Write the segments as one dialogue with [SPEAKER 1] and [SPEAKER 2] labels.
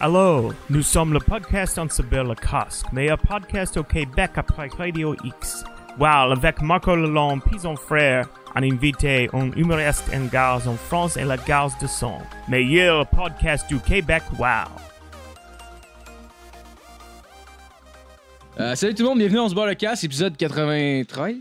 [SPEAKER 1] Allô, nous sommes le podcast en cyber le casque, meilleur podcast au Québec après Radio X. Wow, avec Marco Lalonde, puis son frère, un invité, un humoriste en gare en France et la gare de son. Meilleur podcast du Québec, wow.
[SPEAKER 2] Euh, salut tout le monde, bienvenue, on se bat le casse, épisode 93.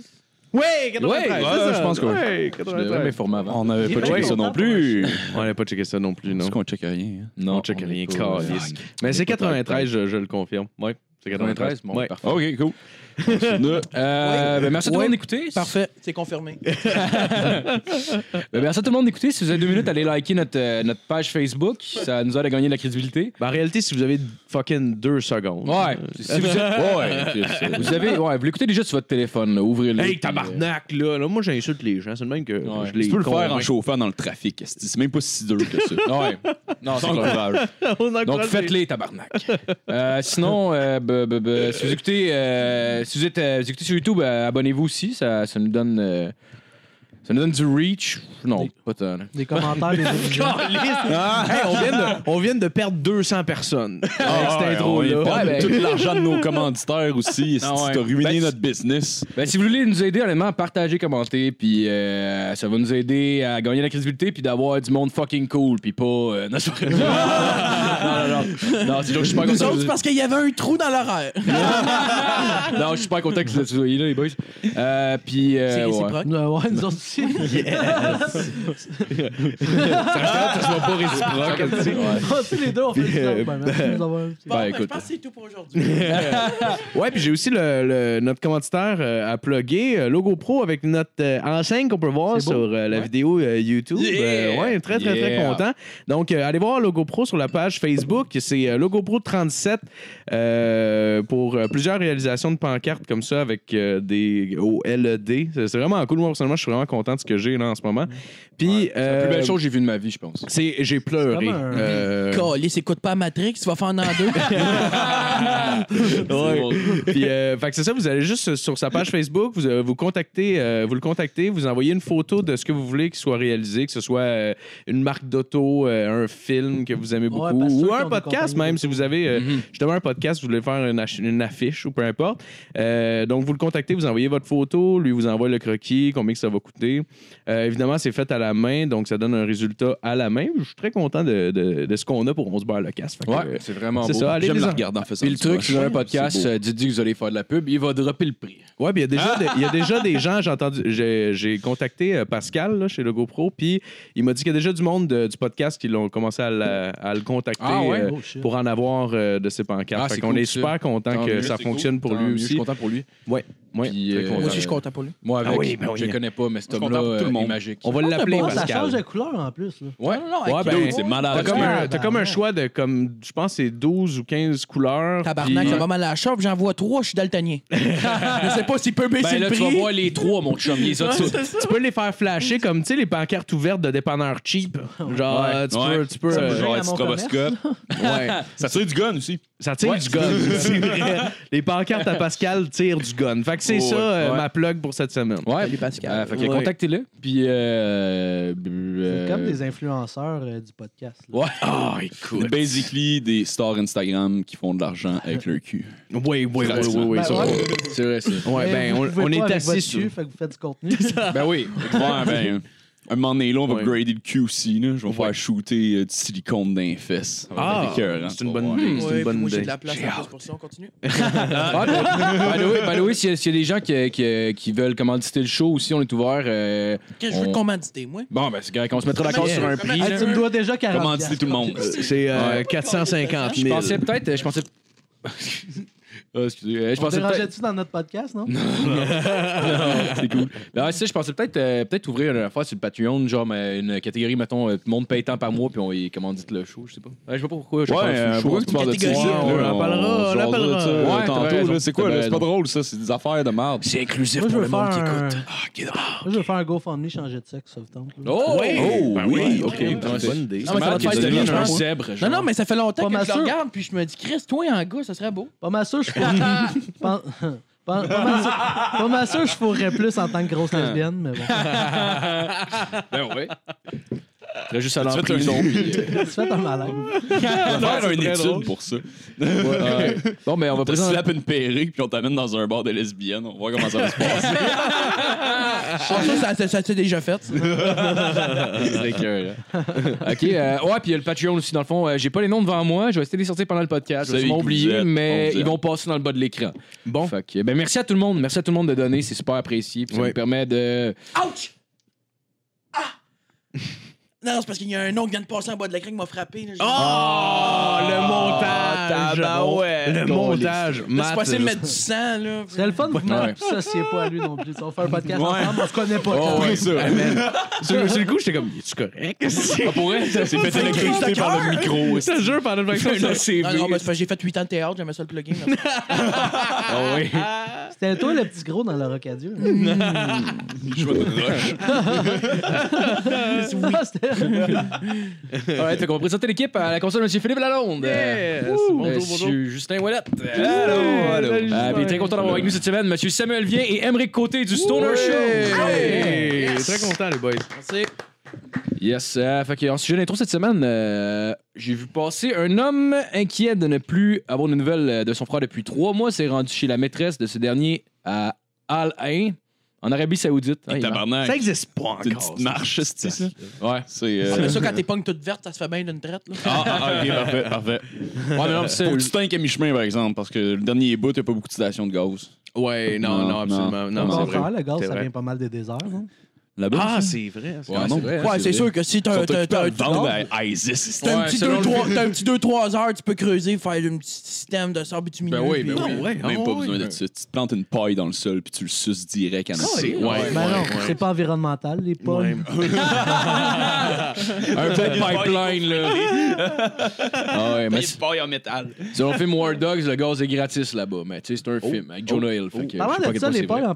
[SPEAKER 3] Ouais, 93,
[SPEAKER 2] Ouais,
[SPEAKER 3] c'est
[SPEAKER 2] ouais,
[SPEAKER 3] ça.
[SPEAKER 2] je pense que oui.
[SPEAKER 3] Ouais,
[SPEAKER 2] Je devrais
[SPEAKER 3] 93.
[SPEAKER 2] m'informer avant.
[SPEAKER 4] On n'avait pas
[SPEAKER 3] Ouais.
[SPEAKER 4] checké ça non plus.
[SPEAKER 3] On n'avait pas checké ça non plus, non.
[SPEAKER 4] Parce qu'on check rien. hein.
[SPEAKER 2] Non,
[SPEAKER 3] on check
[SPEAKER 2] est
[SPEAKER 3] rien,
[SPEAKER 2] pas-
[SPEAKER 3] calisse.
[SPEAKER 2] Fuck.
[SPEAKER 3] Mais c'est
[SPEAKER 2] On est pas
[SPEAKER 3] 93, je, je le confirme. Ouais, c'est 93.
[SPEAKER 2] 93, bon,
[SPEAKER 3] ouais.
[SPEAKER 2] parfait.
[SPEAKER 4] OK, cool.
[SPEAKER 2] Euh, ben, merci à tout le
[SPEAKER 4] Ouais.
[SPEAKER 2] monde d'écouter.
[SPEAKER 4] Parfait.
[SPEAKER 5] C'est confirmé.
[SPEAKER 2] Ben, merci à tout le monde d'écouter. Si vous avez deux minutes, allez liker notre, euh, notre page Facebook. Ça nous aide à gagner de la crédibilité.
[SPEAKER 3] Ben, en réalité, si vous avez fucking deux secondes. euh,
[SPEAKER 2] Ouais. Si vous, êtes-
[SPEAKER 4] Ouais. c'est-
[SPEAKER 2] vous avez, ouais, vous l'écoutez déjà sur votre téléphone. là, Ouvrez-le. euh,
[SPEAKER 3] Hey, tabarnak, là. là moi, j'insulte les gens. C'est le même que
[SPEAKER 2] Ouais.
[SPEAKER 3] je les
[SPEAKER 4] Tu peux le faire en
[SPEAKER 3] convainc.
[SPEAKER 4] chauffant dans le trafic. esti. C'est même pas si dur que ça.
[SPEAKER 2] Ouais. Non, c'est
[SPEAKER 4] Sans
[SPEAKER 2] clair.
[SPEAKER 4] breuvage.
[SPEAKER 3] On encourage
[SPEAKER 2] Donc
[SPEAKER 3] les-
[SPEAKER 2] faites-les, tabarnak. Euh, sinon, euh, bah, bah, bah, si vous écoutez, euh, si vous êtes, euh, vous écoutez sur YouTube, euh, abonnez-vous aussi. Ça, ça nous donne, euh, ça nous donne du reach. Non, pas tant. là.
[SPEAKER 5] Des commentaires, des
[SPEAKER 3] Hey, on, vient de, on vient de perdre 200 personnes. avec cette
[SPEAKER 4] Ah Ouais,
[SPEAKER 3] intro-là. Ah,
[SPEAKER 4] on perd
[SPEAKER 2] Ouais, ben-
[SPEAKER 4] Tout l'argent de nos commanditaires aussi. esti,
[SPEAKER 2] Ah ouais.
[SPEAKER 4] T'as ruiné
[SPEAKER 2] Ben,
[SPEAKER 4] notre business.
[SPEAKER 2] Ben, si vous voulez nous aider, honnêtement, partagez, commentez, puis euh, ça va nous aider à gagner la crédibilité, puis d'avoir du monde fucking cool, puis pas. euh, non, c'est vrai. non, non, non. Non, c'est genre, je suis pas
[SPEAKER 5] Nous
[SPEAKER 2] content.
[SPEAKER 5] autres, c'est parce qu'il y avait un trou dans l'horaire.
[SPEAKER 2] Eh Non, je suis pas content que vous soyez là, les boys. Euh, puis. euh, ouais.
[SPEAKER 5] C'est réciproque. ouais, nous autres aussi.
[SPEAKER 2] Ça se voit pas
[SPEAKER 5] Ah,
[SPEAKER 2] réciproque. tu sais. Ouais.
[SPEAKER 5] les deux, on fait
[SPEAKER 3] Puis, euh,
[SPEAKER 5] Bon,
[SPEAKER 2] ben,
[SPEAKER 5] ben, je
[SPEAKER 2] écoute.
[SPEAKER 5] pense que c'est tout pour aujourd'hui.
[SPEAKER 3] Ouais, puis j'ai aussi le, le- notre commanditaire euh, à plugger, euh, Logo Pro, avec notre euh, enseigne qu'on peut voir sur euh, la vidéo euh, YouTube.
[SPEAKER 2] Yeah!
[SPEAKER 3] Euh, ouais, très, très, très
[SPEAKER 2] Yeah!
[SPEAKER 3] content. Donc, euh, allez voir Logo Pro sur la page Facebook. C'est euh, Logo Pro 37 euh, pour euh, plusieurs réalisations de pancartes comme ça avec euh, des au LED. C'est c'est vraiment cool. Moi, personnellement, je suis vraiment content de ce que j'ai là en ce moment. Puis,
[SPEAKER 2] C'est la plus
[SPEAKER 3] euh,
[SPEAKER 2] belle chose que j'ai vue de ma vie, je pense.
[SPEAKER 3] c'est j'ai pleuré.
[SPEAKER 6] comme un-
[SPEAKER 3] Euh,
[SPEAKER 5] Calé, écoute pas Matrix, tu vas faire un an deux.
[SPEAKER 3] Ouais. Puis, euh, fait que c'est ça, vous allez juste sur sa page Facebook, vous, euh, vous, contactez, euh, vous le contactez, vous envoyez une photo de ce que vous voulez qu'il soit réalisé, que ce soit euh, une marque d'auto, euh, un film que vous aimez beaucoup,
[SPEAKER 5] parce que
[SPEAKER 3] ou
[SPEAKER 5] ceux
[SPEAKER 3] un
[SPEAKER 5] qui ont des
[SPEAKER 3] podcast
[SPEAKER 5] compagnies
[SPEAKER 3] même, si vous avez euh, justement un podcast, vous voulez faire une, ach- une affiche ou peu importe. Euh, donc, vous le contactez, vous envoyez votre photo, lui vous envoie le croquis, combien que ça va coûter. Euh, évidemment, c'est fait à la main, donc ça donne un résultat à la main. Je suis très content de, de- de ce qu'on a pour On se barre le casse. Fait que, euh,
[SPEAKER 2] Ouais, c'est vraiment
[SPEAKER 3] c'est
[SPEAKER 2] beau.
[SPEAKER 3] ça, allez
[SPEAKER 4] J'aime
[SPEAKER 3] les
[SPEAKER 4] la
[SPEAKER 3] en-
[SPEAKER 4] regarder en faisant
[SPEAKER 2] Puis le
[SPEAKER 4] du
[SPEAKER 2] truc,
[SPEAKER 4] moche.
[SPEAKER 2] c'est un podcast,
[SPEAKER 4] C'est beau.
[SPEAKER 2] euh, dites que vous allez faire de la pub, il va dropper le prix.
[SPEAKER 3] Ouais, puis il y a déjà,
[SPEAKER 2] Ah!
[SPEAKER 3] des- il y a déjà des gens, j'ai entendu, j'ai j'ai contacté euh, Pascal là, chez le GoPro, puis il m'a dit qu'il y a déjà du monde de- du podcast qui l'ont commencé à, la- à le contacter
[SPEAKER 2] Ah ouais?
[SPEAKER 3] euh,
[SPEAKER 5] Oh, shit.
[SPEAKER 3] pour en avoir euh, de ses pancartes.
[SPEAKER 2] Ah,
[SPEAKER 3] Fait
[SPEAKER 2] c'est
[SPEAKER 3] qu'on
[SPEAKER 2] cool,
[SPEAKER 3] est
[SPEAKER 2] ça.
[SPEAKER 3] super content
[SPEAKER 2] Tant
[SPEAKER 3] que
[SPEAKER 2] mieux,
[SPEAKER 3] ça
[SPEAKER 2] c'est
[SPEAKER 3] fonctionne
[SPEAKER 2] cool.
[SPEAKER 3] pour
[SPEAKER 2] Tant
[SPEAKER 3] lui
[SPEAKER 2] mieux, Je suis
[SPEAKER 3] aussi.
[SPEAKER 2] content pour lui.
[SPEAKER 3] Ouais, ouais,
[SPEAKER 2] Puis,
[SPEAKER 3] très
[SPEAKER 2] euh,
[SPEAKER 3] content.
[SPEAKER 5] Moi aussi, je suis content pour lui.
[SPEAKER 2] Moi, avec,
[SPEAKER 3] Ah oui, ben
[SPEAKER 2] je
[SPEAKER 3] oui.
[SPEAKER 2] le connais pas, mais cet
[SPEAKER 4] Je suis
[SPEAKER 2] homme-là
[SPEAKER 4] content pour tout le
[SPEAKER 2] euh,
[SPEAKER 4] monde.
[SPEAKER 2] est magique.
[SPEAKER 3] On va l'appeler
[SPEAKER 5] Ah, ça
[SPEAKER 3] Pascal.
[SPEAKER 6] change de couleur en plus. Là.
[SPEAKER 2] Ouais.
[SPEAKER 5] Non, non,
[SPEAKER 3] Ouais,
[SPEAKER 5] non,
[SPEAKER 3] ben,
[SPEAKER 5] avec-
[SPEAKER 4] C'est
[SPEAKER 3] T'as
[SPEAKER 4] malade.
[SPEAKER 3] comme,
[SPEAKER 4] ça.
[SPEAKER 3] un, t'as comme un choix de comme je pense que c'est 12 ou 15 couleurs.
[SPEAKER 5] Tabarnak,
[SPEAKER 3] puis-
[SPEAKER 5] ça va mal à la chauve, j'en vois trois, je suis daltonien. Je sais pas s'il peut baisser
[SPEAKER 2] Ben
[SPEAKER 5] le
[SPEAKER 2] là, tu
[SPEAKER 5] prix.
[SPEAKER 2] vas voir les trois, mon chum, les autres. toutes.
[SPEAKER 3] Tu peux les faire flasher comme tu sais les pancartes ouvertes de dépanneurs cheap. Genre
[SPEAKER 4] Ouais.
[SPEAKER 3] tu
[SPEAKER 4] Ouais.
[SPEAKER 3] peux tu peux
[SPEAKER 4] Ça
[SPEAKER 3] euh,
[SPEAKER 4] peut
[SPEAKER 6] euh,
[SPEAKER 4] genre
[SPEAKER 6] à
[SPEAKER 4] être
[SPEAKER 6] mon
[SPEAKER 4] stroboscope.
[SPEAKER 3] ouais.
[SPEAKER 4] Ça tire du gun aussi.
[SPEAKER 3] Ça tire
[SPEAKER 2] Ouais.
[SPEAKER 3] du gun. C'est vrai. Les pancartes à Pascal tirent du gun. Fait que c'est
[SPEAKER 4] Oh,
[SPEAKER 3] ça
[SPEAKER 4] ouais.
[SPEAKER 3] euh,
[SPEAKER 2] Ouais.
[SPEAKER 3] ma plug pour cette semaine.
[SPEAKER 2] Ouais.
[SPEAKER 5] Salut, Pascal.
[SPEAKER 2] Euh, fait que
[SPEAKER 3] Ouais.
[SPEAKER 2] contactez-le. Puis. Euh,
[SPEAKER 6] C'est
[SPEAKER 2] euh,
[SPEAKER 6] comme des influenceurs euh, du podcast. là.
[SPEAKER 2] Ouais.
[SPEAKER 3] Ah, écoute.
[SPEAKER 4] Basically, des stars Instagram qui font de l'argent avec leur cul.
[SPEAKER 3] Oui, oui, oui, oui, oui.
[SPEAKER 6] Ben,
[SPEAKER 3] ça,
[SPEAKER 6] ouais,
[SPEAKER 3] ouais.
[SPEAKER 2] C'est vrai, ça.
[SPEAKER 3] Ouais,
[SPEAKER 6] mais
[SPEAKER 3] ben,
[SPEAKER 6] vous
[SPEAKER 3] on,
[SPEAKER 6] pouvez
[SPEAKER 3] on
[SPEAKER 6] pas
[SPEAKER 3] est
[SPEAKER 6] avec
[SPEAKER 3] assis
[SPEAKER 6] votre
[SPEAKER 3] sur.
[SPEAKER 6] cul, fait que vous faites du contenu.
[SPEAKER 2] ben oui.
[SPEAKER 4] Ouais, ben. Un moment donné, là, on va
[SPEAKER 3] Ouais.
[SPEAKER 4] upgrader le cul aussi. Là. Je vais me
[SPEAKER 3] Ouais.
[SPEAKER 4] faire shooter euh, du silicone dans les fesses. Ça va
[SPEAKER 3] Ah,
[SPEAKER 4] être écœurant,
[SPEAKER 3] c'est une
[SPEAKER 4] tu
[SPEAKER 3] bonne
[SPEAKER 4] vas voir.
[SPEAKER 3] idée.
[SPEAKER 5] Ouais,
[SPEAKER 3] c'est une
[SPEAKER 5] puis
[SPEAKER 3] bonne
[SPEAKER 5] Moi, j'ai
[SPEAKER 3] idée.
[SPEAKER 5] de la place
[SPEAKER 4] J'ai
[SPEAKER 5] en plus
[SPEAKER 4] hâte.
[SPEAKER 5] pour ça, on continue.
[SPEAKER 2] Ah, ben, ben oui, ben oui, s'il y a- s'il y a des gens qui, qui, qui veulent commanditer le show aussi, on est ouvert. euh,
[SPEAKER 5] Qu'est-ce que je veux
[SPEAKER 2] On-
[SPEAKER 5] te commanditer, moi?
[SPEAKER 2] Bon, ben c'est correct. On se mettra d'accord
[SPEAKER 5] Yeah.
[SPEAKER 2] sur un prix.
[SPEAKER 6] Ah,
[SPEAKER 2] là.
[SPEAKER 6] tu me dois déjà 40
[SPEAKER 4] Comment dit tout le monde?
[SPEAKER 3] Euh, C'est euh, 450
[SPEAKER 2] Je
[SPEAKER 3] 000.
[SPEAKER 2] pensais peut-être. Je pensais. Ah, excusez. euh, Je
[SPEAKER 6] On
[SPEAKER 2] pensais peut-être.
[SPEAKER 6] dérangeait-tu dans notre podcast, non?
[SPEAKER 2] C'est cool. Ben, ouais, c'est ça, je pensais peut-être euh, peut-être ouvrir une fois sur le Patreon, genre mais une catégorie, mettons, euh, tout le monde paye tant par mois, puis on y commandite le show, je sais pas. Ouais, je sais pas pourquoi. je
[SPEAKER 4] Ouais,
[SPEAKER 2] parle sur le
[SPEAKER 4] euh,
[SPEAKER 2] show,
[SPEAKER 4] pourquoi
[SPEAKER 2] en
[SPEAKER 4] tu
[SPEAKER 2] tout cas.
[SPEAKER 4] parles de ça?
[SPEAKER 5] Catégorie,
[SPEAKER 4] là?
[SPEAKER 3] on en
[SPEAKER 4] On-
[SPEAKER 3] parlera,
[SPEAKER 4] on
[SPEAKER 3] on en
[SPEAKER 4] jasera
[SPEAKER 3] parlera.
[SPEAKER 4] de ça, euh,
[SPEAKER 2] Ouais,
[SPEAKER 4] tantôt,
[SPEAKER 2] t'as raison,
[SPEAKER 4] là. c'est quoi?
[SPEAKER 2] t'as
[SPEAKER 4] là? Ben, C'est pas
[SPEAKER 2] raison.
[SPEAKER 4] drôle, ça. C'est des affaires de merde.
[SPEAKER 2] C'est inclusif
[SPEAKER 6] Moi, je
[SPEAKER 2] pour
[SPEAKER 6] veux
[SPEAKER 2] le
[SPEAKER 6] faire
[SPEAKER 2] monde qui
[SPEAKER 6] un...
[SPEAKER 2] écoute.
[SPEAKER 6] Moi, je veux faire un GoFundMe changer de sexe, ça vous tente? là?
[SPEAKER 2] Oh!
[SPEAKER 4] Oui!
[SPEAKER 2] Oh!
[SPEAKER 4] Ben
[SPEAKER 2] oui,
[SPEAKER 4] oui, Ah,
[SPEAKER 2] ok.
[SPEAKER 4] ouais,
[SPEAKER 2] Non,
[SPEAKER 4] c'est
[SPEAKER 2] c'est-
[SPEAKER 4] une bonne idée.
[SPEAKER 5] Non, mais ça va
[SPEAKER 2] Matt,
[SPEAKER 5] te faire
[SPEAKER 2] il
[SPEAKER 5] du
[SPEAKER 2] devient
[SPEAKER 5] bien,
[SPEAKER 2] un
[SPEAKER 5] je pense.
[SPEAKER 2] zèbre.
[SPEAKER 5] Non,
[SPEAKER 2] genre.
[SPEAKER 5] non, mais ça fait longtemps
[SPEAKER 6] Pas
[SPEAKER 5] que
[SPEAKER 6] mal
[SPEAKER 5] je le
[SPEAKER 6] sûr.
[SPEAKER 5] regarde, puis je me dis, Chris, toi, en gars, ça serait beau.
[SPEAKER 6] Pas mal sûr, je pourrais... pas, pas- pas mal sûr, pas mal sûr, je fourrais plus en tant que grosse lesbienne, mais bon.
[SPEAKER 2] Ben ouais. T'aurais juste à
[SPEAKER 4] Tu
[SPEAKER 2] en
[SPEAKER 4] fais un
[SPEAKER 2] prison.
[SPEAKER 4] zombie.
[SPEAKER 2] puis, euh,
[SPEAKER 6] Tu fais un malade.
[SPEAKER 4] On va faire
[SPEAKER 3] c'est
[SPEAKER 4] une
[SPEAKER 3] très
[SPEAKER 4] étude
[SPEAKER 3] drôle.
[SPEAKER 4] pour ça.
[SPEAKER 2] euh, ouais. Bon, mais on va
[SPEAKER 4] On te
[SPEAKER 2] présenter.
[SPEAKER 4] slap une perruque, puis on t'amène dans un bar de lesbiennes. On va voir comment ça va se passer.
[SPEAKER 5] Ah, ça, ça, ça, ça s'est déjà fait. ça.
[SPEAKER 2] C'est écœurant. OK. euh, ouais, puis il y a le Patreon aussi, dans le fond. Euh, J'ai pas les noms devant moi. Je vais essayer de les sortir pendant le podcast. Je vais
[SPEAKER 4] Vous savez
[SPEAKER 2] sûrement
[SPEAKER 4] qui vous
[SPEAKER 2] oublier,
[SPEAKER 4] êtes, on
[SPEAKER 2] mais
[SPEAKER 4] vous
[SPEAKER 2] ils
[SPEAKER 4] aime.
[SPEAKER 2] vont passer dans le bas de l'écran.
[SPEAKER 3] Bon.
[SPEAKER 2] Fait que, ben, merci à tout le monde. Merci à tout le monde de donner. C'est super apprécié. Puis ça
[SPEAKER 3] Ouais.
[SPEAKER 2] nous permet de.
[SPEAKER 5] Ouch! Ah! Non, c'est parce qu'il y a un nom qui vient de passer en bas de l'écran qui m'a frappé. là. J'ai-
[SPEAKER 4] Ah,
[SPEAKER 3] Oh, le
[SPEAKER 2] Ah,
[SPEAKER 3] montage!
[SPEAKER 2] tabarouette.
[SPEAKER 3] le montage!
[SPEAKER 5] C'est
[SPEAKER 3] Matt,
[SPEAKER 5] possible de mettre du sang, là.
[SPEAKER 6] C'est le fun, vous
[SPEAKER 2] Ouais.
[SPEAKER 6] ne s'associez pas à lui non plus. On fait un podcast
[SPEAKER 4] Ouais.
[SPEAKER 6] ensemble, on se connaît pas.
[SPEAKER 2] Oh, ouais.
[SPEAKER 4] ça.
[SPEAKER 3] Ah, man. sur, sur le coup, j'étais comme, tu correct?
[SPEAKER 2] Ah, pour vrai? C'est
[SPEAKER 4] T'es fait
[SPEAKER 5] une crise
[SPEAKER 4] électrocuter
[SPEAKER 5] de
[SPEAKER 4] par le micro.
[SPEAKER 3] Je te jure, pendant le vaccin, ça-
[SPEAKER 5] Ah, Non, non, mais c'est parce que j'ai fait 8 ans de théâtre, j'aimais ça le plugin. là.
[SPEAKER 2] Ah, oui.
[SPEAKER 6] C'était toi le petit gros dans le rocadieux.
[SPEAKER 4] Je vois une roche.
[SPEAKER 6] Ah, c'était-
[SPEAKER 2] Ouais, fait qu'on va présenter l'équipe à la console de M. Philippe Lalonde.
[SPEAKER 3] Yes!
[SPEAKER 2] Ouh,
[SPEAKER 3] Bonjour,
[SPEAKER 2] Monsieur
[SPEAKER 3] bonjour.
[SPEAKER 2] Justin Ouellet.
[SPEAKER 3] Allô, allô.
[SPEAKER 2] Ah, puis très content d'avoir avec nous cette semaine Monsieur Samuel Vien et Émeric Côté du Stoner Show. Ah,
[SPEAKER 3] Hey! Très content, les boys.
[SPEAKER 5] Merci.
[SPEAKER 2] Yes, euh, fait que, en sujet d'intro cette semaine, euh, j'ai vu passer un homme inquiet de ne plus avoir de nouvelles euh, de son frère depuis trois mois. S'est rendu chez la maîtresse de ce dernier à Al Ain, en Arabie Saoudite. Ah, il marche.
[SPEAKER 4] Tabarnak.
[SPEAKER 3] Ça existe pas
[SPEAKER 4] C'est une petite
[SPEAKER 3] encore.
[SPEAKER 4] marche, c'est ça?
[SPEAKER 2] Ouais.
[SPEAKER 4] C'est.
[SPEAKER 5] Ah,
[SPEAKER 4] euh,
[SPEAKER 5] mais ça, quand t'es pognes toute verte, ça se fait bien d'une traite. Là.
[SPEAKER 4] Ah, ah, ok, parfait, parfait.
[SPEAKER 2] Ouais, mais non, c'est-
[SPEAKER 4] Faut que tu tanques à mi-chemin, par exemple, parce que le dernier bout, t'as pas beaucoup de stations de gaz.
[SPEAKER 3] Ouais, non,
[SPEAKER 4] Non,
[SPEAKER 3] non, absolument.
[SPEAKER 4] non.
[SPEAKER 3] Non,
[SPEAKER 6] Au
[SPEAKER 4] c'est
[SPEAKER 6] contraire, le gaz,
[SPEAKER 3] C'est
[SPEAKER 6] ça
[SPEAKER 3] vrai.
[SPEAKER 6] vient pas mal des hein. déserts. non?
[SPEAKER 4] Là-bas.
[SPEAKER 3] Ah, c'est vrai.
[SPEAKER 4] Ouais,
[SPEAKER 2] Ouais,
[SPEAKER 4] non.
[SPEAKER 2] c'est vrai,
[SPEAKER 5] Ouais,
[SPEAKER 2] hein,
[SPEAKER 5] c'est sûr que si Euh, t'as
[SPEAKER 4] Ils
[SPEAKER 5] un
[SPEAKER 4] sont occupés à
[SPEAKER 5] t'as-
[SPEAKER 4] le vendre ben.
[SPEAKER 5] t'as-
[SPEAKER 4] à ISIS.
[SPEAKER 5] t'as un
[SPEAKER 2] Ouais,
[SPEAKER 5] petit
[SPEAKER 2] selon
[SPEAKER 5] 2-3 heures, tu peux creuser, faire un petit système de sable bitumineux.
[SPEAKER 2] Ben oui,
[SPEAKER 5] puis-
[SPEAKER 2] ben oui.
[SPEAKER 3] Non, ouais,
[SPEAKER 4] Même
[SPEAKER 3] ah,
[SPEAKER 4] pas
[SPEAKER 3] ouais,
[SPEAKER 4] besoin de
[SPEAKER 3] ouais.
[SPEAKER 4] ça. Tu te plantes une paille dans le sol puis tu le suces direct en
[SPEAKER 3] c'est-
[SPEAKER 4] essayant.
[SPEAKER 3] ouais,
[SPEAKER 6] Ben
[SPEAKER 3] ouais,
[SPEAKER 6] non,
[SPEAKER 3] ouais.
[SPEAKER 6] c'est pas environnemental, les pommes.
[SPEAKER 2] Un peu pipeline, là. ah ouais, mais c'est-
[SPEAKER 4] paille en métal.
[SPEAKER 2] selon le film War Dogs, le gaz est gratis là-bas. Mais tu sais, c'est un film avec Jonah Hill. fait que je sais pas
[SPEAKER 6] Parlant
[SPEAKER 2] à
[SPEAKER 6] de
[SPEAKER 2] quel
[SPEAKER 6] ça,
[SPEAKER 2] point
[SPEAKER 6] les
[SPEAKER 2] c'est vrai.
[SPEAKER 6] pailles en...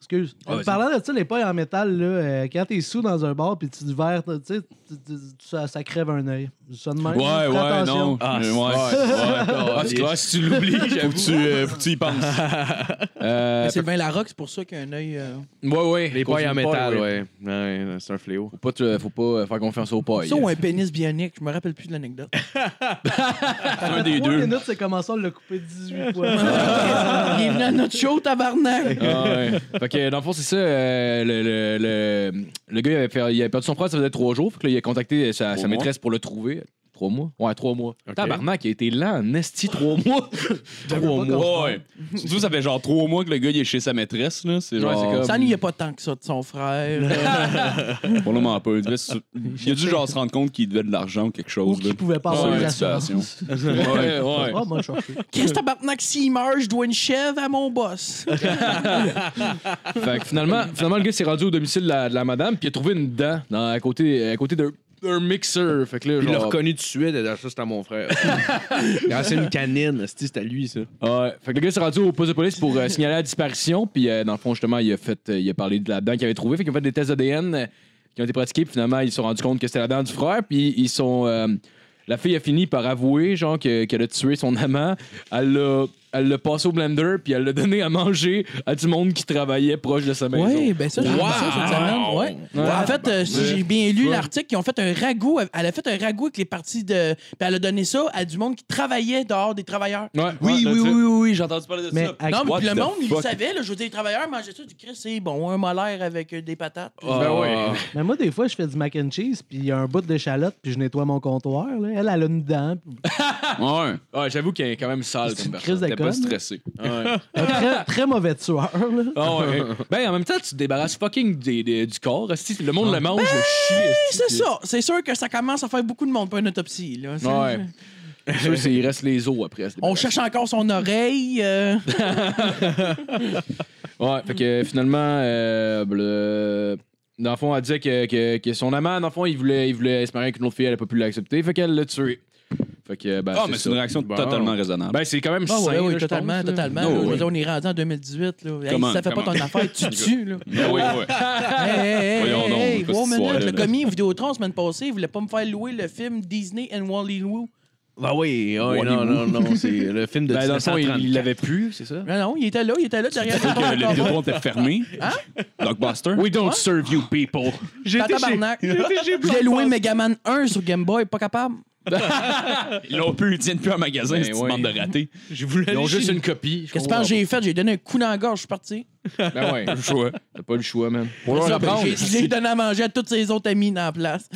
[SPEAKER 6] Excuse.
[SPEAKER 2] Ah, vas-y.
[SPEAKER 6] Parlant de ça, les pailles en métal, là, euh, quand t'es sous dans un bar puis tu du verre, tu sais, tu- tu- ça, ça crève un œil. Ça de même.
[SPEAKER 4] Ouais,
[SPEAKER 6] Fais
[SPEAKER 4] ouais,
[SPEAKER 6] attention.
[SPEAKER 4] non.
[SPEAKER 3] Ah,
[SPEAKER 4] Euh,
[SPEAKER 3] c'est-
[SPEAKER 4] ouais,
[SPEAKER 2] Ah, c'est clair, si tu l'oublies,
[SPEAKER 4] ouais. Faut que
[SPEAKER 2] j'avoue.
[SPEAKER 4] tu, euh, faut que tu y penses.
[SPEAKER 2] Euh,
[SPEAKER 5] Mais C'est bien la rock, c'est pour ça qu'il y a un œil. euh,
[SPEAKER 2] ouais, ouais.
[SPEAKER 3] Les pailles en
[SPEAKER 2] Continue pas,
[SPEAKER 3] métal, ouais. Ouais, c'est un fléau.
[SPEAKER 2] Faut pas, te- faut pas euh, faire confiance aux Ah, pailles.
[SPEAKER 5] Ça ou un pénis bionique, je me rappelle plus de l'anecdote.
[SPEAKER 4] Un
[SPEAKER 6] Trois
[SPEAKER 4] des deux.
[SPEAKER 6] minutes, c'est comme ça, on l'a coupé 18 fois.
[SPEAKER 5] Il est venu à notre show, tabarnak!
[SPEAKER 2] Ah ouais. Fait que dans le fond, c'est ça. euh, le, le, le, le gars, il avait, fait- il avait perdu son frère, ça faisait trois jours. Fait que là, il a contacté sa, sa
[SPEAKER 4] Trois
[SPEAKER 2] maîtresse pour le trouver. Trois mois? Ouais, trois mois.
[SPEAKER 3] Ok.
[SPEAKER 2] Tabarnak, il a été lent en esti, trois mois.
[SPEAKER 4] Trois
[SPEAKER 6] pas
[SPEAKER 4] mois.
[SPEAKER 6] comprendre.
[SPEAKER 4] Ouais. Surtout, ça fait genre trois mois que le gars il est chez sa maîtresse. là. C'est
[SPEAKER 2] Ouais, c'est
[SPEAKER 4] genre.
[SPEAKER 2] comme-
[SPEAKER 5] Ça n'y est pas tant que ça de son frère. Ah,
[SPEAKER 4] Pour le moment, pas. Il, devait se- il a dû genre se rendre compte qu'il devait de l'argent ou quelque
[SPEAKER 6] Ou
[SPEAKER 4] chose. là.
[SPEAKER 6] qui pouvait pas avoir
[SPEAKER 4] Ouais,
[SPEAKER 6] une
[SPEAKER 4] la
[SPEAKER 6] assurance.
[SPEAKER 4] situation.
[SPEAKER 2] ouais, ouais.
[SPEAKER 6] Ah, moi, je suis
[SPEAKER 5] Qu'est-ce tabarnak, s'il meurt, je dois une chèvre à mon boss.
[SPEAKER 2] Fait que finalement, finalement, le gars s'est rendu au domicile de la, de la madame, puis il a trouvé une dent dans- à côté, à côté d'un d'un mixeur. Fait que là,
[SPEAKER 3] Puis il l'a
[SPEAKER 2] genre-
[SPEAKER 3] reconnu tout de suite. et, Ah, ça, c'était à mon frère. Ah, c'est une canine. esti, C'était à lui, ça.
[SPEAKER 2] Ouais. Fait que le gars s'est rendu au poste de police pour euh, signaler la disparition. Puis euh, dans le fond, justement, il a, fait, euh, il a parlé de la dent qu'il avait trouvée. Fait qu'ils ont fait des tests d'ADN euh, qui ont été pratiqués. Puis finalement, ils se sont rendus compte que c'était la dent du frère. Puis ils sont. euh, la fille a fini par avouer, genre, que- qu'elle a tué son amant. Elle l'a. Elle l'a passé au blender, puis elle l'a donné à manger à du monde qui travaillait proche de sa maison.
[SPEAKER 5] Oui, ben ça, j'ai vu ça cette semaine. Ouais. En fait, euh, si j'ai bien lu l'article, ils ont fait un ragoût. avec- Elle a fait un ragoût avec les parties de. Puis elle a donné ça à du monde qui travaillait dehors des travailleurs.
[SPEAKER 2] Ouais,
[SPEAKER 4] Oui,
[SPEAKER 2] ouais,
[SPEAKER 4] oui,
[SPEAKER 2] that's
[SPEAKER 4] oui,
[SPEAKER 2] it.
[SPEAKER 4] oui, oui, j'ai entendu parler de
[SPEAKER 6] Mais
[SPEAKER 4] ça.
[SPEAKER 6] à-
[SPEAKER 5] Non, mais
[SPEAKER 4] What
[SPEAKER 5] puis le
[SPEAKER 4] the
[SPEAKER 5] monde, il le
[SPEAKER 4] fuck?
[SPEAKER 5] savait. Là, je veux dire, les travailleurs mangeaient ça du Christ, c'est bon, un molaire avec euh, des patates.
[SPEAKER 2] Ben ouais.
[SPEAKER 6] Mais moi, des fois, je fais du mac and cheese, puis il y a un bout d'échalote, puis je nettoie mon comptoir. là. Elle, elle a une dent. puis-
[SPEAKER 4] Ouais.
[SPEAKER 2] Ouais, j'avoue qu'elle est quand même sale
[SPEAKER 6] C'est une
[SPEAKER 2] comme
[SPEAKER 6] crise
[SPEAKER 2] personne.
[SPEAKER 6] de
[SPEAKER 4] T'es pas
[SPEAKER 6] conne.
[SPEAKER 4] stressé.
[SPEAKER 2] Ouais.
[SPEAKER 6] Un très, très mauvais tueur. Là.
[SPEAKER 2] Ah ouais. Ben, en même temps, tu te débarrasses fucking des- des- du corps. Si le monde le mange, je chie. esti.
[SPEAKER 5] Ben, C'est ça. C'est sûr que ça commence à faire beaucoup de monde pour une autopsie. Là. C'est-
[SPEAKER 2] Ouais. sûr, c'est- il reste les os après. à se
[SPEAKER 5] On
[SPEAKER 2] débarrasser.
[SPEAKER 5] cherche encore son oreille. euh,
[SPEAKER 2] Ouais, fait que finalement, euh, bleu- dans le fond, elle disait que, que, que son amant, dans le fond, il voulait, il voulait se marier avec une autre fille, elle a pas pu l'accepter, fait qu'elle l'a tué. Fait que, ben,
[SPEAKER 4] Ah,
[SPEAKER 2] c'est
[SPEAKER 4] mais
[SPEAKER 2] ça.
[SPEAKER 4] c'est une réaction
[SPEAKER 3] Bon.
[SPEAKER 4] totalement raisonnable.
[SPEAKER 2] Ben, c'est quand même
[SPEAKER 5] Ah
[SPEAKER 2] sain,
[SPEAKER 5] ouais, oui,
[SPEAKER 2] là, je
[SPEAKER 5] totalement,
[SPEAKER 2] pense, là.
[SPEAKER 5] totalement.
[SPEAKER 4] Non,
[SPEAKER 5] là. Je veux
[SPEAKER 4] oui.
[SPEAKER 5] dire, on est rendu en 2018. Là. Hey,
[SPEAKER 4] Comment,
[SPEAKER 5] si ça fait pas
[SPEAKER 4] comment?
[SPEAKER 5] ton affaire, tu tues. Là.
[SPEAKER 4] Ben oui, oui.
[SPEAKER 5] hey, hey, hey,
[SPEAKER 4] Voyons donc,
[SPEAKER 5] hey,
[SPEAKER 4] qu'est-ce
[SPEAKER 5] wow,
[SPEAKER 4] que
[SPEAKER 5] minute,
[SPEAKER 4] tu sois là,
[SPEAKER 5] le
[SPEAKER 4] là.
[SPEAKER 5] commis Vidéotron, semaine passée, il voulait pas me faire louer le film Disney and Wally Woo.
[SPEAKER 3] Ben oui, oui,
[SPEAKER 2] Ouais,
[SPEAKER 3] non,
[SPEAKER 2] mais
[SPEAKER 3] non, non, c'est le film de
[SPEAKER 2] Ben, dans le fond, il
[SPEAKER 3] 1930.
[SPEAKER 2] il l'avait plus, c'est ça?
[SPEAKER 5] Non, non, il était là, il était là derrière
[SPEAKER 4] C'est que le
[SPEAKER 5] encore.
[SPEAKER 4] Vidéotron était fermé.
[SPEAKER 5] Hein?
[SPEAKER 4] Blockbuster.
[SPEAKER 2] We don't serve you people.
[SPEAKER 3] J'étais chez-
[SPEAKER 5] Tabarnak.
[SPEAKER 3] j'étais chez
[SPEAKER 5] Je voulais louer Megaman 1 sur Game Boy, pas capable.
[SPEAKER 4] Ils l'ont plus, ils tiennent plus un magasin,
[SPEAKER 2] Ben
[SPEAKER 4] c'est
[SPEAKER 2] ouais.
[SPEAKER 4] une bande de ratés.
[SPEAKER 3] Je voulais
[SPEAKER 2] Ils ont
[SPEAKER 3] aller
[SPEAKER 2] juste
[SPEAKER 3] chez-
[SPEAKER 2] une copie.
[SPEAKER 5] Qu'est-ce que
[SPEAKER 4] Ah
[SPEAKER 5] j'ai fait? J'ai donné un coup dans la gorge, je suis parti.
[SPEAKER 2] Ben ouais. T'as pas le choix, man.
[SPEAKER 5] Ça, J'ai j'ai donné à manger à tous ses autres amis dans la place.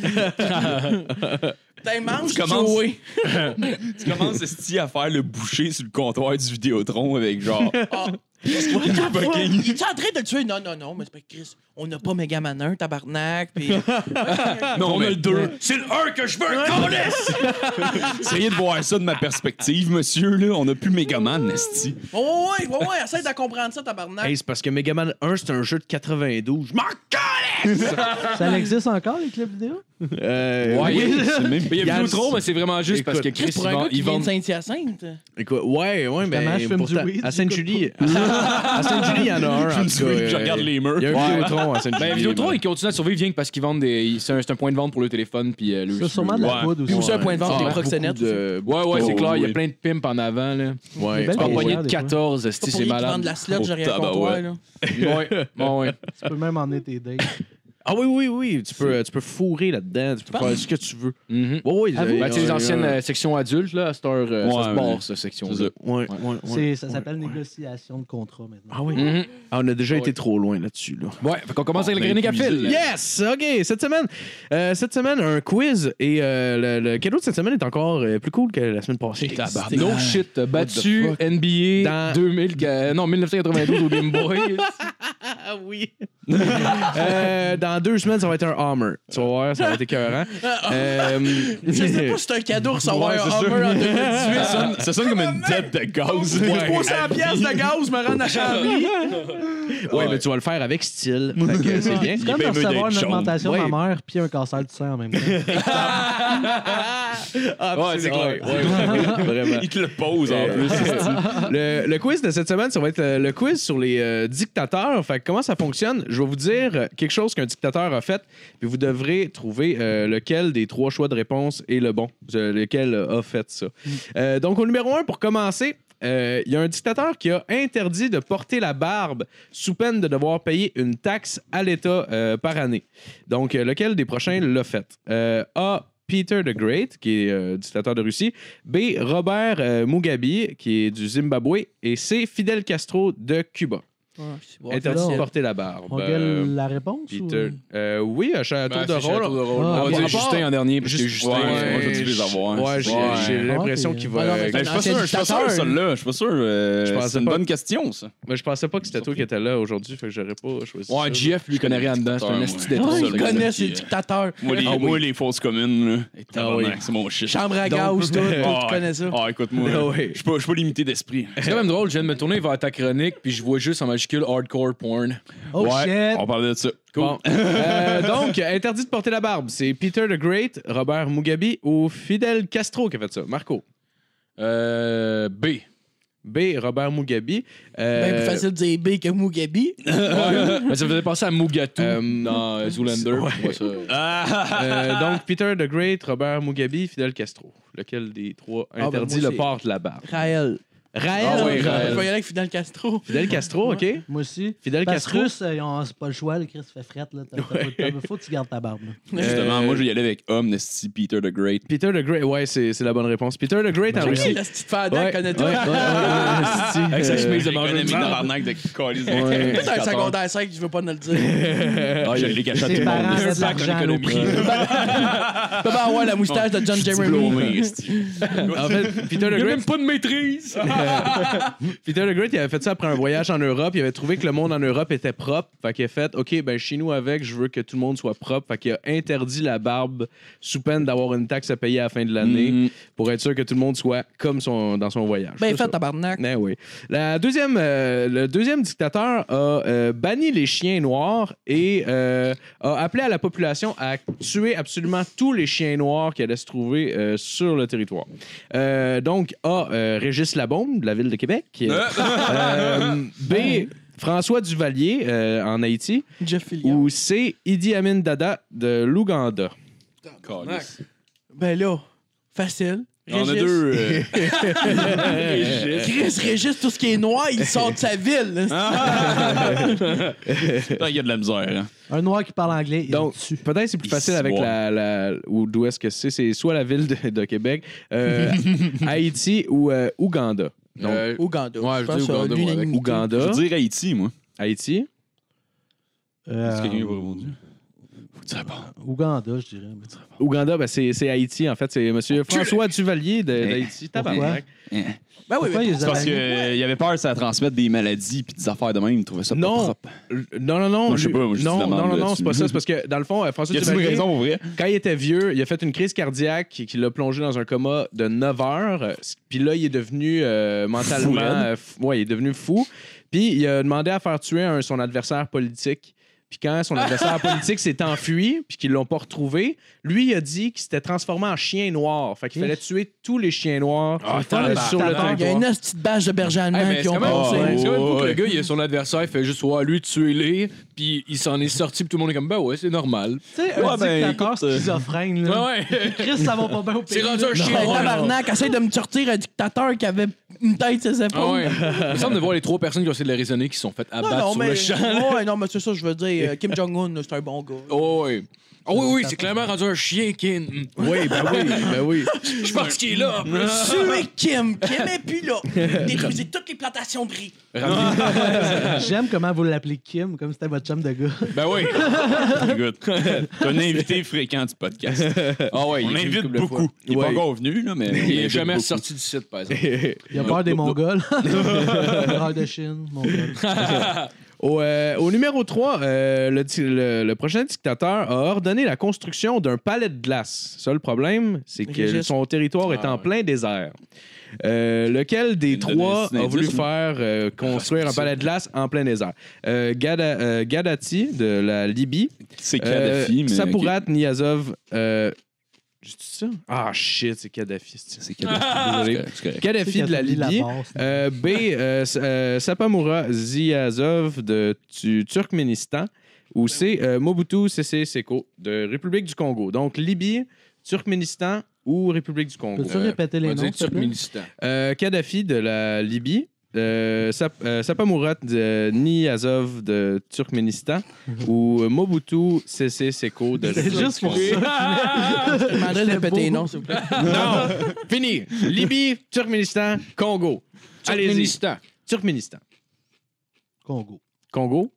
[SPEAKER 5] T'as mange, tu
[SPEAKER 4] commences.
[SPEAKER 5] joues.
[SPEAKER 4] Tu commences esti, à faire le boucher sur le comptoir du Vidéotron avec genre.
[SPEAKER 5] Ah.
[SPEAKER 4] fucking-
[SPEAKER 5] Il est en train de le tuer. Non, non, non, mais c'est pas Chris. On n'a pas Megaman 1, tabarnak. Puis...
[SPEAKER 4] Non, on a le 2. C'est le 1 que je veux, connaisse! Essayez de voir ça de ma perspective, monsieur, là. On n'a plus Megaman, Nesti.
[SPEAKER 5] Oh, ouais, ouais, ouais, essaye de comprendre ça, tabarnak.
[SPEAKER 3] Hey, c'est parce que Megaman 1, c'est un jeu de 92. Je m'en calais!
[SPEAKER 6] Ça existe encore, les clips vidéo?
[SPEAKER 3] Euh,
[SPEAKER 2] Ouais,
[SPEAKER 3] oui.
[SPEAKER 2] c'est même- mais il y a
[SPEAKER 3] Yann-
[SPEAKER 2] plus trop, mais c'est vraiment juste
[SPEAKER 3] Écoute,
[SPEAKER 2] parce que Chris,
[SPEAKER 5] Chris, pour un gars qui
[SPEAKER 2] ils
[SPEAKER 5] vient
[SPEAKER 2] vendent.
[SPEAKER 5] de Saint-Hyacinthe.
[SPEAKER 3] Écoute, ouais, ouais,
[SPEAKER 6] Justement,
[SPEAKER 3] mais
[SPEAKER 6] je fume du
[SPEAKER 3] pourtant,
[SPEAKER 6] weed,
[SPEAKER 3] à
[SPEAKER 6] du
[SPEAKER 3] Sainte-Julie, à Saint- à Sainte-Julie, il y en a un.
[SPEAKER 4] Je
[SPEAKER 3] en
[SPEAKER 4] me
[SPEAKER 3] tout cas,
[SPEAKER 4] souviens, je
[SPEAKER 3] euh,
[SPEAKER 4] regarde les murs.
[SPEAKER 3] Il y a un Vidéotron à Sainte-Julie.
[SPEAKER 2] Ben, Vidéotron,
[SPEAKER 3] voilà.
[SPEAKER 2] ils continuent à survivre rien que parce qu'ils vendent des. C'est un, c'est un point de vente pour le téléphone, puis euh, le.
[SPEAKER 6] Ça, sûrement de la
[SPEAKER 4] Ouais.
[SPEAKER 6] poudre
[SPEAKER 5] Puis aussi
[SPEAKER 6] aussi.
[SPEAKER 5] un point de vente
[SPEAKER 2] Ah,
[SPEAKER 5] des
[SPEAKER 2] ouais,
[SPEAKER 5] proxénètes. aussi.
[SPEAKER 3] de...
[SPEAKER 2] Ouais, ouais, c'est
[SPEAKER 4] Oh,
[SPEAKER 2] clair, il y a
[SPEAKER 4] oui.
[SPEAKER 2] plein de pimps en avant, là.
[SPEAKER 3] Ouais.
[SPEAKER 6] belle
[SPEAKER 2] Tu peux en
[SPEAKER 6] Ouais,
[SPEAKER 2] pogner
[SPEAKER 6] ouais,
[SPEAKER 2] de
[SPEAKER 6] des
[SPEAKER 2] 14,
[SPEAKER 5] Pas
[SPEAKER 2] esti,
[SPEAKER 5] pour
[SPEAKER 2] c'est
[SPEAKER 5] rien qu'ils vendent de
[SPEAKER 2] malade. Oh,
[SPEAKER 5] la slot, j'ai rien
[SPEAKER 4] tabarouette.
[SPEAKER 5] contre toi, là.
[SPEAKER 2] Ouais, bon, ouais.
[SPEAKER 6] Tu peux même emmener tes dates.
[SPEAKER 3] Ah oui, oui, oui. Tu peux, tu peux fourrer là-dedans. Tu peux faire ce que tu veux.
[SPEAKER 2] Mhm.
[SPEAKER 3] Ouais, ouais.
[SPEAKER 6] Avoue.
[SPEAKER 3] ils-
[SPEAKER 2] Ben, tu sais, les
[SPEAKER 3] ils-
[SPEAKER 2] anciennes euh, sections adultes, là, à cette heure, euh, ça
[SPEAKER 4] Ouais,
[SPEAKER 2] se
[SPEAKER 4] ouais.
[SPEAKER 2] barre, cette section.
[SPEAKER 4] C'est ça.
[SPEAKER 3] Ouais, ouais, ouais.
[SPEAKER 6] C'est- ça s'appelle négociation de contrat maintenant.
[SPEAKER 3] Ah oui.
[SPEAKER 5] Mm-hmm.
[SPEAKER 3] Ah, on a déjà été trop loin là-dessus, là.
[SPEAKER 2] Ouais, fait qu'on commence avec
[SPEAKER 4] On
[SPEAKER 2] la
[SPEAKER 4] est
[SPEAKER 2] chronique à
[SPEAKER 4] épuisé.
[SPEAKER 2] fil.
[SPEAKER 3] Yes! OK, cette semaine, euh, cette semaine, un quiz. Et euh, le, le cadeau de cette semaine est encore euh, plus cool que la semaine passée.
[SPEAKER 2] Tabarnak. No shit, t'as battu
[SPEAKER 3] fuck?
[SPEAKER 2] NBA
[SPEAKER 3] Dans-
[SPEAKER 2] 2000, euh, non, 1992 au Game Boy.
[SPEAKER 3] Ah oui! Euh, dans deux semaines, ça va être un Hammer. Tu vas voir, ça va être écœurant. Euh,
[SPEAKER 5] Je sais pas si c'est un cadeau recevoir
[SPEAKER 4] Ouais,
[SPEAKER 5] un
[SPEAKER 4] c'est
[SPEAKER 5] Hummer
[SPEAKER 4] ça.
[SPEAKER 5] en 2018.
[SPEAKER 4] Ça sonne, ça sonne comme une tête de gaz. Ouais.
[SPEAKER 5] 300 piastres de gaz me rendent à Chambly.
[SPEAKER 3] ouais, mais tu vas le faire avec style. Fait que c'est bien.
[SPEAKER 6] C'est
[SPEAKER 4] Il est
[SPEAKER 6] comme de
[SPEAKER 4] bien mieux
[SPEAKER 6] recevoir
[SPEAKER 4] d'être
[SPEAKER 6] une
[SPEAKER 4] jaune.
[SPEAKER 6] augmentation
[SPEAKER 3] Ouais.
[SPEAKER 6] mammaire puis un cancer du sein en même temps.
[SPEAKER 5] Ah,
[SPEAKER 3] Ouais, c'est clair. Vraiment.
[SPEAKER 4] Il te le pose en plus.
[SPEAKER 3] le, le quiz de cette semaine, ça va être euh, le quiz sur les euh, dictateurs. Fait que comment ça fonctionne? Je vais vous dire euh, quelque chose qu'un dictateur a fait, puis vous devrez trouver euh, lequel des trois choix de réponse est le bon, euh, lequel a fait ça. Euh, donc, au numéro un, pour commencer, euh, il y a un dictateur qui a interdit de porter la barbe sous peine de devoir payer une taxe à l'État euh, par année. Donc, euh, lequel des prochains l'a fait? Euh, a. Peter the Great, qui est euh, dictateur de Russie. B. Robert euh, Mugabe, qui est du Zimbabwe. Et C. Fidel Castro de Cuba. Interdit de
[SPEAKER 6] facile.
[SPEAKER 3] porter la barbe.
[SPEAKER 6] On
[SPEAKER 3] Euh,
[SPEAKER 6] gueule hein. la réponse? ou-
[SPEAKER 3] Peter. Euh, oui, à chaque
[SPEAKER 2] Ben,
[SPEAKER 3] tour de
[SPEAKER 2] c'est
[SPEAKER 3] rôle.
[SPEAKER 2] Château de Rôle.
[SPEAKER 6] Ah,
[SPEAKER 2] On va
[SPEAKER 3] bon,
[SPEAKER 2] dire
[SPEAKER 3] à part-
[SPEAKER 2] Justin en dernier, parce que
[SPEAKER 3] Juste-
[SPEAKER 2] Justin.
[SPEAKER 4] Ouais, moi, je
[SPEAKER 2] c'est-
[SPEAKER 4] vais tous les avoir.
[SPEAKER 3] Ouais, j'ai
[SPEAKER 4] Ouais.
[SPEAKER 3] j'ai l'impression qu'il va.
[SPEAKER 5] Ah, non, mais
[SPEAKER 4] Ben, je suis pas sûr, je suis pas sûr, celle-là. Je suis pas sûr. euh,
[SPEAKER 3] Je pensais
[SPEAKER 4] c'est une
[SPEAKER 3] pas.
[SPEAKER 4] bonne question, ça.
[SPEAKER 3] Mais je pensais pas que c'était toi qui étais là aujourd'hui, fait que j'aurais pas choisi.
[SPEAKER 2] Ouais,
[SPEAKER 3] ça.
[SPEAKER 2] GF, lui, connaît rien dedans. C'est un
[SPEAKER 4] Ouais.
[SPEAKER 2] esti
[SPEAKER 5] Ah,
[SPEAKER 2] d'étrange.
[SPEAKER 4] Ouais.
[SPEAKER 5] il connaît
[SPEAKER 2] Euh,
[SPEAKER 5] ce dictateur.
[SPEAKER 4] Moi, les,
[SPEAKER 3] Ah oui.
[SPEAKER 4] moi, les fausses communes, là. Eh, tabarnak,
[SPEAKER 3] oui.
[SPEAKER 4] C'est mon shit.
[SPEAKER 5] Chambre à gaz, tout, tout,
[SPEAKER 4] Ah,
[SPEAKER 5] tu connais ça.
[SPEAKER 4] ouais. Ah, écoute-moi.
[SPEAKER 3] Ah
[SPEAKER 4] là.
[SPEAKER 3] oui.
[SPEAKER 4] Je suis pas, je suis pas limité d'esprit.
[SPEAKER 2] C'est quand même drôle, je viens de me tourner vers ta chronique, puis je vois juste en majuscule hardcore porn.
[SPEAKER 6] Oh
[SPEAKER 4] ouais,
[SPEAKER 6] shit!
[SPEAKER 4] on parlait de ça.
[SPEAKER 3] Bon. Euh, donc, interdit de porter la barbe. C'est Peter the Great, Robert Mugabe ou Fidel Castro qui a fait ça. Marco.
[SPEAKER 2] Euh, B.
[SPEAKER 3] B. Robert Mugabe. Euh,
[SPEAKER 5] Ben, plus facile de dire B que Mugabe.
[SPEAKER 2] Ouais. Mais ça me faisait penser à Mugatu
[SPEAKER 3] Euh,
[SPEAKER 2] dans euh, Zoolander.
[SPEAKER 3] ouais.
[SPEAKER 2] puis moi, ça.
[SPEAKER 3] euh, donc, Peter the Great, Robert Mugabe, Fidel Castro. Lequel des trois
[SPEAKER 2] Ah,
[SPEAKER 5] ben,
[SPEAKER 3] interdit
[SPEAKER 5] moi,
[SPEAKER 3] le
[SPEAKER 5] c'est-
[SPEAKER 3] port de la barbe?
[SPEAKER 5] Raël.
[SPEAKER 3] Raël.
[SPEAKER 2] oui,
[SPEAKER 5] Je
[SPEAKER 2] Raël.
[SPEAKER 5] vais y aller avec Fidel Castro.
[SPEAKER 3] Fidel Castro, OK?
[SPEAKER 6] Moi aussi.
[SPEAKER 3] Fidel
[SPEAKER 6] Parce que
[SPEAKER 3] Castro.
[SPEAKER 6] Russe, euh, ils ont- c'est pas le choix, le Chris fait frette, là. T'as, t'as pas de temps. Mais Faut que tu gardes ta barbe, là.
[SPEAKER 4] Justement, moi, je vais y aller avec Homme, Nasty Peter the Great.
[SPEAKER 3] Peter the Great, ouais, c'est c'est la bonne réponse. Peter the Great en
[SPEAKER 5] Check
[SPEAKER 3] Russie.
[SPEAKER 5] Euh, la petite fadette connaît tout.
[SPEAKER 2] Avec sa chemise de manger
[SPEAKER 4] Ah, Euh, Économique
[SPEAKER 2] du marbre.
[SPEAKER 4] tabarnak de colis.
[SPEAKER 2] Ouais.
[SPEAKER 5] C'est un secondaire 5, je veux pas nous le dire.
[SPEAKER 4] Ah, je l'ai caché à tout
[SPEAKER 6] Ses
[SPEAKER 4] le
[SPEAKER 6] parents
[SPEAKER 4] monde.
[SPEAKER 6] avaient de l'argent au prix.
[SPEAKER 5] Tu peux pas
[SPEAKER 2] Ah.
[SPEAKER 5] avoir la moustache de John
[SPEAKER 4] Je suis
[SPEAKER 5] Jeremy.
[SPEAKER 4] diplômé, esti.
[SPEAKER 3] En fait, Peter
[SPEAKER 2] Il
[SPEAKER 3] the
[SPEAKER 2] y a
[SPEAKER 3] Great,
[SPEAKER 2] même pas de maîtrise!
[SPEAKER 3] Peter the Great, il avait fait ça après un voyage en Europe. Il avait trouvé que le monde en Europe était propre. Fait qu'il a fait, OK, ben chez nous avec, je veux que tout le monde soit propre. Fait qu'il a interdit la barbe sous peine d'avoir une taxe à payer à la fin de l'année
[SPEAKER 2] Mm.
[SPEAKER 4] Mhm.
[SPEAKER 3] pour être sûr que tout le monde soit comme son, dans son voyage.
[SPEAKER 5] Ben
[SPEAKER 3] C'est
[SPEAKER 5] fait,
[SPEAKER 3] ça.
[SPEAKER 5] tabarnak.
[SPEAKER 3] Eh oui. La deuxième, euh, le deuxième dictateur a euh, banni les chiens noirs et euh, a appelé à la population à tuer absolument tous les chiens noirs qui allaient se trouver euh, sur le territoire. Euh, donc, A. euh, Régis Labaume de la ville de Québec. Euh, B. François Duvalier euh, en Haïti.
[SPEAKER 5] Jeff Fillion.
[SPEAKER 3] Ou C. Idi Amin Dada de l'Ouganda.
[SPEAKER 4] Calice.
[SPEAKER 5] Ben là, facile.
[SPEAKER 4] On a
[SPEAKER 5] Régis. Euh,
[SPEAKER 4] deux. euh,
[SPEAKER 5] Chris Régis, tout ce qui est noir, il sort de sa ville.
[SPEAKER 2] Ah.
[SPEAKER 4] Putain, il y a de la misère. hein.
[SPEAKER 6] Un noir qui parle anglais, il
[SPEAKER 3] Donc,
[SPEAKER 6] est dessus.
[SPEAKER 3] peut-être c'est plus
[SPEAKER 4] Il
[SPEAKER 3] facile
[SPEAKER 4] se
[SPEAKER 3] avec
[SPEAKER 4] voit.
[SPEAKER 3] la, la- ou d'où est-ce que c'est. C'est soit la ville de, de Québec, euh, Haïti ou euh, Ouganda. Donc,
[SPEAKER 2] Euh,
[SPEAKER 5] Ouganda.
[SPEAKER 2] Ouais, je dis
[SPEAKER 5] pense,
[SPEAKER 2] Ouganda,
[SPEAKER 5] euh,
[SPEAKER 2] moi, avec
[SPEAKER 5] l'unanimité.
[SPEAKER 4] Je
[SPEAKER 3] Ouganda,
[SPEAKER 4] veux dire Haïti, moi.
[SPEAKER 3] Haïti.
[SPEAKER 4] Est-ce que quelqu'un va
[SPEAKER 6] Euh,
[SPEAKER 4] répondre? Faut que tu répondes.
[SPEAKER 6] Ouganda, je dirais.
[SPEAKER 3] Ouganda, ben, c'est c'est Haïti, en fait. C'est M.
[SPEAKER 2] Oh,
[SPEAKER 3] François Duvalier de- d'Haïti. Tabarnak.
[SPEAKER 5] Ben oui,
[SPEAKER 6] Pourquoi
[SPEAKER 5] mais
[SPEAKER 6] ils
[SPEAKER 4] C'est parce
[SPEAKER 6] avaient-
[SPEAKER 4] qu'il avait peur que ça transmette des maladies puis des affaires de même. Il trouvait ça pas
[SPEAKER 3] Non.
[SPEAKER 4] propre.
[SPEAKER 3] Euh, Non, non, non.
[SPEAKER 4] Moi, je sais
[SPEAKER 3] lui-
[SPEAKER 4] pas, moi, je dis de
[SPEAKER 3] non,
[SPEAKER 4] la
[SPEAKER 3] non,
[SPEAKER 4] merde
[SPEAKER 3] non, non,
[SPEAKER 4] là-dessus.
[SPEAKER 3] c'est pas ça. C'est parce que, dans le fond, euh, François
[SPEAKER 4] Y a-tu une
[SPEAKER 3] Duvalier,
[SPEAKER 4] raison, pour vrai?
[SPEAKER 3] quand il était vieux, il a fait une crise cardiaque qui, qui l'a plongé dans un coma de 9 heures. Euh, c- Puis là, il est devenu euh, mentalement.
[SPEAKER 4] raide.
[SPEAKER 3] euh, fou- ouais, il est devenu fou. Puis il a demandé à faire tuer un- son adversaire politique. Puis quand son adversaire politique s'est enfui, puis qu'ils l'ont pas retrouvé, lui, il a dit qu'il s'était transformé en chien noir. Fait qu'il
[SPEAKER 6] Hein?
[SPEAKER 3] fallait tuer tous les chiens noirs
[SPEAKER 4] Ah,
[SPEAKER 3] euh, sur le
[SPEAKER 5] Il y a
[SPEAKER 3] territoire.
[SPEAKER 5] une petite bâche de berger allemand
[SPEAKER 2] Hey, Eh, mais
[SPEAKER 5] qui
[SPEAKER 2] c'est
[SPEAKER 5] ont
[SPEAKER 2] quand même,
[SPEAKER 5] passé.
[SPEAKER 2] c'est- c'est quand même Oh, fou que
[SPEAKER 4] Ouais.
[SPEAKER 2] le gars, il a son adversaire, il fait juste, ouais, lui, tuez-les, puis il s'en est sorti, puis tout le monde est comme, ben ouais, c'est normal.
[SPEAKER 6] Tu sais,
[SPEAKER 4] Ouais,
[SPEAKER 6] un
[SPEAKER 4] ben,
[SPEAKER 6] dictateur
[SPEAKER 4] écoute, euh,
[SPEAKER 6] schizophrène,
[SPEAKER 2] Ouais,
[SPEAKER 6] là.
[SPEAKER 2] ouais.
[SPEAKER 6] Chris, ça va pas bien au pays.
[SPEAKER 2] C'est rendu un
[SPEAKER 6] là.
[SPEAKER 2] chien.
[SPEAKER 5] Ben,
[SPEAKER 2] Ouais,
[SPEAKER 5] tabarnak, essaye de me sortir un dictateur qui avait une tête sur ses
[SPEAKER 2] Ah
[SPEAKER 5] épaules.
[SPEAKER 2] ouais. Il me semble de voir les trois personnes qui ont essayé de les raisonner qui se sont faites abattre sur le champ.
[SPEAKER 5] ouais, non, mais c'est ça, je veux dire. euh, Kim Jong-un, c'est un bon gars.
[SPEAKER 2] Oh, ouais. Ah oui, oui, c'est clairement rendu un chien, Kin.
[SPEAKER 3] Oui, ben oui, ben oui.
[SPEAKER 2] Je pense qu'il est là. en plus.
[SPEAKER 5] Tuez Kim! Kim est plus là! Détruisez toutes les plantations de riz!
[SPEAKER 6] J'aime comment vous l'appelez Kim, comme c'était votre chum de gars.
[SPEAKER 2] Ben oui.
[SPEAKER 4] Écoute, t'es un invité fréquent du podcast.
[SPEAKER 2] Ah ouais,
[SPEAKER 4] On
[SPEAKER 2] il est-
[SPEAKER 4] l'invite beaucoup. Il est
[SPEAKER 3] Ouais.
[SPEAKER 4] pas encore venu, là, mais. on
[SPEAKER 2] Il est
[SPEAKER 4] l'invite
[SPEAKER 2] jamais
[SPEAKER 4] beaucoup.
[SPEAKER 2] sorti du site, par exemple.
[SPEAKER 6] Il a peur des Mongols. Peur de Chine, Mongols.
[SPEAKER 3] Au, euh, au numéro 3, le, di- le- le prochain dictateur a ordonné la construction d'un palais de glace. Ça, le problème, c'est que
[SPEAKER 5] Régis.
[SPEAKER 3] son territoire est
[SPEAKER 2] Ah,
[SPEAKER 3] en
[SPEAKER 2] ouais.
[SPEAKER 3] plein désert. Euh, lequel des
[SPEAKER 4] Il donne un
[SPEAKER 3] trois
[SPEAKER 4] petit
[SPEAKER 3] a
[SPEAKER 4] indice,
[SPEAKER 3] voulu
[SPEAKER 4] ou-
[SPEAKER 3] faire euh, construire un palais de glace en plein désert? Euh, Gada- euh, Gaddafi de la Libye,
[SPEAKER 4] C'est
[SPEAKER 3] euh,
[SPEAKER 4] Kadhafi, mais.
[SPEAKER 3] Sapourat Niyazov... euh, j'ai dit ça? Ah, shit, c'est Kadhafi. c'est-
[SPEAKER 4] C'est Kadhafi.
[SPEAKER 3] Désolé.
[SPEAKER 4] C'est correct.
[SPEAKER 3] Kadhafi de la Libye. Euh, B. euh, S- euh, Sapamoura Ziyazov de Tu- Turkménistan. Ou C. euh, Mobutu Sese Seko de République du Congo. Donc, Libye, Turkménistan ou République du Congo.
[SPEAKER 6] Peux-tu
[SPEAKER 2] Euh,
[SPEAKER 6] répéter
[SPEAKER 2] On
[SPEAKER 6] les
[SPEAKER 2] va
[SPEAKER 6] noms?
[SPEAKER 2] dire
[SPEAKER 6] s'il te plaît?
[SPEAKER 2] Turkménistan.
[SPEAKER 3] Euh, Kadhafi de la Libye. Euh, Sap- euh, Sapamoura de Niyazov de Turkménistan ou euh, Mobutu Sese Seko de
[SPEAKER 6] C'est
[SPEAKER 3] République
[SPEAKER 6] juste
[SPEAKER 3] du
[SPEAKER 6] pour
[SPEAKER 3] Congo.
[SPEAKER 6] ça.
[SPEAKER 5] Je demanderais de
[SPEAKER 6] C'est
[SPEAKER 5] péter les
[SPEAKER 6] beau.
[SPEAKER 5] noms, s'il vous plaît.
[SPEAKER 3] Non! Fini! Libye, Turkménistan, Congo. Allez-y.
[SPEAKER 2] Turkménistan.
[SPEAKER 3] Turkménistan.
[SPEAKER 6] Congo.
[SPEAKER 3] Congo?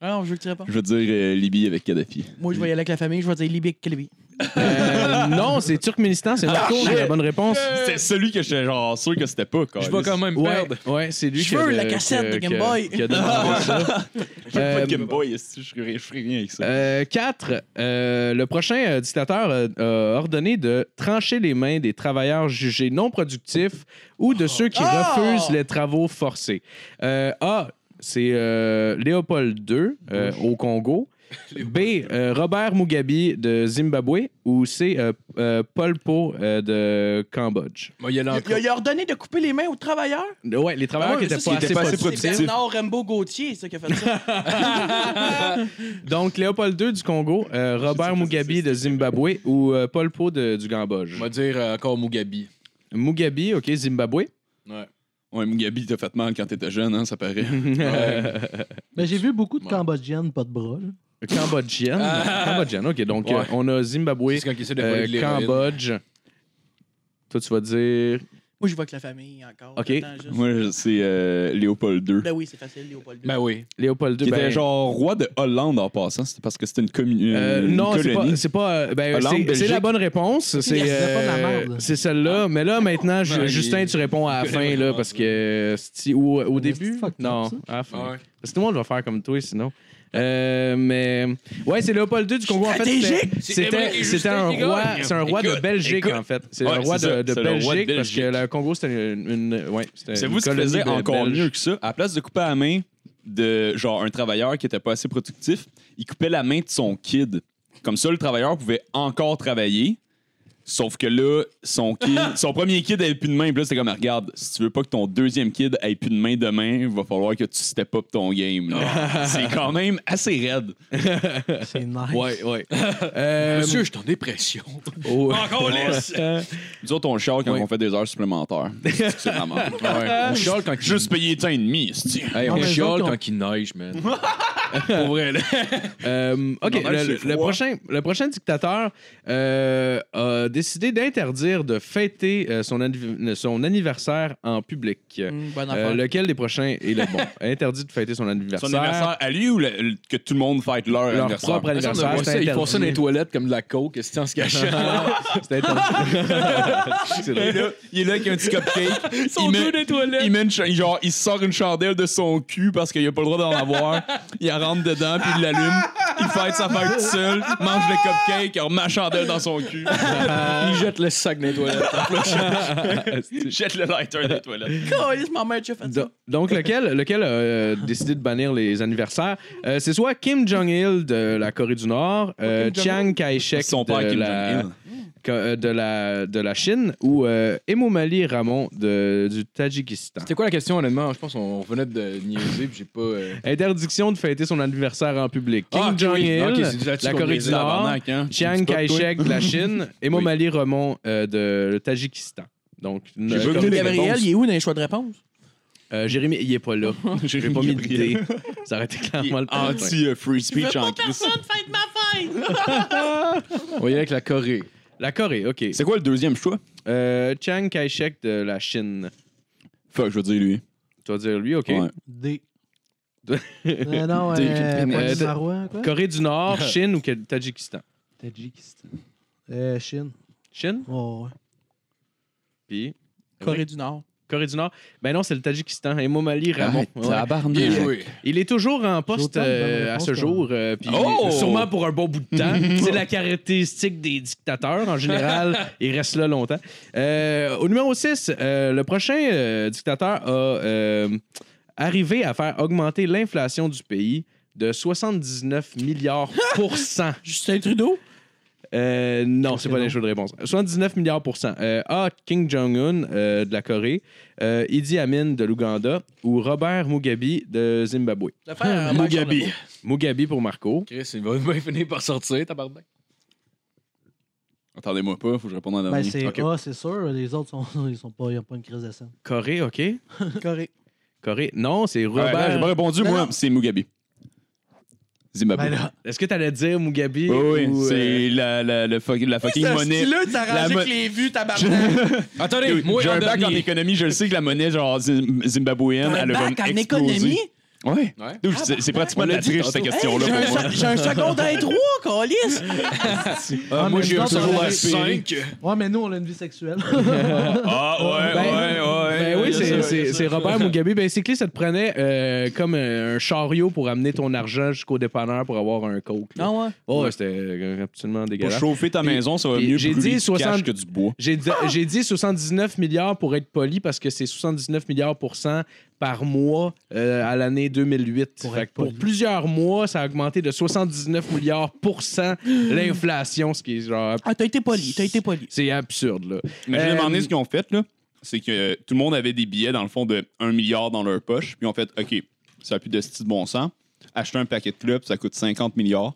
[SPEAKER 5] Ah non, je veux que tu répondes.
[SPEAKER 4] Je veux dire euh, Libye avec Kadhafi.
[SPEAKER 5] Moi, je vais y aller avec la famille, je vais dire Libye, Libye.
[SPEAKER 3] Euh, non, c'est Turkménistan, c'est Marco qui a la bonne réponse.
[SPEAKER 4] C'est celui que j'étais genre sûr que c'était pas.
[SPEAKER 2] Je vais quand même
[SPEAKER 3] Ouais,
[SPEAKER 2] perdre.
[SPEAKER 3] ouais c'est lui
[SPEAKER 5] Je
[SPEAKER 3] qui a
[SPEAKER 5] veux
[SPEAKER 3] de-
[SPEAKER 5] la cassette
[SPEAKER 3] qui a-
[SPEAKER 5] de Game
[SPEAKER 3] qui a-
[SPEAKER 5] Boy.
[SPEAKER 3] qui a demandé ça.
[SPEAKER 4] Pas
[SPEAKER 3] Euh,
[SPEAKER 4] de Game Boy, est-ce que je ferais je ferais rien avec ça.
[SPEAKER 3] euh, quatre, euh, le prochain euh, dictateur euh, a ordonné de trancher les mains des travailleurs jugés non productifs ou de ceux qui
[SPEAKER 5] Ah!
[SPEAKER 3] refusent les travaux forcés. Euh, A, c'est euh, Léopold II euh, au Congo. B, euh, Robert Mugabe de Zimbabwe. Ou C, euh, euh, Paul Po euh, de Cambodge.
[SPEAKER 2] Moi, il y a
[SPEAKER 5] Il, a- il a ordonné de couper les mains aux travailleurs?
[SPEAKER 3] Ouais, les travailleurs
[SPEAKER 5] mais
[SPEAKER 3] qui étaient
[SPEAKER 5] ça,
[SPEAKER 3] Ah, pas
[SPEAKER 5] c'est-
[SPEAKER 3] assez
[SPEAKER 4] pas assez
[SPEAKER 3] productifs.
[SPEAKER 5] C'est Bernard Rambo Gauthier, ça, qui a fait ça.
[SPEAKER 3] Donc, Léopold II du Congo, euh, Robert Mugabe de Zimbabwe ou euh, Paul Po de- du Cambodge.
[SPEAKER 2] On va dire euh, encore Mugabe.
[SPEAKER 3] Mugabe, OK, Zimbabwe.
[SPEAKER 4] Ouais, Mugabe t'a fait mal quand t'étais jeune, hein, ça paraît.
[SPEAKER 6] Mais Ben, j'ai vu beaucoup de
[SPEAKER 2] Ouais.
[SPEAKER 6] Cambodgiennes, pas de bras. là.
[SPEAKER 3] Cambodgienne. Cambodgienne, OK. Donc,
[SPEAKER 2] Ouais.
[SPEAKER 3] euh, on a Zimbabwe,
[SPEAKER 2] C'est quand il essaie de voler
[SPEAKER 3] euh,
[SPEAKER 2] de l'héroïne.
[SPEAKER 3] Cambodge. Toi, tu vas dire...
[SPEAKER 5] Moi, je vais avec la famille encore.
[SPEAKER 3] Ok.
[SPEAKER 5] J'attends juste-
[SPEAKER 4] Moi, je- c'est euh, Léopold II.
[SPEAKER 5] Ben oui, c'est facile, Léopold.
[SPEAKER 2] Ben oui.
[SPEAKER 3] Léopold
[SPEAKER 4] Qui
[SPEAKER 3] II,
[SPEAKER 4] était
[SPEAKER 3] ben,
[SPEAKER 4] genre roi de Hollande en passant, c'était parce que c'était une, commune,
[SPEAKER 3] euh,
[SPEAKER 4] une
[SPEAKER 3] non, c'est pas,
[SPEAKER 4] colonie.
[SPEAKER 3] c'est pas, euh, ben,
[SPEAKER 4] Hollande,
[SPEAKER 3] c'est- c'est
[SPEAKER 4] Belgique.
[SPEAKER 3] la bonne réponse. C'est
[SPEAKER 6] Yes, c'est pas de la
[SPEAKER 3] euh,
[SPEAKER 6] merde. Ah.
[SPEAKER 3] c'est celle-là. Mais là, maintenant, je-
[SPEAKER 4] Ah,
[SPEAKER 2] Ben,
[SPEAKER 3] Justin,
[SPEAKER 2] il-
[SPEAKER 3] tu réponds à la
[SPEAKER 2] il
[SPEAKER 3] fin,
[SPEAKER 2] connaît
[SPEAKER 3] là,
[SPEAKER 2] vraiment
[SPEAKER 3] parce
[SPEAKER 2] ça.
[SPEAKER 3] que... si- Ou au début?
[SPEAKER 6] fucked up,
[SPEAKER 3] Non,
[SPEAKER 6] ça.
[SPEAKER 3] à la fin.
[SPEAKER 4] Ah
[SPEAKER 2] Ouais.
[SPEAKER 3] Parce que tout le monde va faire comme toi, sinon. Euh, mais ouais, c'est Léopold II du Congo. En fait,
[SPEAKER 5] Stratégique!
[SPEAKER 3] c'était-
[SPEAKER 2] C'est Émeric et
[SPEAKER 3] c'était c'était un
[SPEAKER 2] Justin qui
[SPEAKER 3] roi,
[SPEAKER 2] gagne.
[SPEAKER 3] c'est un roi de
[SPEAKER 2] Écoute,
[SPEAKER 3] Belgique
[SPEAKER 2] écoute.
[SPEAKER 3] en fait. C'est
[SPEAKER 4] Ouais,
[SPEAKER 3] le roi
[SPEAKER 4] c'est ça,
[SPEAKER 3] de, de
[SPEAKER 4] c'est le roi de
[SPEAKER 3] Belgique, parce que
[SPEAKER 4] Belgique.
[SPEAKER 3] le Congo c'était une, une- ouais, c'était
[SPEAKER 4] C'est
[SPEAKER 3] une
[SPEAKER 4] vous qui
[SPEAKER 3] colonie
[SPEAKER 4] faisiez
[SPEAKER 3] de
[SPEAKER 4] encore
[SPEAKER 3] Belges.
[SPEAKER 4] mieux que ça. À la place de couper la main de genre un travailleur qui était pas assez productif, il coupait la main de son kid. Comme ça, le travailleur pouvait encore travailler. Sauf que là, son, kid, son premier kid avait plus de main. Puis là, c'était comme, regarde, si tu veux pas que ton deuxième kid ait plus de main demain, il va falloir que tu step up ton game. là. C'est quand même assez raide.
[SPEAKER 6] C'est nice.
[SPEAKER 3] Ouais, ouais.
[SPEAKER 2] Monsieur, je suis en dépression.
[SPEAKER 3] Oh,
[SPEAKER 4] Encore laisse! Nous autres, on chale quand
[SPEAKER 3] Oui.
[SPEAKER 4] on fait des heures supplémentaires. C'est vraiment.
[SPEAKER 2] On chiale quand il
[SPEAKER 4] Juste payer temps et demi, c'est-tu.
[SPEAKER 2] Hey, on
[SPEAKER 6] mais les
[SPEAKER 2] chiale
[SPEAKER 6] autres,
[SPEAKER 2] quand il neige, man. Pour vrai, là.
[SPEAKER 3] Euh, OK,
[SPEAKER 4] Normal,
[SPEAKER 3] le,
[SPEAKER 4] c'est
[SPEAKER 3] le
[SPEAKER 4] froid.
[SPEAKER 3] prochain, le prochain dictateur euh, a décidé d'interdire de fêter euh, son, anniv- son anniversaire en public.
[SPEAKER 5] Hum, bonne
[SPEAKER 3] Euh,
[SPEAKER 5] affaire.
[SPEAKER 3] lequel des prochains est le bon? Interdit de fêter son anniversaire.
[SPEAKER 4] Son anniversaire à lui ou le- le- que tout le monde fête leur,
[SPEAKER 3] Leur
[SPEAKER 4] anniversaire?
[SPEAKER 3] propre
[SPEAKER 2] Ils
[SPEAKER 3] anniversaire. c'est
[SPEAKER 2] font ça dans les
[SPEAKER 3] interdit.
[SPEAKER 2] toilettes comme de la coke, c'est en se cachant.
[SPEAKER 3] C'est interdit. C'est drôle.
[SPEAKER 4] Il est là- Il est là avec un petit cupcake.
[SPEAKER 5] Son
[SPEAKER 4] il
[SPEAKER 5] Dieu
[SPEAKER 4] met-
[SPEAKER 5] des toilettes.
[SPEAKER 4] Il, met une cha- genre, il sort une chandelle de son cul parce qu'il a pas le droit d'en avoir. Il la rentre dedans, puis il l'allume. Il fête sa fête tout seul, mange le cupcake, il remet la chandelle dans son cul,
[SPEAKER 2] Ils jettent le sac dans les toilettes.
[SPEAKER 4] jette le lighter dans les toilettes.
[SPEAKER 5] Calisse, ma mère, tu as fait ça.
[SPEAKER 3] Do- Donc, lequel, lequel a euh, décidé de bannir les anniversaires? Euh, c'est soit Kim Jong-il de la Corée du Nord, euh, Chiang Kai-shek
[SPEAKER 4] Son
[SPEAKER 3] de,
[SPEAKER 4] père Kim
[SPEAKER 3] la-
[SPEAKER 4] Jong-il.
[SPEAKER 3] que- euh, de, la, de la Chine ou euh, Emomali Ramon de- du Tadjikistan.
[SPEAKER 2] C'était quoi la question, honnêtement? Je pense qu'on revenait de niaiser, puis j'ai pas. euh,
[SPEAKER 3] Interdiction de fêter son anniversaire en public. Kim
[SPEAKER 2] Ah, ok, oui.
[SPEAKER 3] Jong-il,
[SPEAKER 2] Ok, c'est là-dessus
[SPEAKER 3] la
[SPEAKER 2] qu'on
[SPEAKER 3] Corée
[SPEAKER 2] niaisait,
[SPEAKER 3] du Nord,
[SPEAKER 4] Tabarnak, hein?
[SPEAKER 3] Chiang Kai-shek de la Chine, Emomali Ramon euh, de le Tadjikistan. Donc, euh,
[SPEAKER 4] pas
[SPEAKER 3] Corée-
[SPEAKER 4] les
[SPEAKER 5] Gabriel,
[SPEAKER 4] réponses.
[SPEAKER 5] il est où dans les choix de réponse?
[SPEAKER 3] euh, Jérémy, il est pas là. J'ai pas mis d'idée. Ça aurait été clairement le point.
[SPEAKER 4] Anti-free speech en crise.
[SPEAKER 5] fête ma fête!
[SPEAKER 2] On y allait avec la Corée.
[SPEAKER 3] La Corée, OK.
[SPEAKER 4] C'est quoi le deuxième choix?
[SPEAKER 3] Euh, Chiang Kai-shek de la Chine.
[SPEAKER 4] Fuck, je veux dire lui.
[SPEAKER 3] Tu vas dire lui, OK.
[SPEAKER 4] Ouais.
[SPEAKER 6] D. Euh, non,
[SPEAKER 4] D.
[SPEAKER 6] euh,
[SPEAKER 3] Euh,
[SPEAKER 6] pas
[SPEAKER 3] d-
[SPEAKER 6] du Marois, quoi?
[SPEAKER 3] Corée du Nord, Chine ou Ke- Tadjikistan?
[SPEAKER 6] Tadjikistan. Euh, Chine.
[SPEAKER 3] Chine,
[SPEAKER 6] Oh, ouais.
[SPEAKER 3] puis
[SPEAKER 5] Corée du Nord.
[SPEAKER 3] Corée du Nord. Ben non, c'est le Tadjikistan. Emomali
[SPEAKER 2] Ah,
[SPEAKER 3] Ramon. Ouais.
[SPEAKER 2] Bien
[SPEAKER 4] Tabarnak.
[SPEAKER 2] joué.
[SPEAKER 3] Il est toujours en poste
[SPEAKER 6] J'ai autant de bonnes
[SPEAKER 3] euh, à
[SPEAKER 6] réponses
[SPEAKER 3] ce
[SPEAKER 6] que-
[SPEAKER 3] jour, euh, puis
[SPEAKER 4] Oh!
[SPEAKER 3] sûrement pour un bon bout de temps. C'est la caractéristique des dictateurs. En général, ils restent là longtemps. Euh, au numéro 6, le prochain euh, dictateur a euh, arrivé à faire augmenter l'inflation du pays de 79 milliards pour cent.
[SPEAKER 5] Justin Trudeau?
[SPEAKER 3] Euh, non, c'est pas des choses de réponse. 79 milliards pour cent. Euh, A. Kim Jong-un euh, de la Corée, euh, Idi Amin de l'Ouganda ou Robert Mugabe de Zimbabwe.
[SPEAKER 5] L'affaire
[SPEAKER 2] Mugabe.
[SPEAKER 3] Mugabe pour Marco.
[SPEAKER 2] Chris, il va bien finir par sortir, tabarnak.
[SPEAKER 4] Attendez-moi pas, faut que je réponde à la
[SPEAKER 6] Ben,
[SPEAKER 4] demande.
[SPEAKER 6] c'est
[SPEAKER 3] ok.
[SPEAKER 6] A, c'est sûr. Les autres, sont, ils sont pas, ils ont pas une crise de scène.
[SPEAKER 3] Corée, OK.
[SPEAKER 5] Corée.
[SPEAKER 3] Corée. Non, c'est
[SPEAKER 4] Ouais,
[SPEAKER 3] Robert.
[SPEAKER 4] non, j'ai pas répondu,
[SPEAKER 5] Non,
[SPEAKER 4] moi.
[SPEAKER 5] non.
[SPEAKER 4] C'est Mugabe. Zimbabwe.
[SPEAKER 6] Ben là,
[SPEAKER 3] Est-ce que t'allais dire Mugabe?
[SPEAKER 4] Oui, oui,
[SPEAKER 3] ou, euh,
[SPEAKER 4] c'est la, la, le fuck- la fucking monnaie.
[SPEAKER 5] là t'arranges
[SPEAKER 4] La mo-
[SPEAKER 5] avec les vues, tabarnak.
[SPEAKER 2] Attendez,
[SPEAKER 4] Dude,
[SPEAKER 2] moi,
[SPEAKER 4] J'ai
[SPEAKER 2] en
[SPEAKER 4] un bac en
[SPEAKER 2] dernier.
[SPEAKER 4] économie, je le sais que la monnaie genre zim- zimbabwéenne,
[SPEAKER 5] Un
[SPEAKER 4] elle va
[SPEAKER 5] bac en
[SPEAKER 4] exploser.
[SPEAKER 5] économie? Ah,
[SPEAKER 4] Ouais.
[SPEAKER 2] Ouais.
[SPEAKER 4] Dude, c'est- c'est pratiquement de la triche, cette
[SPEAKER 5] Hey, j'ai
[SPEAKER 4] question-là,
[SPEAKER 5] un,
[SPEAKER 4] pour moi.
[SPEAKER 5] sa- j'ai un secondaire 3, Calis!
[SPEAKER 6] Ah,
[SPEAKER 2] moi,
[SPEAKER 6] mais
[SPEAKER 2] j'ai
[SPEAKER 6] nous
[SPEAKER 2] un
[SPEAKER 6] autres, on
[SPEAKER 2] toujours
[SPEAKER 6] avait-
[SPEAKER 2] la
[SPEAKER 3] euh,
[SPEAKER 2] 5.
[SPEAKER 6] Ouais, mais nous, on a une vie sexuelle.
[SPEAKER 4] Ah, ouais,
[SPEAKER 3] Ben-
[SPEAKER 4] ouais, ouais.
[SPEAKER 3] Ben oui,
[SPEAKER 2] il y a ça,
[SPEAKER 3] c'est-
[SPEAKER 2] il y a
[SPEAKER 3] c'est
[SPEAKER 2] ça,
[SPEAKER 3] c'est
[SPEAKER 2] ça.
[SPEAKER 3] Robert Mugabe. Basically, ça te prenait euh, comme euh, un chariot pour amener ton argent jusqu'au dépanneur pour avoir un coke. là.
[SPEAKER 5] Non, ouais.
[SPEAKER 3] Oh, c'était euh, absolument
[SPEAKER 4] Pour
[SPEAKER 3] dégueulasse.
[SPEAKER 4] chauffer ta maison, ça va
[SPEAKER 3] puis
[SPEAKER 4] mieux
[SPEAKER 3] j'ai
[SPEAKER 4] brûler
[SPEAKER 3] dit
[SPEAKER 4] du
[SPEAKER 3] 60
[SPEAKER 4] cash que du bois.
[SPEAKER 3] J'ai dit, j'ai dit 79 milliards pour être poli parce que c'est 79 milliards pour cent par mois euh, à l'année 2008.
[SPEAKER 6] Pour
[SPEAKER 3] Fait
[SPEAKER 6] être
[SPEAKER 3] que pour
[SPEAKER 6] poli.
[SPEAKER 3] plusieurs mois, ça a augmenté de 79 milliards pour cent l'inflation, ce qui est genre.
[SPEAKER 5] Ah, t'as été poli, t'as été poli.
[SPEAKER 3] C'est absurde, là.
[SPEAKER 4] Mais je
[SPEAKER 3] Euh,
[SPEAKER 4] me demandais ce qu'ils ont fait, là. C'est que euh, tout le monde avait des billets, dans le fond, de 1 milliard dans leur poche. Puis ils ont fait, OK, ça n'a plus de style de bon sens. Acheter un paquet de clubs, ça coûte 50 milliards.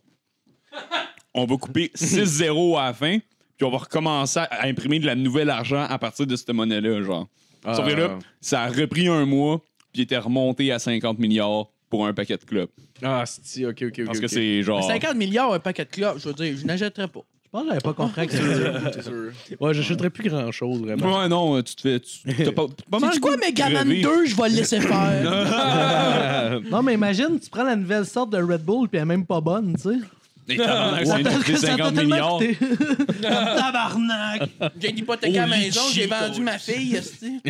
[SPEAKER 4] On va couper 6-0 à la fin. Puis on va recommencer à- à imprimer de la nouvelle argent à partir de cette monnaie-là, genre. Sauf que là, ça a repris un mois, puis il était remonté à 50 milliards pour un paquet de clubs.
[SPEAKER 3] Ah, c'est ok, ok, ok.
[SPEAKER 4] Parce que
[SPEAKER 3] ok.
[SPEAKER 4] c'est genre...
[SPEAKER 5] 50 milliards, un paquet de clopes, je veux dire, je n'achèterais pas.
[SPEAKER 6] Je pense que j'avais pas compris que c'était.
[SPEAKER 3] Ouais, j'achèterais plus grand-chose, vraiment.
[SPEAKER 4] Ouais, non, tu te fais... Tu, t'as pas, pas
[SPEAKER 5] C'est
[SPEAKER 4] mal
[SPEAKER 5] tu quoi,
[SPEAKER 4] le goût de
[SPEAKER 5] Megaman
[SPEAKER 4] crever.
[SPEAKER 5] 2, je vais le laisser faire.
[SPEAKER 6] Non, mais imagine, tu prends la nouvelle sorte de Red Bull, puis elle est même pas bonne, tu sais.
[SPEAKER 4] Et tabarnak,
[SPEAKER 6] Ça
[SPEAKER 4] c'est
[SPEAKER 6] t'a-
[SPEAKER 4] c'est
[SPEAKER 6] ça t'a
[SPEAKER 4] 50
[SPEAKER 6] tellement
[SPEAKER 4] milliards.
[SPEAKER 6] coûté. Tabarnak!
[SPEAKER 5] J'ai une hypothèque à la
[SPEAKER 4] Oh,
[SPEAKER 5] maison, j'ai
[SPEAKER 4] litchi,
[SPEAKER 5] vendu ma fille, esti.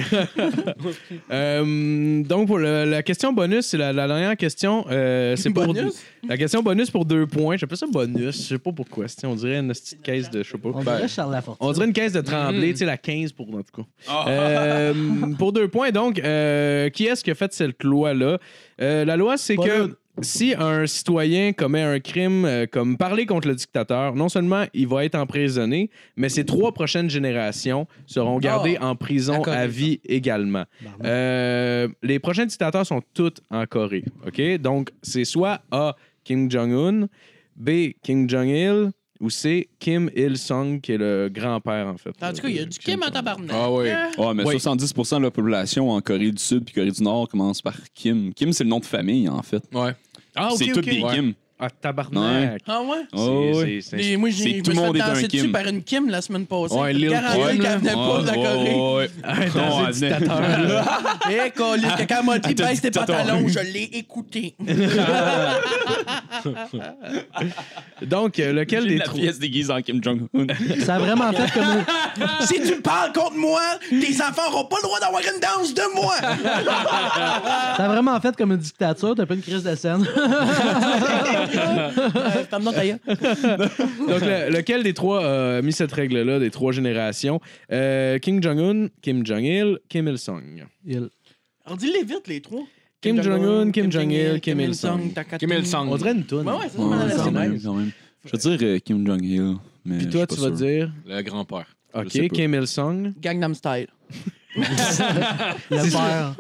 [SPEAKER 3] Euh, donc, pour le- la question bonus, c'est la, la dernière question. euh, c'est pour
[SPEAKER 5] Bonus?
[SPEAKER 3] La question bonus pour deux points. J'appelle ça bonus. Je sais pas pourquoi. c'est- On dirait une petite caisse de. Je sais pas.
[SPEAKER 6] On
[SPEAKER 3] Ben,
[SPEAKER 6] dirait Charles Lafortune.
[SPEAKER 3] On dirait une caisse de tremblée, tu sais, la 15 pour, en tout cas.
[SPEAKER 4] Ah.
[SPEAKER 3] Euh, pour deux points, donc, euh, qui est-ce qui a fait cette loi-là? Euh, la loi, c'est
[SPEAKER 6] Pas
[SPEAKER 3] que.
[SPEAKER 6] nous.
[SPEAKER 3] si un citoyen commet un crime euh, comme parler contre le dictateur, non seulement il va être emprisonné, mais ses trois prochaines générations seront gardées en prison
[SPEAKER 5] Ah, la Corée,
[SPEAKER 3] à
[SPEAKER 5] ça.
[SPEAKER 3] vie également.
[SPEAKER 6] Barbare.
[SPEAKER 3] Euh, les prochains dictateurs sont toutes en Corée. OK? Donc, c'est soit A, Kim Jong-un, B, Kim Jong-il, ou C, Kim Il-sung, qui est le grand-père, en fait.
[SPEAKER 5] En tout cas, il y a du Kim en tabarnak.
[SPEAKER 2] Ah oui.
[SPEAKER 5] Euh,
[SPEAKER 4] Ouais, mais
[SPEAKER 3] Oui.
[SPEAKER 4] 70% de la population en Corée du Sud puis Corée du Nord commence par Kim. Kim, c'est le nom de famille, en fait.
[SPEAKER 2] Ouais.
[SPEAKER 3] Ah,
[SPEAKER 4] c'est
[SPEAKER 3] ok,
[SPEAKER 4] toutes
[SPEAKER 3] ok.
[SPEAKER 4] des
[SPEAKER 3] Ouais.
[SPEAKER 4] Kim.
[SPEAKER 3] Ah, tabarnak.
[SPEAKER 5] Ah ouais?
[SPEAKER 3] C'est-
[SPEAKER 4] Oh, oui.
[SPEAKER 3] c'est- c'est-
[SPEAKER 5] Et moi,
[SPEAKER 4] c'est
[SPEAKER 5] j'ai
[SPEAKER 4] tout
[SPEAKER 5] tout
[SPEAKER 4] le
[SPEAKER 5] me
[SPEAKER 4] monde
[SPEAKER 5] monde
[SPEAKER 4] est un
[SPEAKER 5] dessus
[SPEAKER 4] Kim.
[SPEAKER 5] par une Kim la semaine passée.
[SPEAKER 4] Ouais,
[SPEAKER 5] Je peux
[SPEAKER 4] Lil
[SPEAKER 5] te garantir
[SPEAKER 4] Kim.
[SPEAKER 5] qu'elle venait pas de la Corée.
[SPEAKER 4] ouais. Non, elle venait-
[SPEAKER 5] Hé, Colin, que quand elle m'a dit
[SPEAKER 4] Attends,
[SPEAKER 5] baisse tes
[SPEAKER 4] attends.
[SPEAKER 5] pantalons, je l'ai écouté.
[SPEAKER 3] Donc, euh, lequel des
[SPEAKER 4] la
[SPEAKER 3] trois...
[SPEAKER 4] pièce déguise en Kim Jong-un.
[SPEAKER 6] Ça a vraiment fait comme.
[SPEAKER 5] si tu parles contre moi, tes enfants n'auront pas le droit d'avoir une danse de moi.
[SPEAKER 6] Ça a vraiment fait comme une dictature, t'as pas une crise de scène.
[SPEAKER 5] Euh, Ferme donc ta gueule.
[SPEAKER 3] Donc, le- lequel des trois a mis cette règle-là, des trois générations? Euh, Kim Jong-un, Kim Jong-il, Kim
[SPEAKER 4] Eh,
[SPEAKER 3] Il-sung.
[SPEAKER 6] Il-
[SPEAKER 5] Alors, dis-les vite, les trois.
[SPEAKER 3] Kim Jong-un, Kim Jong-il, Kim Il-sung.
[SPEAKER 5] Takatou.
[SPEAKER 2] Kim Il-sung.
[SPEAKER 3] On dirait une toune.
[SPEAKER 5] Ouais, ouais, ça, je m'en allais
[SPEAKER 4] Ouais,
[SPEAKER 5] dire.
[SPEAKER 4] quand même,
[SPEAKER 3] nice.
[SPEAKER 4] quand même. Je veux dire euh, Kim Jong-il. mais
[SPEAKER 3] Puis
[SPEAKER 4] je
[SPEAKER 3] toi,
[SPEAKER 4] suis pas
[SPEAKER 3] tu vas
[SPEAKER 4] sûr.
[SPEAKER 3] dire...
[SPEAKER 2] Le grand-père.
[SPEAKER 3] OK, Kim Il-sung.
[SPEAKER 5] Gangnam Style.
[SPEAKER 6] Le père.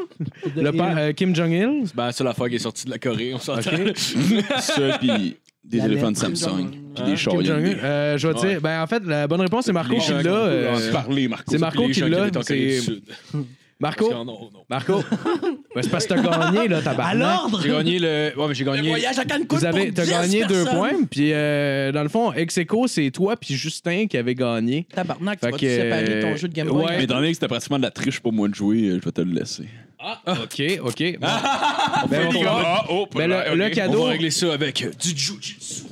[SPEAKER 3] Le père, euh, Kim Jong-il.
[SPEAKER 2] Ben, c'est la fois qui est sortie de la Corée, on s'entend.
[SPEAKER 3] OK.
[SPEAKER 4] Ça, puis des
[SPEAKER 6] La
[SPEAKER 4] téléphones
[SPEAKER 6] lettre.
[SPEAKER 4] Samsung. Puis
[SPEAKER 2] Kim
[SPEAKER 4] des
[SPEAKER 3] Hein? Kim
[SPEAKER 4] chariots.
[SPEAKER 3] Jong-un. Euh, je vais
[SPEAKER 2] Ouais.
[SPEAKER 3] dire... Ben, en fait, la bonne réponse, c'est Marco
[SPEAKER 2] Les
[SPEAKER 3] qui
[SPEAKER 2] gens
[SPEAKER 3] l'a.
[SPEAKER 2] qui ont
[SPEAKER 3] euh,
[SPEAKER 2] parlé, Marco.
[SPEAKER 3] c'est Marco
[SPEAKER 2] Puis les
[SPEAKER 3] qui
[SPEAKER 2] gens
[SPEAKER 3] l'a,
[SPEAKER 2] habitent en Corée du
[SPEAKER 3] c'est-
[SPEAKER 2] Sud. Parce
[SPEAKER 3] Marco,
[SPEAKER 2] que- non, non.
[SPEAKER 3] Marco, ben, c'est parce que t'as gagné, là,
[SPEAKER 6] À
[SPEAKER 3] tabarnak.
[SPEAKER 6] l'ordre!
[SPEAKER 2] J'ai gagné le. Ouais, mais j'ai
[SPEAKER 5] Le
[SPEAKER 2] gagné.
[SPEAKER 5] voyage à Cancun
[SPEAKER 3] Vous avez,
[SPEAKER 5] pour
[SPEAKER 3] t'as
[SPEAKER 5] 10
[SPEAKER 3] gagné deux
[SPEAKER 5] personnes.
[SPEAKER 3] points, puis euh, dans le fond, ex aequo, c'est toi puis Justin qui avez gagné.
[SPEAKER 5] Tabarnak, tu
[SPEAKER 3] Fait
[SPEAKER 5] vas te
[SPEAKER 3] que,
[SPEAKER 5] séparer ton jeu de Game Boy.
[SPEAKER 3] ouais.
[SPEAKER 4] Mais étant donné que c'était pratiquement de la triche pour moi de jouer, euh, je vais te le laisser.
[SPEAKER 3] Ok, ok. bon.
[SPEAKER 2] Ah.
[SPEAKER 3] Ben, on va-
[SPEAKER 4] oh,
[SPEAKER 3] ben, le, le
[SPEAKER 2] On
[SPEAKER 3] cadeau,
[SPEAKER 2] va régler ça avec euh, du jujitsu.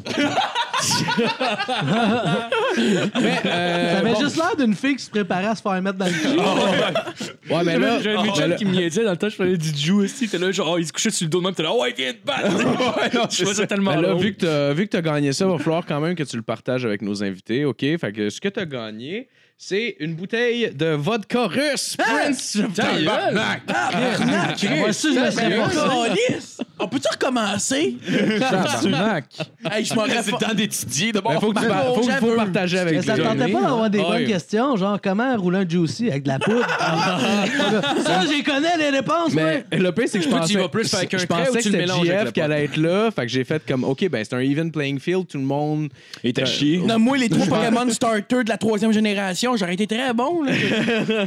[SPEAKER 3] mais, euh,
[SPEAKER 6] T'avais
[SPEAKER 3] bon. Ah,
[SPEAKER 6] juste l'air d'une fille qui se préparait à se faire mettre dans le cul.
[SPEAKER 3] Ouais, mais là,
[SPEAKER 2] J'avais
[SPEAKER 3] ben là-
[SPEAKER 2] qui me niaisait dans le temps, je faisais du jiu aussi. T'es là, genre, oh, il se couchait sur le dos de même, t'es là, oh, ouais, viens te battre. Je faisais tellement
[SPEAKER 3] ben là,
[SPEAKER 2] long.
[SPEAKER 3] vu que t'as vu que t'as gagné ça, va falloir quand même que tu le partages avec nos invités, ok? Fait que ce que t'as gagné, c'est une bouteille de vodka russe Prince. Tabarnak!
[SPEAKER 5] Tabarnak!
[SPEAKER 3] Christ,
[SPEAKER 6] Moi aussi, je me serais
[SPEAKER 3] sérieux?
[SPEAKER 6] forcé.
[SPEAKER 5] Calice! On peut-tu recommencer?
[SPEAKER 3] Tabarnak!
[SPEAKER 5] Hey, je m'en
[SPEAKER 4] C'est le
[SPEAKER 5] réponds.
[SPEAKER 4] temps d'étudier
[SPEAKER 3] Ben,
[SPEAKER 4] d'abord.
[SPEAKER 3] faut que tu par- faut, que- faut partager avec
[SPEAKER 6] Mais
[SPEAKER 3] les
[SPEAKER 6] ça te tentait pas d'avoir des
[SPEAKER 3] Ouais.
[SPEAKER 6] bonnes questions, genre comment rouler un juicy avec de la poudre? ça, j'y connais les réponses,
[SPEAKER 3] Ah. Mais
[SPEAKER 6] mais.
[SPEAKER 3] Euh, le pire, c'est que je
[SPEAKER 2] Toi, tu
[SPEAKER 3] pensais,
[SPEAKER 2] y vas plus avec un
[SPEAKER 3] je
[SPEAKER 2] trait
[SPEAKER 3] pensais
[SPEAKER 2] ou
[SPEAKER 3] que
[SPEAKER 2] tu le
[SPEAKER 3] c'était
[SPEAKER 2] mélanges avec
[SPEAKER 3] JF
[SPEAKER 2] le
[SPEAKER 3] qui
[SPEAKER 2] pot?
[SPEAKER 3] allait être là. Fait que j'ai fait comme, OK, ben c'est un even playing field, tout le monde.
[SPEAKER 4] Et t'as chié.
[SPEAKER 5] Nomme-moi les trois Pokémon starters de la troisième génération. J'aurais été très bon. Là.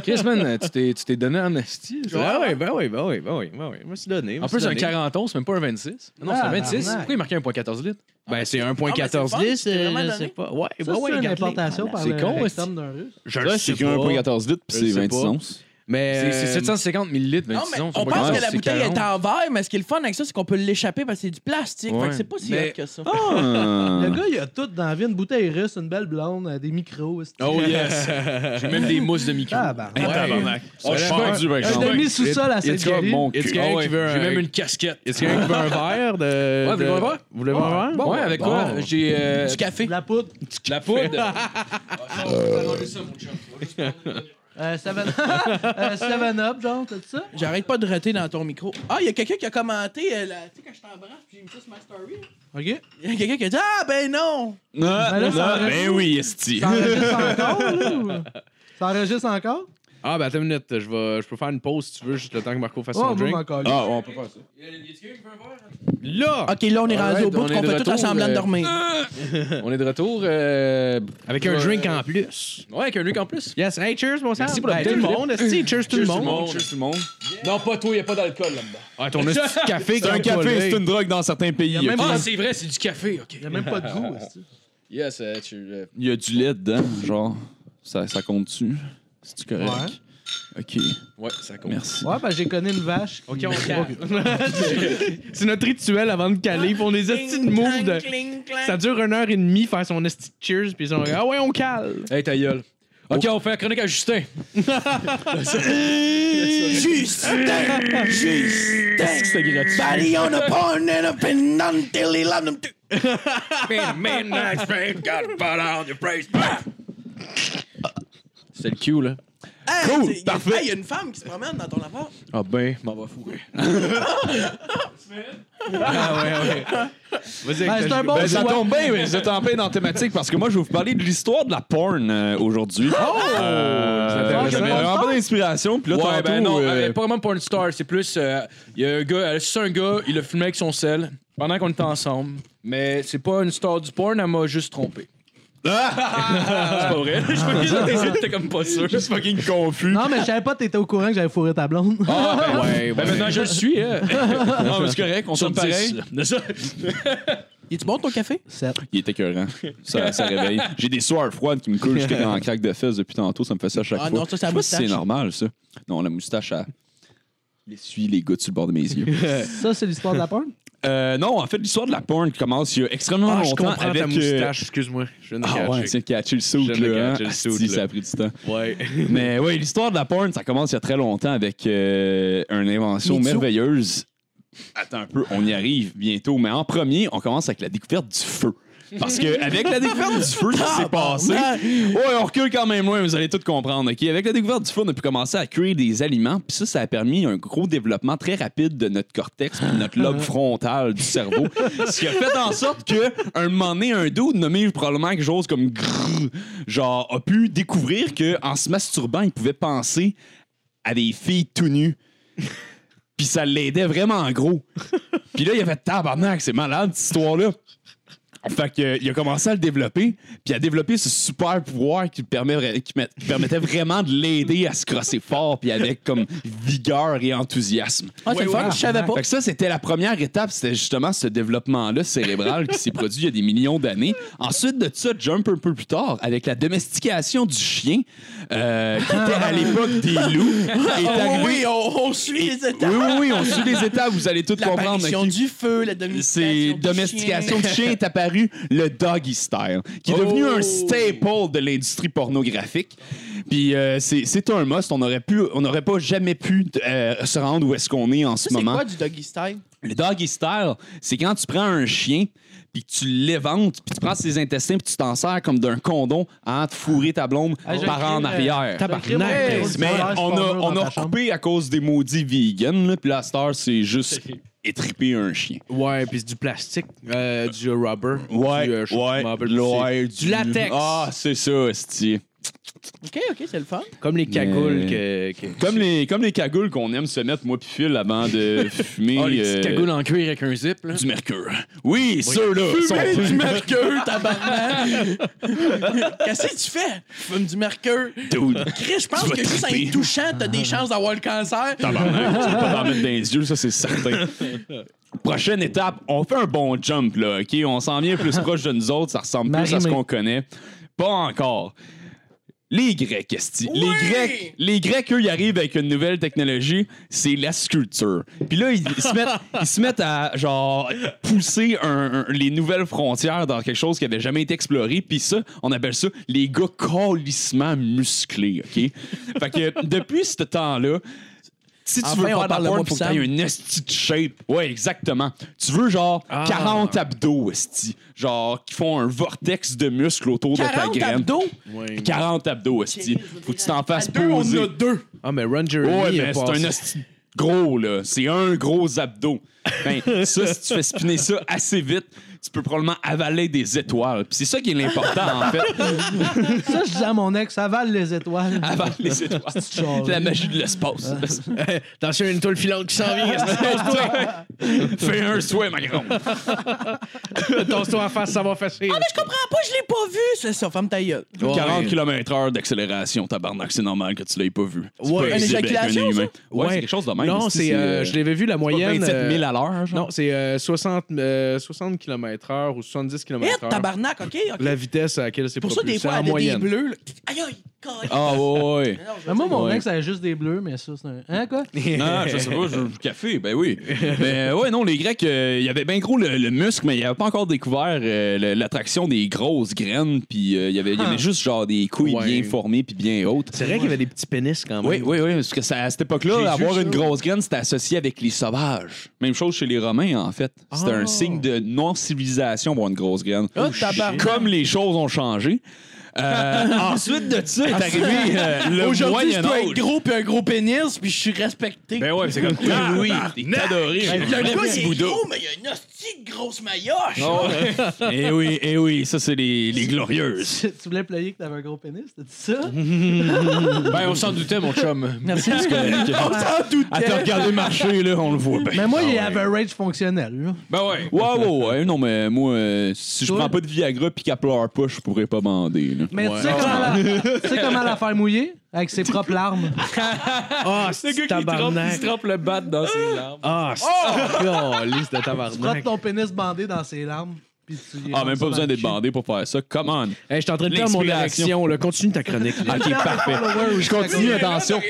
[SPEAKER 2] Chris, man, tu t'es- tu t'es donné en esti.
[SPEAKER 3] Ben oui, ben oui, ben oui, ben oui, ben oui. Je me suis donné. je me
[SPEAKER 2] En
[SPEAKER 3] suis
[SPEAKER 2] plus, un
[SPEAKER 3] donné.
[SPEAKER 2] 41, c'est même pas un 26. Non, c'est un
[SPEAKER 6] Ah,
[SPEAKER 2] 26.
[SPEAKER 6] barnac.
[SPEAKER 2] Pourquoi il marquait un point 14 litres?
[SPEAKER 3] Ben c'est
[SPEAKER 5] Ah, ben,
[SPEAKER 3] 1.14
[SPEAKER 5] c'est fun, c'est vraiment
[SPEAKER 3] je
[SPEAKER 5] donné.
[SPEAKER 3] sais euh, pas. Ouais,
[SPEAKER 6] Ça,
[SPEAKER 3] ben ouais,
[SPEAKER 6] c'est une
[SPEAKER 3] garde-les.
[SPEAKER 6] importation par
[SPEAKER 2] C'est
[SPEAKER 6] le
[SPEAKER 2] con,
[SPEAKER 6] rectum d'un russe.
[SPEAKER 3] Je
[SPEAKER 4] Ça,
[SPEAKER 3] le
[SPEAKER 4] c'est
[SPEAKER 3] sais
[SPEAKER 4] qu'un
[SPEAKER 3] pas.
[SPEAKER 4] point 14 litres, puis
[SPEAKER 3] Je
[SPEAKER 4] c'est
[SPEAKER 3] sais
[SPEAKER 4] 26
[SPEAKER 3] pas.
[SPEAKER 4] onces.
[SPEAKER 3] Mais
[SPEAKER 2] C'est c'est
[SPEAKER 3] euh,
[SPEAKER 2] 750 millilitres,
[SPEAKER 5] Non,
[SPEAKER 2] 26
[SPEAKER 5] mais
[SPEAKER 2] ans, c'est
[SPEAKER 5] on
[SPEAKER 2] pas
[SPEAKER 5] pense
[SPEAKER 2] grave,
[SPEAKER 5] que la
[SPEAKER 2] c'est
[SPEAKER 5] bouteille
[SPEAKER 2] 40.
[SPEAKER 5] est en verre, mais ce qui est le fun avec ça, c'est qu'on peut l'échapper parce que c'est du plastique. Fait
[SPEAKER 2] Ouais.
[SPEAKER 5] que c'est pas si
[SPEAKER 2] Mais-
[SPEAKER 5] hot que ça.
[SPEAKER 3] Ah.
[SPEAKER 6] Le gars, il a tout dans la vie une bouteille russe, une belle blonde, euh, des micros. c'est-
[SPEAKER 2] Oh yes! J'ai même des mousses de micro.
[SPEAKER 6] Ah, bah.
[SPEAKER 4] Hey, tabarnak. Oh, je suis
[SPEAKER 3] Ah, Ouais.
[SPEAKER 4] pendu, par
[SPEAKER 6] Je
[SPEAKER 4] exemple.
[SPEAKER 6] l'ai mis sous sol à
[SPEAKER 3] y a-tu
[SPEAKER 6] cette
[SPEAKER 3] un
[SPEAKER 6] galerie.
[SPEAKER 4] mon
[SPEAKER 3] Est-ce
[SPEAKER 4] cul.
[SPEAKER 3] qu'il y a
[SPEAKER 2] Ah
[SPEAKER 3] quelqu'un
[SPEAKER 2] ouais,
[SPEAKER 3] qui veut
[SPEAKER 2] J'ai
[SPEAKER 3] un-
[SPEAKER 2] même une casquette.
[SPEAKER 3] Est-ce qu'il y a quelqu'un qui veut un verre de.
[SPEAKER 2] Ouais, voulez-vous
[SPEAKER 3] de-
[SPEAKER 2] un verre?
[SPEAKER 3] euh, Vous voulez voir un verre?
[SPEAKER 2] ouais, avec quoi?
[SPEAKER 3] Bon.
[SPEAKER 2] J'ai euh,
[SPEAKER 5] Du café.
[SPEAKER 6] De la poudre.
[SPEAKER 2] la poudre.
[SPEAKER 6] Euh, Seven... euh, Seven Up, genre, tout ça.
[SPEAKER 5] J'arrête pas de rater dans ton micro. Ah, il y a quelqu'un qui a commenté. euh, la- Tu sais, quand je t'embrasse, puis j'ai mis ça sur ma story.
[SPEAKER 6] OK.
[SPEAKER 5] Il y a quelqu'un qui a dit Ah, ben non!
[SPEAKER 4] Ah,
[SPEAKER 6] Ben là, ça
[SPEAKER 4] ah,
[SPEAKER 6] reste-
[SPEAKER 4] Ben oui, esti.
[SPEAKER 6] Ça enregistre encore, là? ou- Ça enregistre encore?
[SPEAKER 3] Ah, ben attends une minute, je, vais, je peux faire une pause si tu veux, juste le temps que Marco fasse
[SPEAKER 6] Oh,
[SPEAKER 3] son
[SPEAKER 6] moi,
[SPEAKER 3] drink.
[SPEAKER 6] encore.
[SPEAKER 4] Ah, on peut pas ça.
[SPEAKER 3] Là!
[SPEAKER 5] Ok, là, on est rendu
[SPEAKER 2] Alright,
[SPEAKER 5] au bout,
[SPEAKER 2] on est
[SPEAKER 5] qu'on
[SPEAKER 2] de
[SPEAKER 5] fait tout
[SPEAKER 2] retour,
[SPEAKER 5] à semblant de
[SPEAKER 2] euh,
[SPEAKER 5] dormir.
[SPEAKER 4] Ah,
[SPEAKER 2] On est de retour. euh,
[SPEAKER 3] Avec un
[SPEAKER 2] Ouais.
[SPEAKER 3] drink en plus.
[SPEAKER 2] Ouais, avec un drink en plus.
[SPEAKER 3] Yes, hey, cheers, mon sang.
[SPEAKER 2] Merci pour la
[SPEAKER 3] tout
[SPEAKER 2] bouteille,
[SPEAKER 3] le monde. esti, cheers, tout le monde.
[SPEAKER 2] Cheers tout le monde. Non, pas toi, il n'y a pas d'alcool là-dedans.
[SPEAKER 3] Ah, ton esti de café,
[SPEAKER 4] C'est un café, c'est une drogue dans certains pays.
[SPEAKER 6] même
[SPEAKER 4] ok?
[SPEAKER 2] Ah, c'est vrai, c'est du café, ok.
[SPEAKER 6] Il n'y a même pas de goût. est-ce que-
[SPEAKER 2] Yes, euh, tu. euh,
[SPEAKER 4] Il y a du lait dedans, genre. Ça, ça compte-tu? C'est-tu correct? Ok,
[SPEAKER 2] Ouais, ça compte.
[SPEAKER 4] merci.
[SPEAKER 6] Ouais, ben j'ai connu une vache.
[SPEAKER 3] Ok,
[SPEAKER 6] qui-
[SPEAKER 3] on calme. C'est notre rituel avant de caler. Puis on les esti de move. De... Ça dure une heure et demie faire son esti de cheers. Puis ils sont ah ouais, on cale.
[SPEAKER 2] Hey, ta gueule. Ok, on fait la chronique à Justin.
[SPEAKER 5] Justin! Justin! Body on a pawn and a pin until he loved him too.
[SPEAKER 2] C'est le Q, là.
[SPEAKER 5] Hey,
[SPEAKER 4] Cool,
[SPEAKER 5] c'est- il y a-
[SPEAKER 4] parfait.
[SPEAKER 2] ben.
[SPEAKER 5] hey, Il y a une femme qui se promène dans ton appart.
[SPEAKER 2] Ah ben, m'en va fourrer.
[SPEAKER 3] Vas-y,
[SPEAKER 6] Ben,
[SPEAKER 3] avec
[SPEAKER 6] c'est
[SPEAKER 3] ta-
[SPEAKER 6] un bon
[SPEAKER 4] Ben, ça
[SPEAKER 6] choix.
[SPEAKER 4] tombe bien, mais vous êtes en plein dans la thématique parce que moi, je vais vous parler de l'histoire de la porn euh, aujourd'hui. Oh!
[SPEAKER 3] intéressant.
[SPEAKER 4] J'avais vraiment pas d'inspiration. Puis là,
[SPEAKER 2] Ouais,
[SPEAKER 4] tantôt,
[SPEAKER 2] ben non,
[SPEAKER 4] euh,
[SPEAKER 2] euh, pas vraiment porn star, c'est plus. euh, Il y a un gars, euh, c'est un gars, il le filmé avec son sel pendant qu'on était ensemble. Mais c'est pas une star du porn, elle m'a juste trompé. c'est
[SPEAKER 3] Ah!
[SPEAKER 2] pas vrai. Je me disais, tes yeux, t'étais comme pas sûr.
[SPEAKER 4] juste fucking confus.
[SPEAKER 6] Non, mais je savais pas que t'étais au courant que j'avais fourré ta blonde.
[SPEAKER 2] Ah, ben,
[SPEAKER 3] Ouais,
[SPEAKER 2] ben
[SPEAKER 3] ouais.
[SPEAKER 2] maintenant, je le suis, hein.
[SPEAKER 4] Non, mais c'est correct, on
[SPEAKER 2] Sur
[SPEAKER 4] sonne
[SPEAKER 2] dix,
[SPEAKER 4] pareil.
[SPEAKER 2] là. Ça-
[SPEAKER 5] Es-tu bon ton café?
[SPEAKER 6] Sept.
[SPEAKER 4] Il est écœurant. Ça, ça réveille. J'ai des soirs froides qui me coulent jusqu'à dans la craque de fesses depuis tantôt. Ça me fait ça à chaque
[SPEAKER 5] Ah
[SPEAKER 4] fois.
[SPEAKER 5] non, ça, c'est la
[SPEAKER 4] Je sais pas si
[SPEAKER 5] moustache.
[SPEAKER 4] c'est normal, ça. Non, la moustache, elle... elle essuie les gouttes sur le bord de mes yeux.
[SPEAKER 6] Ça, c'est l'histoire de la porn?
[SPEAKER 4] Euh, non, en fait, l'histoire de la porn commence il y a extrêmement
[SPEAKER 3] Ah, je
[SPEAKER 4] longtemps
[SPEAKER 3] comprends
[SPEAKER 4] avec.
[SPEAKER 3] ta
[SPEAKER 4] euh,
[SPEAKER 3] moustache, excuse-moi. Je viens de
[SPEAKER 4] Ah ouais,
[SPEAKER 3] catcher.
[SPEAKER 4] tiens, catcher le
[SPEAKER 3] Je
[SPEAKER 4] soude,
[SPEAKER 3] viens de
[SPEAKER 4] là. hein.
[SPEAKER 3] catcher le
[SPEAKER 4] Asti,
[SPEAKER 3] soude, là.
[SPEAKER 4] ça a pris du temps.
[SPEAKER 3] ouais.
[SPEAKER 4] Mais oui, l'histoire de la porn, ça commence il y a très longtemps avec euh, une invention
[SPEAKER 5] Me too.
[SPEAKER 4] merveilleuse. Attends un peu, on y arrive bientôt. Mais en premier, on commence avec la découverte du feu. Parce que avec la découverte du feu, ce qui s'est passé. Ouais, on recule quand même loin, vous allez tout comprendre. OK? Avec la découverte du feu, on a pu commencer à cuire des aliments. Puis ça, ça a permis un gros développement très rapide de notre cortex, puis de notre lobe frontal du cerveau. ce qui a fait en sorte que un moment donné, un dude nommé probablement quelque chose comme Grrr, genre, a pu découvrir qu'en se masturbant, il pouvait penser à des filles tout nues. Puis ça l'aidait vraiment en gros. Puis là, il a fait tabarnak, c'est malade cette histoire-là. Fait que, euh, il a commencé à le développer, puis à développer ce super pouvoir qui, permet, vra- qui, met- qui permettait vraiment de l'aider à se crosser fort, puis avec comme vigueur et enthousiasme.
[SPEAKER 5] Ah, c'est le fun, je savais pas.
[SPEAKER 4] Fait que ça, c'était la première étape, c'était justement ce développement-là cérébral qui s'est produit il y a des millions d'années. Ensuite de ça, jump un peu plus tard, avec la domestication du chien, euh, qui était à l'époque des loups,
[SPEAKER 5] Oh.
[SPEAKER 4] est arrivé-
[SPEAKER 5] Ah, oui, on, on suit les
[SPEAKER 4] oui,
[SPEAKER 5] étapes.
[SPEAKER 4] oui, oui, on suit les étapes, vous allez tout comprendre.
[SPEAKER 5] L'apparition
[SPEAKER 4] ok?
[SPEAKER 5] du feu, la domestication.
[SPEAKER 4] C'est
[SPEAKER 5] du
[SPEAKER 4] domestication
[SPEAKER 5] chien.
[SPEAKER 4] de chien est apparu le doggy style, qui est devenu
[SPEAKER 5] Oh.
[SPEAKER 4] un staple de l'industrie pornographique. Puis euh, c'est c'est un must. On aurait pu, on n'aurait pas jamais pu euh, se rendre où est-ce qu'on est en
[SPEAKER 5] Ça,
[SPEAKER 4] ce
[SPEAKER 5] c'est
[SPEAKER 4] moment.
[SPEAKER 5] quoi du doggy style?
[SPEAKER 4] Le doggy style, c'est quand tu prends un chien puis que tu l'éventes, puis tu prends ses intestins puis tu t'en sers comme d'un condom à te fourrer ta blonde
[SPEAKER 6] Hey, je
[SPEAKER 4] par
[SPEAKER 6] vais
[SPEAKER 4] en
[SPEAKER 6] écrire, euh,
[SPEAKER 4] arrière.
[SPEAKER 6] je vais écrire mon
[SPEAKER 4] Mais
[SPEAKER 6] petit
[SPEAKER 4] on a,
[SPEAKER 6] sondage
[SPEAKER 4] on
[SPEAKER 6] dans
[SPEAKER 4] a
[SPEAKER 6] ta chambre.
[SPEAKER 4] coupé à cause des maudits vegans, là, puis la star, c'est juste étriper un chien.
[SPEAKER 3] Ouais, puis c'est du plastique, euh, du rubber.
[SPEAKER 4] Ouais,
[SPEAKER 3] du, euh, je- je
[SPEAKER 4] ouais,
[SPEAKER 3] m'en rappelle plus c'est-
[SPEAKER 4] ouais,
[SPEAKER 3] du latex.
[SPEAKER 4] Ah, c'est ça, esti.
[SPEAKER 5] OK, OK, c'est le fun.
[SPEAKER 3] Comme les cagoules que. que-
[SPEAKER 4] Comme les, comme les cagoules qu'on aime se mettre, moi pis Phil, avant de fumer
[SPEAKER 2] Oh, les petites
[SPEAKER 4] euh,
[SPEAKER 2] cagoules en cuir avec un zip, là.
[SPEAKER 4] du mercure. Oui, ceux-là. sont-
[SPEAKER 5] du mercure, tabarnak! Qu'est-ce que tu fais? Je fume du mercure.
[SPEAKER 4] Dude,
[SPEAKER 5] Chris, je pense
[SPEAKER 4] Tu vas
[SPEAKER 5] que juste en
[SPEAKER 4] triper.
[SPEAKER 5] y touchant, t'as des chances d'avoir le cancer.
[SPEAKER 4] Tabarnak, tu peux pas t'en mettre dans les yeux, ça c'est certain. Prochaine étape, on fait un bon jump là, OK? On s'en vient plus proche de nous autres, ça ressemble plus à ce
[SPEAKER 6] Marie-Mé.
[SPEAKER 4] qu'on connaît. Pas encore. Les Grecs, esti.
[SPEAKER 5] Oui!
[SPEAKER 4] Les Grecs, les Grecs, eux, ils arrivent avec une nouvelle technologie, c'est la sculpture. Puis là, ils, ils se mettent, ils se mettent à genre pousser un- un- les nouvelles frontières dans quelque chose qui avait jamais été exploré. Puis ça, on appelle ça les gars calissement musclés, ok Fait que depuis ce temps-là, si tu
[SPEAKER 5] Enfin,
[SPEAKER 4] veux
[SPEAKER 5] on
[SPEAKER 4] faire de la
[SPEAKER 5] parle de
[SPEAKER 4] porn,
[SPEAKER 5] moi puis
[SPEAKER 4] faut que t'aies
[SPEAKER 5] Sam.
[SPEAKER 4] une esti de shape. Ouais, exactement. Tu veux genre
[SPEAKER 5] Ah.
[SPEAKER 4] 40 abdos, esti. Genre, qui font un vortex de muscles autour de
[SPEAKER 5] 40
[SPEAKER 4] ta graine.
[SPEAKER 5] abdos?
[SPEAKER 4] 40 abdos, esti. Faut que tu t'en fasses poser.
[SPEAKER 5] deux.
[SPEAKER 3] Ah, mais Ron Jeremy.
[SPEAKER 4] Ouais,
[SPEAKER 3] il a
[SPEAKER 4] mais c'est
[SPEAKER 3] passé-
[SPEAKER 4] un esti de gros, là. C'est un gros abdo. Ben, ça, si tu fais spinner ça assez vite, tu peux probablement avaler des étoiles. Puis c'est ça qui est l'important, en fait.
[SPEAKER 6] Ça, je disais à mon ex, ça valent les étoiles.
[SPEAKER 4] Avaler les étoiles.
[SPEAKER 6] genre.
[SPEAKER 4] La magie de l'espace.
[SPEAKER 3] Attention, une toile filante qui s'en vient.
[SPEAKER 4] Fais un souhait, ma grande.
[SPEAKER 3] Attention à face, ça va fâcher.
[SPEAKER 5] Ah, mais je comprends pas, je l'ai pas vu. C'est ça, femme euh, ta gueule.
[SPEAKER 4] 40 km/h d'accélération, tabarnak, c'est normal que tu l'aies pas vu. C'est
[SPEAKER 3] Ouais,
[SPEAKER 4] pas
[SPEAKER 3] une
[SPEAKER 4] possible avec
[SPEAKER 5] éjaculation,
[SPEAKER 4] humain. Ouais,
[SPEAKER 3] Ouais.
[SPEAKER 4] c'est quelque chose de même.
[SPEAKER 3] Non,
[SPEAKER 4] Ah, Si
[SPEAKER 3] c'est. euh,
[SPEAKER 4] euh,
[SPEAKER 3] je l'avais vu, la
[SPEAKER 4] pas
[SPEAKER 3] moyenne.
[SPEAKER 4] 27 000
[SPEAKER 3] euh,
[SPEAKER 4] à l'heure, genre.
[SPEAKER 3] Non, c'est euh, 60, euh, 60 km/h ou 70
[SPEAKER 5] Hé,
[SPEAKER 4] Eh,
[SPEAKER 3] km/h.
[SPEAKER 5] tabarnak, OK, OK.
[SPEAKER 3] La vitesse à laquelle c'est
[SPEAKER 5] Pour ça, des
[SPEAKER 3] propulsé
[SPEAKER 5] fois,
[SPEAKER 3] en
[SPEAKER 5] elle a des
[SPEAKER 3] moyenne.
[SPEAKER 5] bleus. là. Aïe, aïe, colle.
[SPEAKER 4] Ah, ouais, ouais.
[SPEAKER 5] Non, je-
[SPEAKER 6] Mais moi, mon
[SPEAKER 4] Ouais.
[SPEAKER 6] ex, elle a juste des bleus, mais ça, c'est un. Hein, quoi?
[SPEAKER 4] Non, je sais pas, je du café, ben oui. Mais ouais, non, les Grecs, euh, il y avait bien gros le, le muscle, mais il n'y avait pas encore découvert euh, le- l'attraction des grosses graines, puis euh, il y avait il y avait juste genre des couilles
[SPEAKER 3] Ah. Ouais.
[SPEAKER 4] bien formées puis bien hautes.
[SPEAKER 3] C'est vrai qu'il y avait des petits pénis quand même.
[SPEAKER 4] Oui, oui, oui, parce que ça- à cette
[SPEAKER 3] J'ai
[SPEAKER 4] époque-là,
[SPEAKER 3] vu
[SPEAKER 4] avoir
[SPEAKER 3] ça.
[SPEAKER 4] une grosse graine, c'était associé avec les sauvages. Même chose chez les Romains, en fait. C'était
[SPEAKER 2] Ah. Oh,
[SPEAKER 4] un signe de non-civilisation, avoir une grosse graine.
[SPEAKER 5] Ah, tabarnak.
[SPEAKER 4] Comme les choses ont changé.
[SPEAKER 2] Euh, ensuite de ça, est arrivé euh, le
[SPEAKER 5] Aujourd'hui, je
[SPEAKER 2] Moyen
[SPEAKER 5] dois
[SPEAKER 2] Âge.
[SPEAKER 5] être gros puis un gros pénis, puis je suis respecté.
[SPEAKER 2] Ben ouais, c'est comme ah, oui, t'es adoré.
[SPEAKER 4] hein.
[SPEAKER 5] Le
[SPEAKER 2] Le
[SPEAKER 5] gars,
[SPEAKER 2] petit
[SPEAKER 5] il est
[SPEAKER 2] Bouddha.
[SPEAKER 5] gros, mais il a une hostie de grosse maillotche.
[SPEAKER 2] Eh oui, eh oui, ça c'est les, les glorieuses.
[SPEAKER 6] Tu tu voulais player que t'avais un gros pénis, t'as dit ça?
[SPEAKER 2] Ben on s'en doutait mon chum.
[SPEAKER 5] Merci.
[SPEAKER 2] on s'en doutait. À te regarder marcher là, on le voit bien.
[SPEAKER 6] Mais moi, il y avait un rage fonctionnel. là.
[SPEAKER 2] Ben ouais.
[SPEAKER 4] Ouais, ouais, ouais. Non, mais moi, euh, si je
[SPEAKER 6] Toi?
[SPEAKER 4] prends pas de Viagra pis qu'elle pleure pas, je pourrais pas bander. là.
[SPEAKER 6] Mais tu, sais comment la, tu sais comment la faire mouiller? Avec ses propres larmes.
[SPEAKER 3] Ah, c'est
[SPEAKER 2] Le gars qui trempe,
[SPEAKER 3] tabarnak.
[SPEAKER 2] il se trempe le bat dans ses larmes.
[SPEAKER 3] Ah, c'est oh! liste de tabarnak.
[SPEAKER 6] Frotte ton pénis bandé dans ses larmes. Puis tu y
[SPEAKER 4] Ah,
[SPEAKER 6] rentres
[SPEAKER 4] même
[SPEAKER 6] ça
[SPEAKER 4] pas besoin
[SPEAKER 6] dans le
[SPEAKER 4] d'être
[SPEAKER 6] cul.
[SPEAKER 4] bandé pour faire ça. Come on.
[SPEAKER 3] Hey, je suis en train de perdre mon
[SPEAKER 4] L'expiration.
[SPEAKER 3] érection. là. Continue ta chronique.
[SPEAKER 2] Ah,
[SPEAKER 3] là.
[SPEAKER 4] Ok, parfait. Je continue, attention.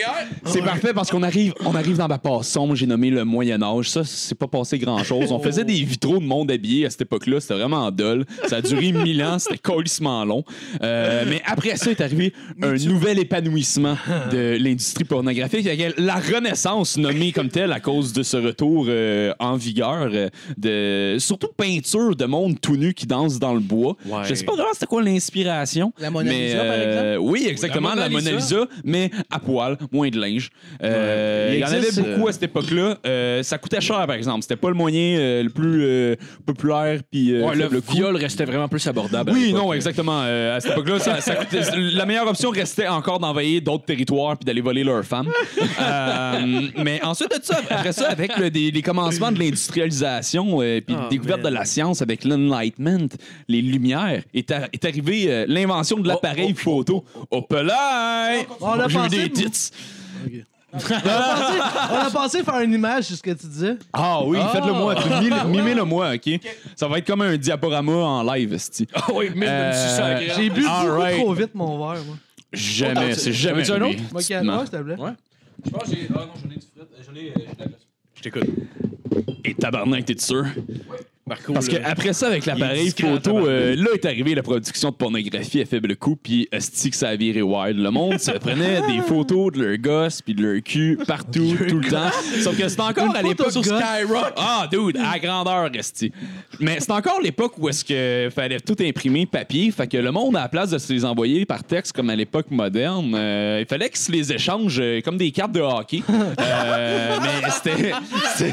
[SPEAKER 4] C'est parfait parce qu'on arrive, on arrive dans ma passe sombre, j'ai nommé le Moyen Âge. Ça, c'est pas passé grand-chose. On faisait des vitraux de monde habillé à cette époque-là. C'était vraiment dol. Ça a duré mille ans. C'était colissement long. Euh, mais après ça est arrivé un nouvel épanouissement de l'industrie pornographique. Il y a La Renaissance, nommée comme telle à cause de ce retour euh, en vigueur euh, de surtout peinture de monde tout nu qui danse dans le bois.
[SPEAKER 3] Ouais.
[SPEAKER 4] Je sais pas vraiment c'était quoi l'inspiration.
[SPEAKER 5] La Mona Lisa,
[SPEAKER 4] mais,
[SPEAKER 5] par exemple?
[SPEAKER 4] euh, oui, exactement,
[SPEAKER 2] La
[SPEAKER 4] la
[SPEAKER 2] Mona
[SPEAKER 4] Mona
[SPEAKER 2] Lisa.
[SPEAKER 4] Lisa, mais à poil, moins de linge. Euh,
[SPEAKER 3] Ouais.
[SPEAKER 4] il
[SPEAKER 3] Il
[SPEAKER 4] y en avait
[SPEAKER 3] existe,
[SPEAKER 4] beaucoup
[SPEAKER 3] euh,
[SPEAKER 4] à cette époque-là. Euh, ça coûtait cher, par exemple. C'était pas le moyen euh, le plus euh, populaire. Puis, euh,
[SPEAKER 2] Ouais, le,
[SPEAKER 4] faible coût.
[SPEAKER 2] viol restait vraiment plus abordable. à
[SPEAKER 4] Oui,
[SPEAKER 2] l'époque.
[SPEAKER 4] non, exactement. Euh, à cette époque-là, ça- ça coûtait- la meilleure option restait encore d'envahir d'autres territoires puis d'aller voler leurs femmes. Euh, mais ensuite de ça, après ça, avec le- des- les commencements de l'industrialisation euh, puis
[SPEAKER 3] Ah,
[SPEAKER 4] la découverte
[SPEAKER 3] man.
[SPEAKER 4] de la science avec l'enlightenment, les lumières, est, a- est arrivée euh, l'invention de l'appareil photo. Hop là!
[SPEAKER 6] On l'a
[SPEAKER 4] J'ai eu
[SPEAKER 6] pensé,
[SPEAKER 4] des
[SPEAKER 6] moi.
[SPEAKER 4] tits.
[SPEAKER 6] On a pensé faire une image sur ce que tu disais.
[SPEAKER 4] Ah oui, faites-le moi. Mimez-le moi, OK? Ça va être comme un diaporama en live, sti.
[SPEAKER 2] Ah oui, mais
[SPEAKER 4] Euh,
[SPEAKER 6] J'ai bu
[SPEAKER 4] All
[SPEAKER 6] beaucoup
[SPEAKER 4] right.
[SPEAKER 6] trop vite mon verre, moi.
[SPEAKER 4] Jamais, c'est jamais.
[SPEAKER 2] T'avais-tu un
[SPEAKER 4] arrivé.
[SPEAKER 6] Moi, qui
[SPEAKER 4] Non.
[SPEAKER 6] moi, s'il te plaît.
[SPEAKER 2] Je pense que j'ai. Ah non, j'en ai du fret. J'en ai.
[SPEAKER 3] Je t'écoute.
[SPEAKER 4] Et tabarnak, t'es sûr?
[SPEAKER 3] Marco,
[SPEAKER 4] Parce que
[SPEAKER 3] là.
[SPEAKER 4] après ça, avec
[SPEAKER 3] Il est
[SPEAKER 4] l'appareil
[SPEAKER 3] discret,
[SPEAKER 4] photo,
[SPEAKER 3] tabarnak.
[SPEAKER 4] euh, là est arrivée la production de pornographie à faible coût, puis esti que ça a viré wild. Le monde se prenait des photos de leur gosse puis de leur cul partout, tout le temps. Sauf que c'est encore
[SPEAKER 6] Une
[SPEAKER 4] à
[SPEAKER 6] photo
[SPEAKER 4] l'époque
[SPEAKER 6] de gosse.
[SPEAKER 4] Skyrock. Ah, dude, à grandeur, esti. Mais c'est encore l'époque où est-ce que fallait tout imprimer papier, fait que le monde à la place de se les envoyer par texte comme à l'époque moderne, euh, il fallait qu'ils se les échangent euh, comme des cartes de hockey. Euh, mais c'était c'était-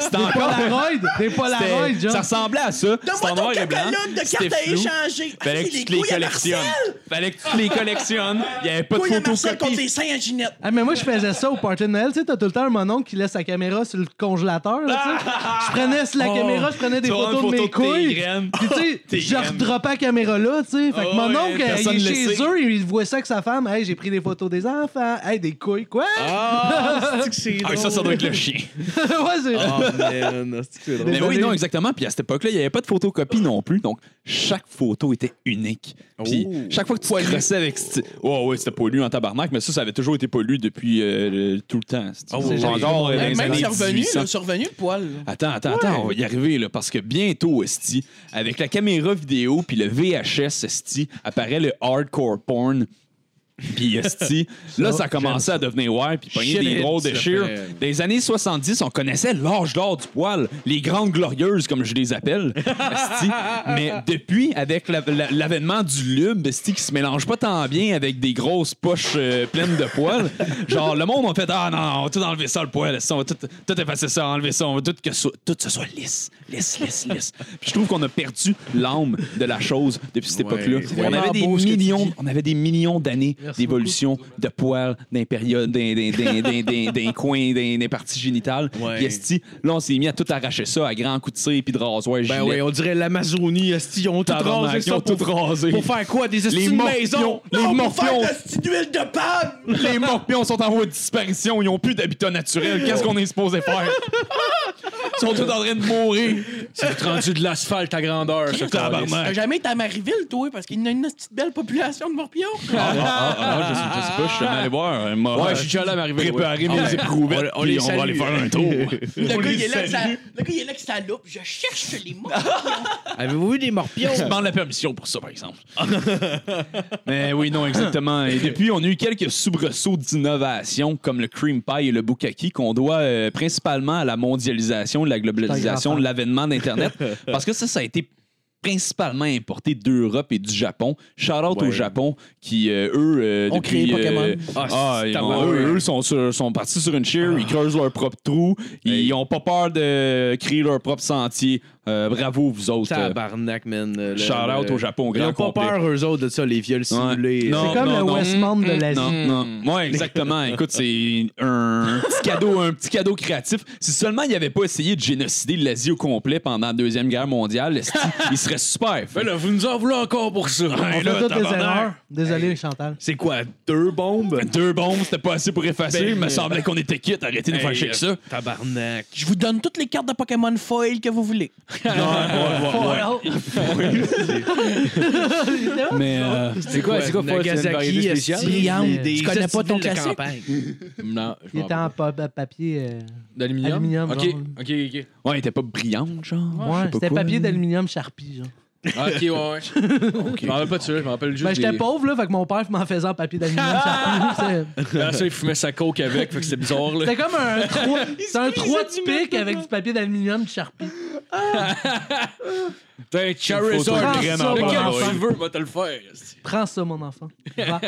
[SPEAKER 4] c'était
[SPEAKER 6] Des
[SPEAKER 4] encore
[SPEAKER 6] Polaroid! Des
[SPEAKER 5] Ah
[SPEAKER 4] c'était-
[SPEAKER 6] Polaroid, John!
[SPEAKER 4] Ça ressemblait à ça. C'était
[SPEAKER 5] Donne-moi
[SPEAKER 4] en
[SPEAKER 5] ton
[SPEAKER 4] noir et blanc.
[SPEAKER 5] catalogue de hein.
[SPEAKER 4] C'était
[SPEAKER 5] cartes à
[SPEAKER 4] flou.
[SPEAKER 5] échanger.
[SPEAKER 4] Fallait que tu te les collectionnes. Fallait que tu te les collectionnes. Il n'y avait pas de
[SPEAKER 5] Couille à Marcel contre
[SPEAKER 4] photocopie.
[SPEAKER 5] les seins à Ginette.
[SPEAKER 6] Ah, mais moi, je faisais ça au party de Noël. Tu sais, t'as tout le temps mon oncle qui laisse sa caméra sur le congélateur. Là, tu sais. je prenais sur la caméra, je prenais des
[SPEAKER 4] Oh. Tu
[SPEAKER 6] photos
[SPEAKER 4] prends une
[SPEAKER 6] de mes
[SPEAKER 4] photo de tes
[SPEAKER 6] couilles.
[SPEAKER 4] graines.
[SPEAKER 6] Puis, tu sais, je redroppais la caméra là, tu sais. Fait que
[SPEAKER 4] Oh,
[SPEAKER 6] mon
[SPEAKER 4] ouais,
[SPEAKER 6] oncle, il
[SPEAKER 4] personne
[SPEAKER 6] est
[SPEAKER 4] le
[SPEAKER 6] chez
[SPEAKER 4] sait.
[SPEAKER 6] eux, il voit ça avec sa femme. Hey, j'ai pris des photos des enfants. Hey, des couilles, quoi?
[SPEAKER 4] Ah, ça, ça doit être le chien.
[SPEAKER 6] ouais, c'est.
[SPEAKER 3] Oh, man, hostie que c'est drôle.
[SPEAKER 4] Mais oui,
[SPEAKER 6] Désolé.
[SPEAKER 4] non, exactement. Puis à cette époque-là, il n'y avait pas de photocopie non plus. Donc, chaque photo était unique. Puis
[SPEAKER 3] Oh.
[SPEAKER 4] chaque fois que tu crossais avec. c'ti- Oh, ouais, c'était pollu en tabarnak, mais ça, ça avait toujours été pollu depuis euh, le- tout le temps. c'ti.
[SPEAKER 3] Oh, C'est
[SPEAKER 4] encore euh, dans les
[SPEAKER 5] Même
[SPEAKER 4] années
[SPEAKER 5] c'est revenu,
[SPEAKER 4] 1800.
[SPEAKER 5] là, c'est revenu le poil. là.
[SPEAKER 4] Attends, attends, attends, on va y arriver, là, parce que bientôt, Esti, avec la caméra vidéo puis le VHS, Esti, apparaît le hardcore porn. Puis Esti, là, ça commençait à devenir wild, puis pogner
[SPEAKER 3] Shithead,
[SPEAKER 4] des drôles de
[SPEAKER 3] tu
[SPEAKER 4] sheer.
[SPEAKER 3] l'appelles.
[SPEAKER 4] Dans les années 70, on connaissait l'âge d'or du poil, les grandes glorieuses, comme je les appelle, Esti. Mais depuis, avec la- la- l'avènement du lube, Esti, qui se mélange pas tant bien avec des grosses poches euh, pleines de poils, genre, le monde, on fait « Ah non, non, on va tout enlever ça, le poil, Esti, on va tout, tout effacer ça, enlever ça, on va tout que so- tout ce soit lisse, lisse, lisse, lisse. » Puis je trouve qu'on a perdu l'âme de la chose depuis cette
[SPEAKER 3] Ouais.
[SPEAKER 4] époque-là.
[SPEAKER 3] C'est
[SPEAKER 4] On
[SPEAKER 6] vraiment
[SPEAKER 4] avait des
[SPEAKER 6] beau ce que tu
[SPEAKER 4] millions
[SPEAKER 6] dis.
[SPEAKER 4] on avait des millions d'années
[SPEAKER 6] Merci
[SPEAKER 4] d'évolution de poils d'un période, d'un, d'un, d'un, d'un, d'un, d'un coin, d'un, d'un partie génitale.
[SPEAKER 3] Ouais.
[SPEAKER 4] Puis esti, là, on s'est mis à tout arracher ça à grands coups de cire puis de rasoir.
[SPEAKER 3] Ben oui, on dirait l'Amazonie, esti, on tout
[SPEAKER 4] Tabarnak,
[SPEAKER 3] rasé
[SPEAKER 4] ils
[SPEAKER 3] ça
[SPEAKER 4] ont tout
[SPEAKER 3] pour,
[SPEAKER 4] rasé.
[SPEAKER 3] pour faire quoi des
[SPEAKER 4] Les
[SPEAKER 3] esti de maison.
[SPEAKER 4] morpions, les
[SPEAKER 5] Non, pour faire
[SPEAKER 4] morpions,
[SPEAKER 5] de la petite huile de palme!
[SPEAKER 4] les morpions sont en voie de disparition. Ils n'ont plus d'habitat naturel. Qu'est-ce qu'on est supposé faire? Ils sont tous en train de mourir.
[SPEAKER 2] C'est rendu de l'asphalte à grandeur, ce
[SPEAKER 4] Tabarnak.
[SPEAKER 2] câlisse.
[SPEAKER 5] T'as jamais été à Marieville, toi, parce qu'il y a une petite belle population de morpions.
[SPEAKER 4] Ah, ah, je, sais pas, je suis jamais allé voir.
[SPEAKER 2] Ouais, Ah je suis déjà allé à m'arriver.
[SPEAKER 4] préparé mes éprouvettes. puis On, va aller faire un tour.
[SPEAKER 5] Le gars, il est là avec sa- le gars, il est là avec sa loupe. Je cherche les mots.
[SPEAKER 3] Avez-vous vu des morpions?
[SPEAKER 4] Je demande la permission pour ça, par exemple. Mais oui, non, exactement. Et depuis, on a eu quelques soubresauts d'innovation, comme le cream pie et le bukkake, qu'on doit euh, principalement à la mondialisation, la globalisation, l'avènement d'Internet. Parce que ça, ça a été principalement importés d'Europe et du Japon. Shout out au
[SPEAKER 7] Ouais.
[SPEAKER 4] Japon qui, euh, eux, euh,
[SPEAKER 5] Ont créé
[SPEAKER 4] depuis,
[SPEAKER 5] Pokémon.
[SPEAKER 4] euh, ah, ils ont-
[SPEAKER 7] ouais.
[SPEAKER 4] eux, eux sont, sur- sont partis sur une shear,
[SPEAKER 5] Ah.
[SPEAKER 4] ils creusent leur propre trou, ils ont pas peur de créer leur propre sentier. Euh, bravo, vous autres. euh,
[SPEAKER 3] Tabarnak, man. le-
[SPEAKER 4] Shout out
[SPEAKER 3] le-
[SPEAKER 4] au Japon,
[SPEAKER 3] Ils
[SPEAKER 4] grand
[SPEAKER 3] ont pas
[SPEAKER 4] complet.
[SPEAKER 3] peur, eux autres, de ça, les viols simulés.
[SPEAKER 4] Non,
[SPEAKER 6] C'est comme
[SPEAKER 4] non,
[SPEAKER 6] le
[SPEAKER 4] non. Hmm.
[SPEAKER 6] Westmond de
[SPEAKER 4] Non,
[SPEAKER 6] l'Asie.
[SPEAKER 4] non. Ouais, exactement. Écoute, c'est un petit cadeau, un petit cadeau créatif. Si seulement il n'avait pas essayé de génocider l'Asie au complet pendant la Deuxième Guerre mondiale, esti, il serait super. Fait.
[SPEAKER 2] Ben là, vous nous en voulez encore pour ça.
[SPEAKER 6] On fait toutes des erreurs. Désolé, Chantal.
[SPEAKER 3] C'est quoi, deux bombes?
[SPEAKER 4] Deux bombes, c'était pas assez pour effacer. il me semblait qu'on était quitte. Arrêtez de nous faire chier que ça.
[SPEAKER 3] Tabarnak.
[SPEAKER 5] Je vous donne toutes les cartes de Pokémon foil que vous voulez.
[SPEAKER 4] Oh. Mais euh,
[SPEAKER 2] C'est quoi, c'est quoi, Forrest, c'est une variété
[SPEAKER 3] Nagasaki,
[SPEAKER 2] spéciale?
[SPEAKER 3] esti,
[SPEAKER 5] Brillante.
[SPEAKER 3] des
[SPEAKER 5] Tu connais pas ton
[SPEAKER 3] hosties de
[SPEAKER 5] classique?
[SPEAKER 3] campagne.
[SPEAKER 4] non, je
[SPEAKER 6] Il
[SPEAKER 4] m'en
[SPEAKER 6] était en pa- papier. euh,
[SPEAKER 2] D'aluminium?
[SPEAKER 6] Aluminium,
[SPEAKER 2] OK,
[SPEAKER 6] genre.
[SPEAKER 2] OK, OK.
[SPEAKER 4] Ouais, elle était pas brillante, genre.
[SPEAKER 6] ouais, c'était papier d'aluminium Sharpie. Genre.
[SPEAKER 2] Ah, OK, ouais, ouais. Je m'en rappelle pas de ça, je m'en rappelle juste
[SPEAKER 6] Ben, j'étais
[SPEAKER 2] des-
[SPEAKER 6] pauvre, là, fait que mon père m'en faisait en papier d'aluminium Sharpie. C'est-
[SPEAKER 2] Ah, ça, il fumait sa coke avec, fait que c'était bizarre, là.
[SPEAKER 6] C'était comme un 3, c'est un 3 de pique avec du papier d'aluminium Sharpie.
[SPEAKER 2] T'es un Charizard,
[SPEAKER 6] Prends ça, mon
[SPEAKER 2] lequel
[SPEAKER 6] enfant.
[SPEAKER 2] tu veux, va te le faire.
[SPEAKER 6] Prends ça, mon enfant. Va.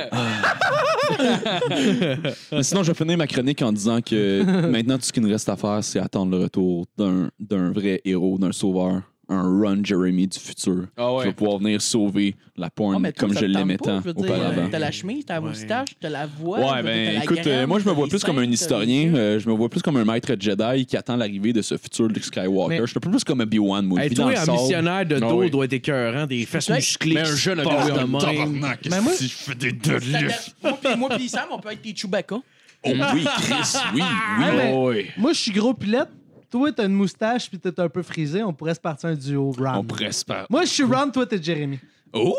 [SPEAKER 4] Mais Euh, sinon, je vais finir ma chronique en disant que maintenant, tout ce qu'il nous reste à faire, c'est attendre le retour d'un d'un vrai héros, d'un sauveur, un Ron Jeremy du futur.
[SPEAKER 2] Ah
[SPEAKER 4] Qui va pouvoir venir sauver la
[SPEAKER 5] Ah,
[SPEAKER 4] porn
[SPEAKER 5] mais toi,
[SPEAKER 4] comme
[SPEAKER 5] ça
[SPEAKER 4] je
[SPEAKER 5] te tente
[SPEAKER 4] l'aimais
[SPEAKER 5] pas,
[SPEAKER 4] tant
[SPEAKER 5] je veux dire, euh,
[SPEAKER 4] auparavant.
[SPEAKER 5] T'as la chemise, t'as la moustache, t'as la voix. je veux
[SPEAKER 4] Ouais,
[SPEAKER 5] dire, t'as
[SPEAKER 4] ben
[SPEAKER 5] la
[SPEAKER 4] écoute, euh,
[SPEAKER 5] graine,
[SPEAKER 4] moi je me
[SPEAKER 5] t'as
[SPEAKER 4] vois
[SPEAKER 5] les
[SPEAKER 4] plus comme
[SPEAKER 5] seins,
[SPEAKER 4] un
[SPEAKER 5] t'as
[SPEAKER 4] historien,
[SPEAKER 5] les-
[SPEAKER 4] euh, je me vois plus comme un maître Jedi qui attend l'arrivée de ce futur Luke Skywalker.
[SPEAKER 6] Mais-
[SPEAKER 4] Je suis un peu plus comme Obi-Wan, moi. Il
[SPEAKER 3] Hey,
[SPEAKER 4] vit dans
[SPEAKER 3] toi,
[SPEAKER 4] le
[SPEAKER 3] un
[SPEAKER 4] sable.
[SPEAKER 3] missionnaire de dos
[SPEAKER 4] Ah oui.
[SPEAKER 3] doit être écœurant, des fesses
[SPEAKER 5] Mais-
[SPEAKER 3] musclées.
[SPEAKER 2] mais un jeune
[SPEAKER 3] qui se portent
[SPEAKER 2] Obi-Wan,
[SPEAKER 3] de même.
[SPEAKER 6] Ben,
[SPEAKER 5] Mais moi-
[SPEAKER 7] si je fais des deux
[SPEAKER 5] Ça dé- Moi pis- Moi pis Sam, on peut être des Chewbacca.
[SPEAKER 4] Oh oui, Chris, oui, oui.
[SPEAKER 6] Ah, mais-
[SPEAKER 3] Oh,
[SPEAKER 2] Ouais.
[SPEAKER 6] Moi, je suis gros pilette. Toi, t'as une moustache puis t'es un peu frisé. On pourrait se partir un duo, Ron.
[SPEAKER 4] On presse pas.
[SPEAKER 6] Moi, je suis Ron, toi, t'es Jeremy.
[SPEAKER 4] Oh!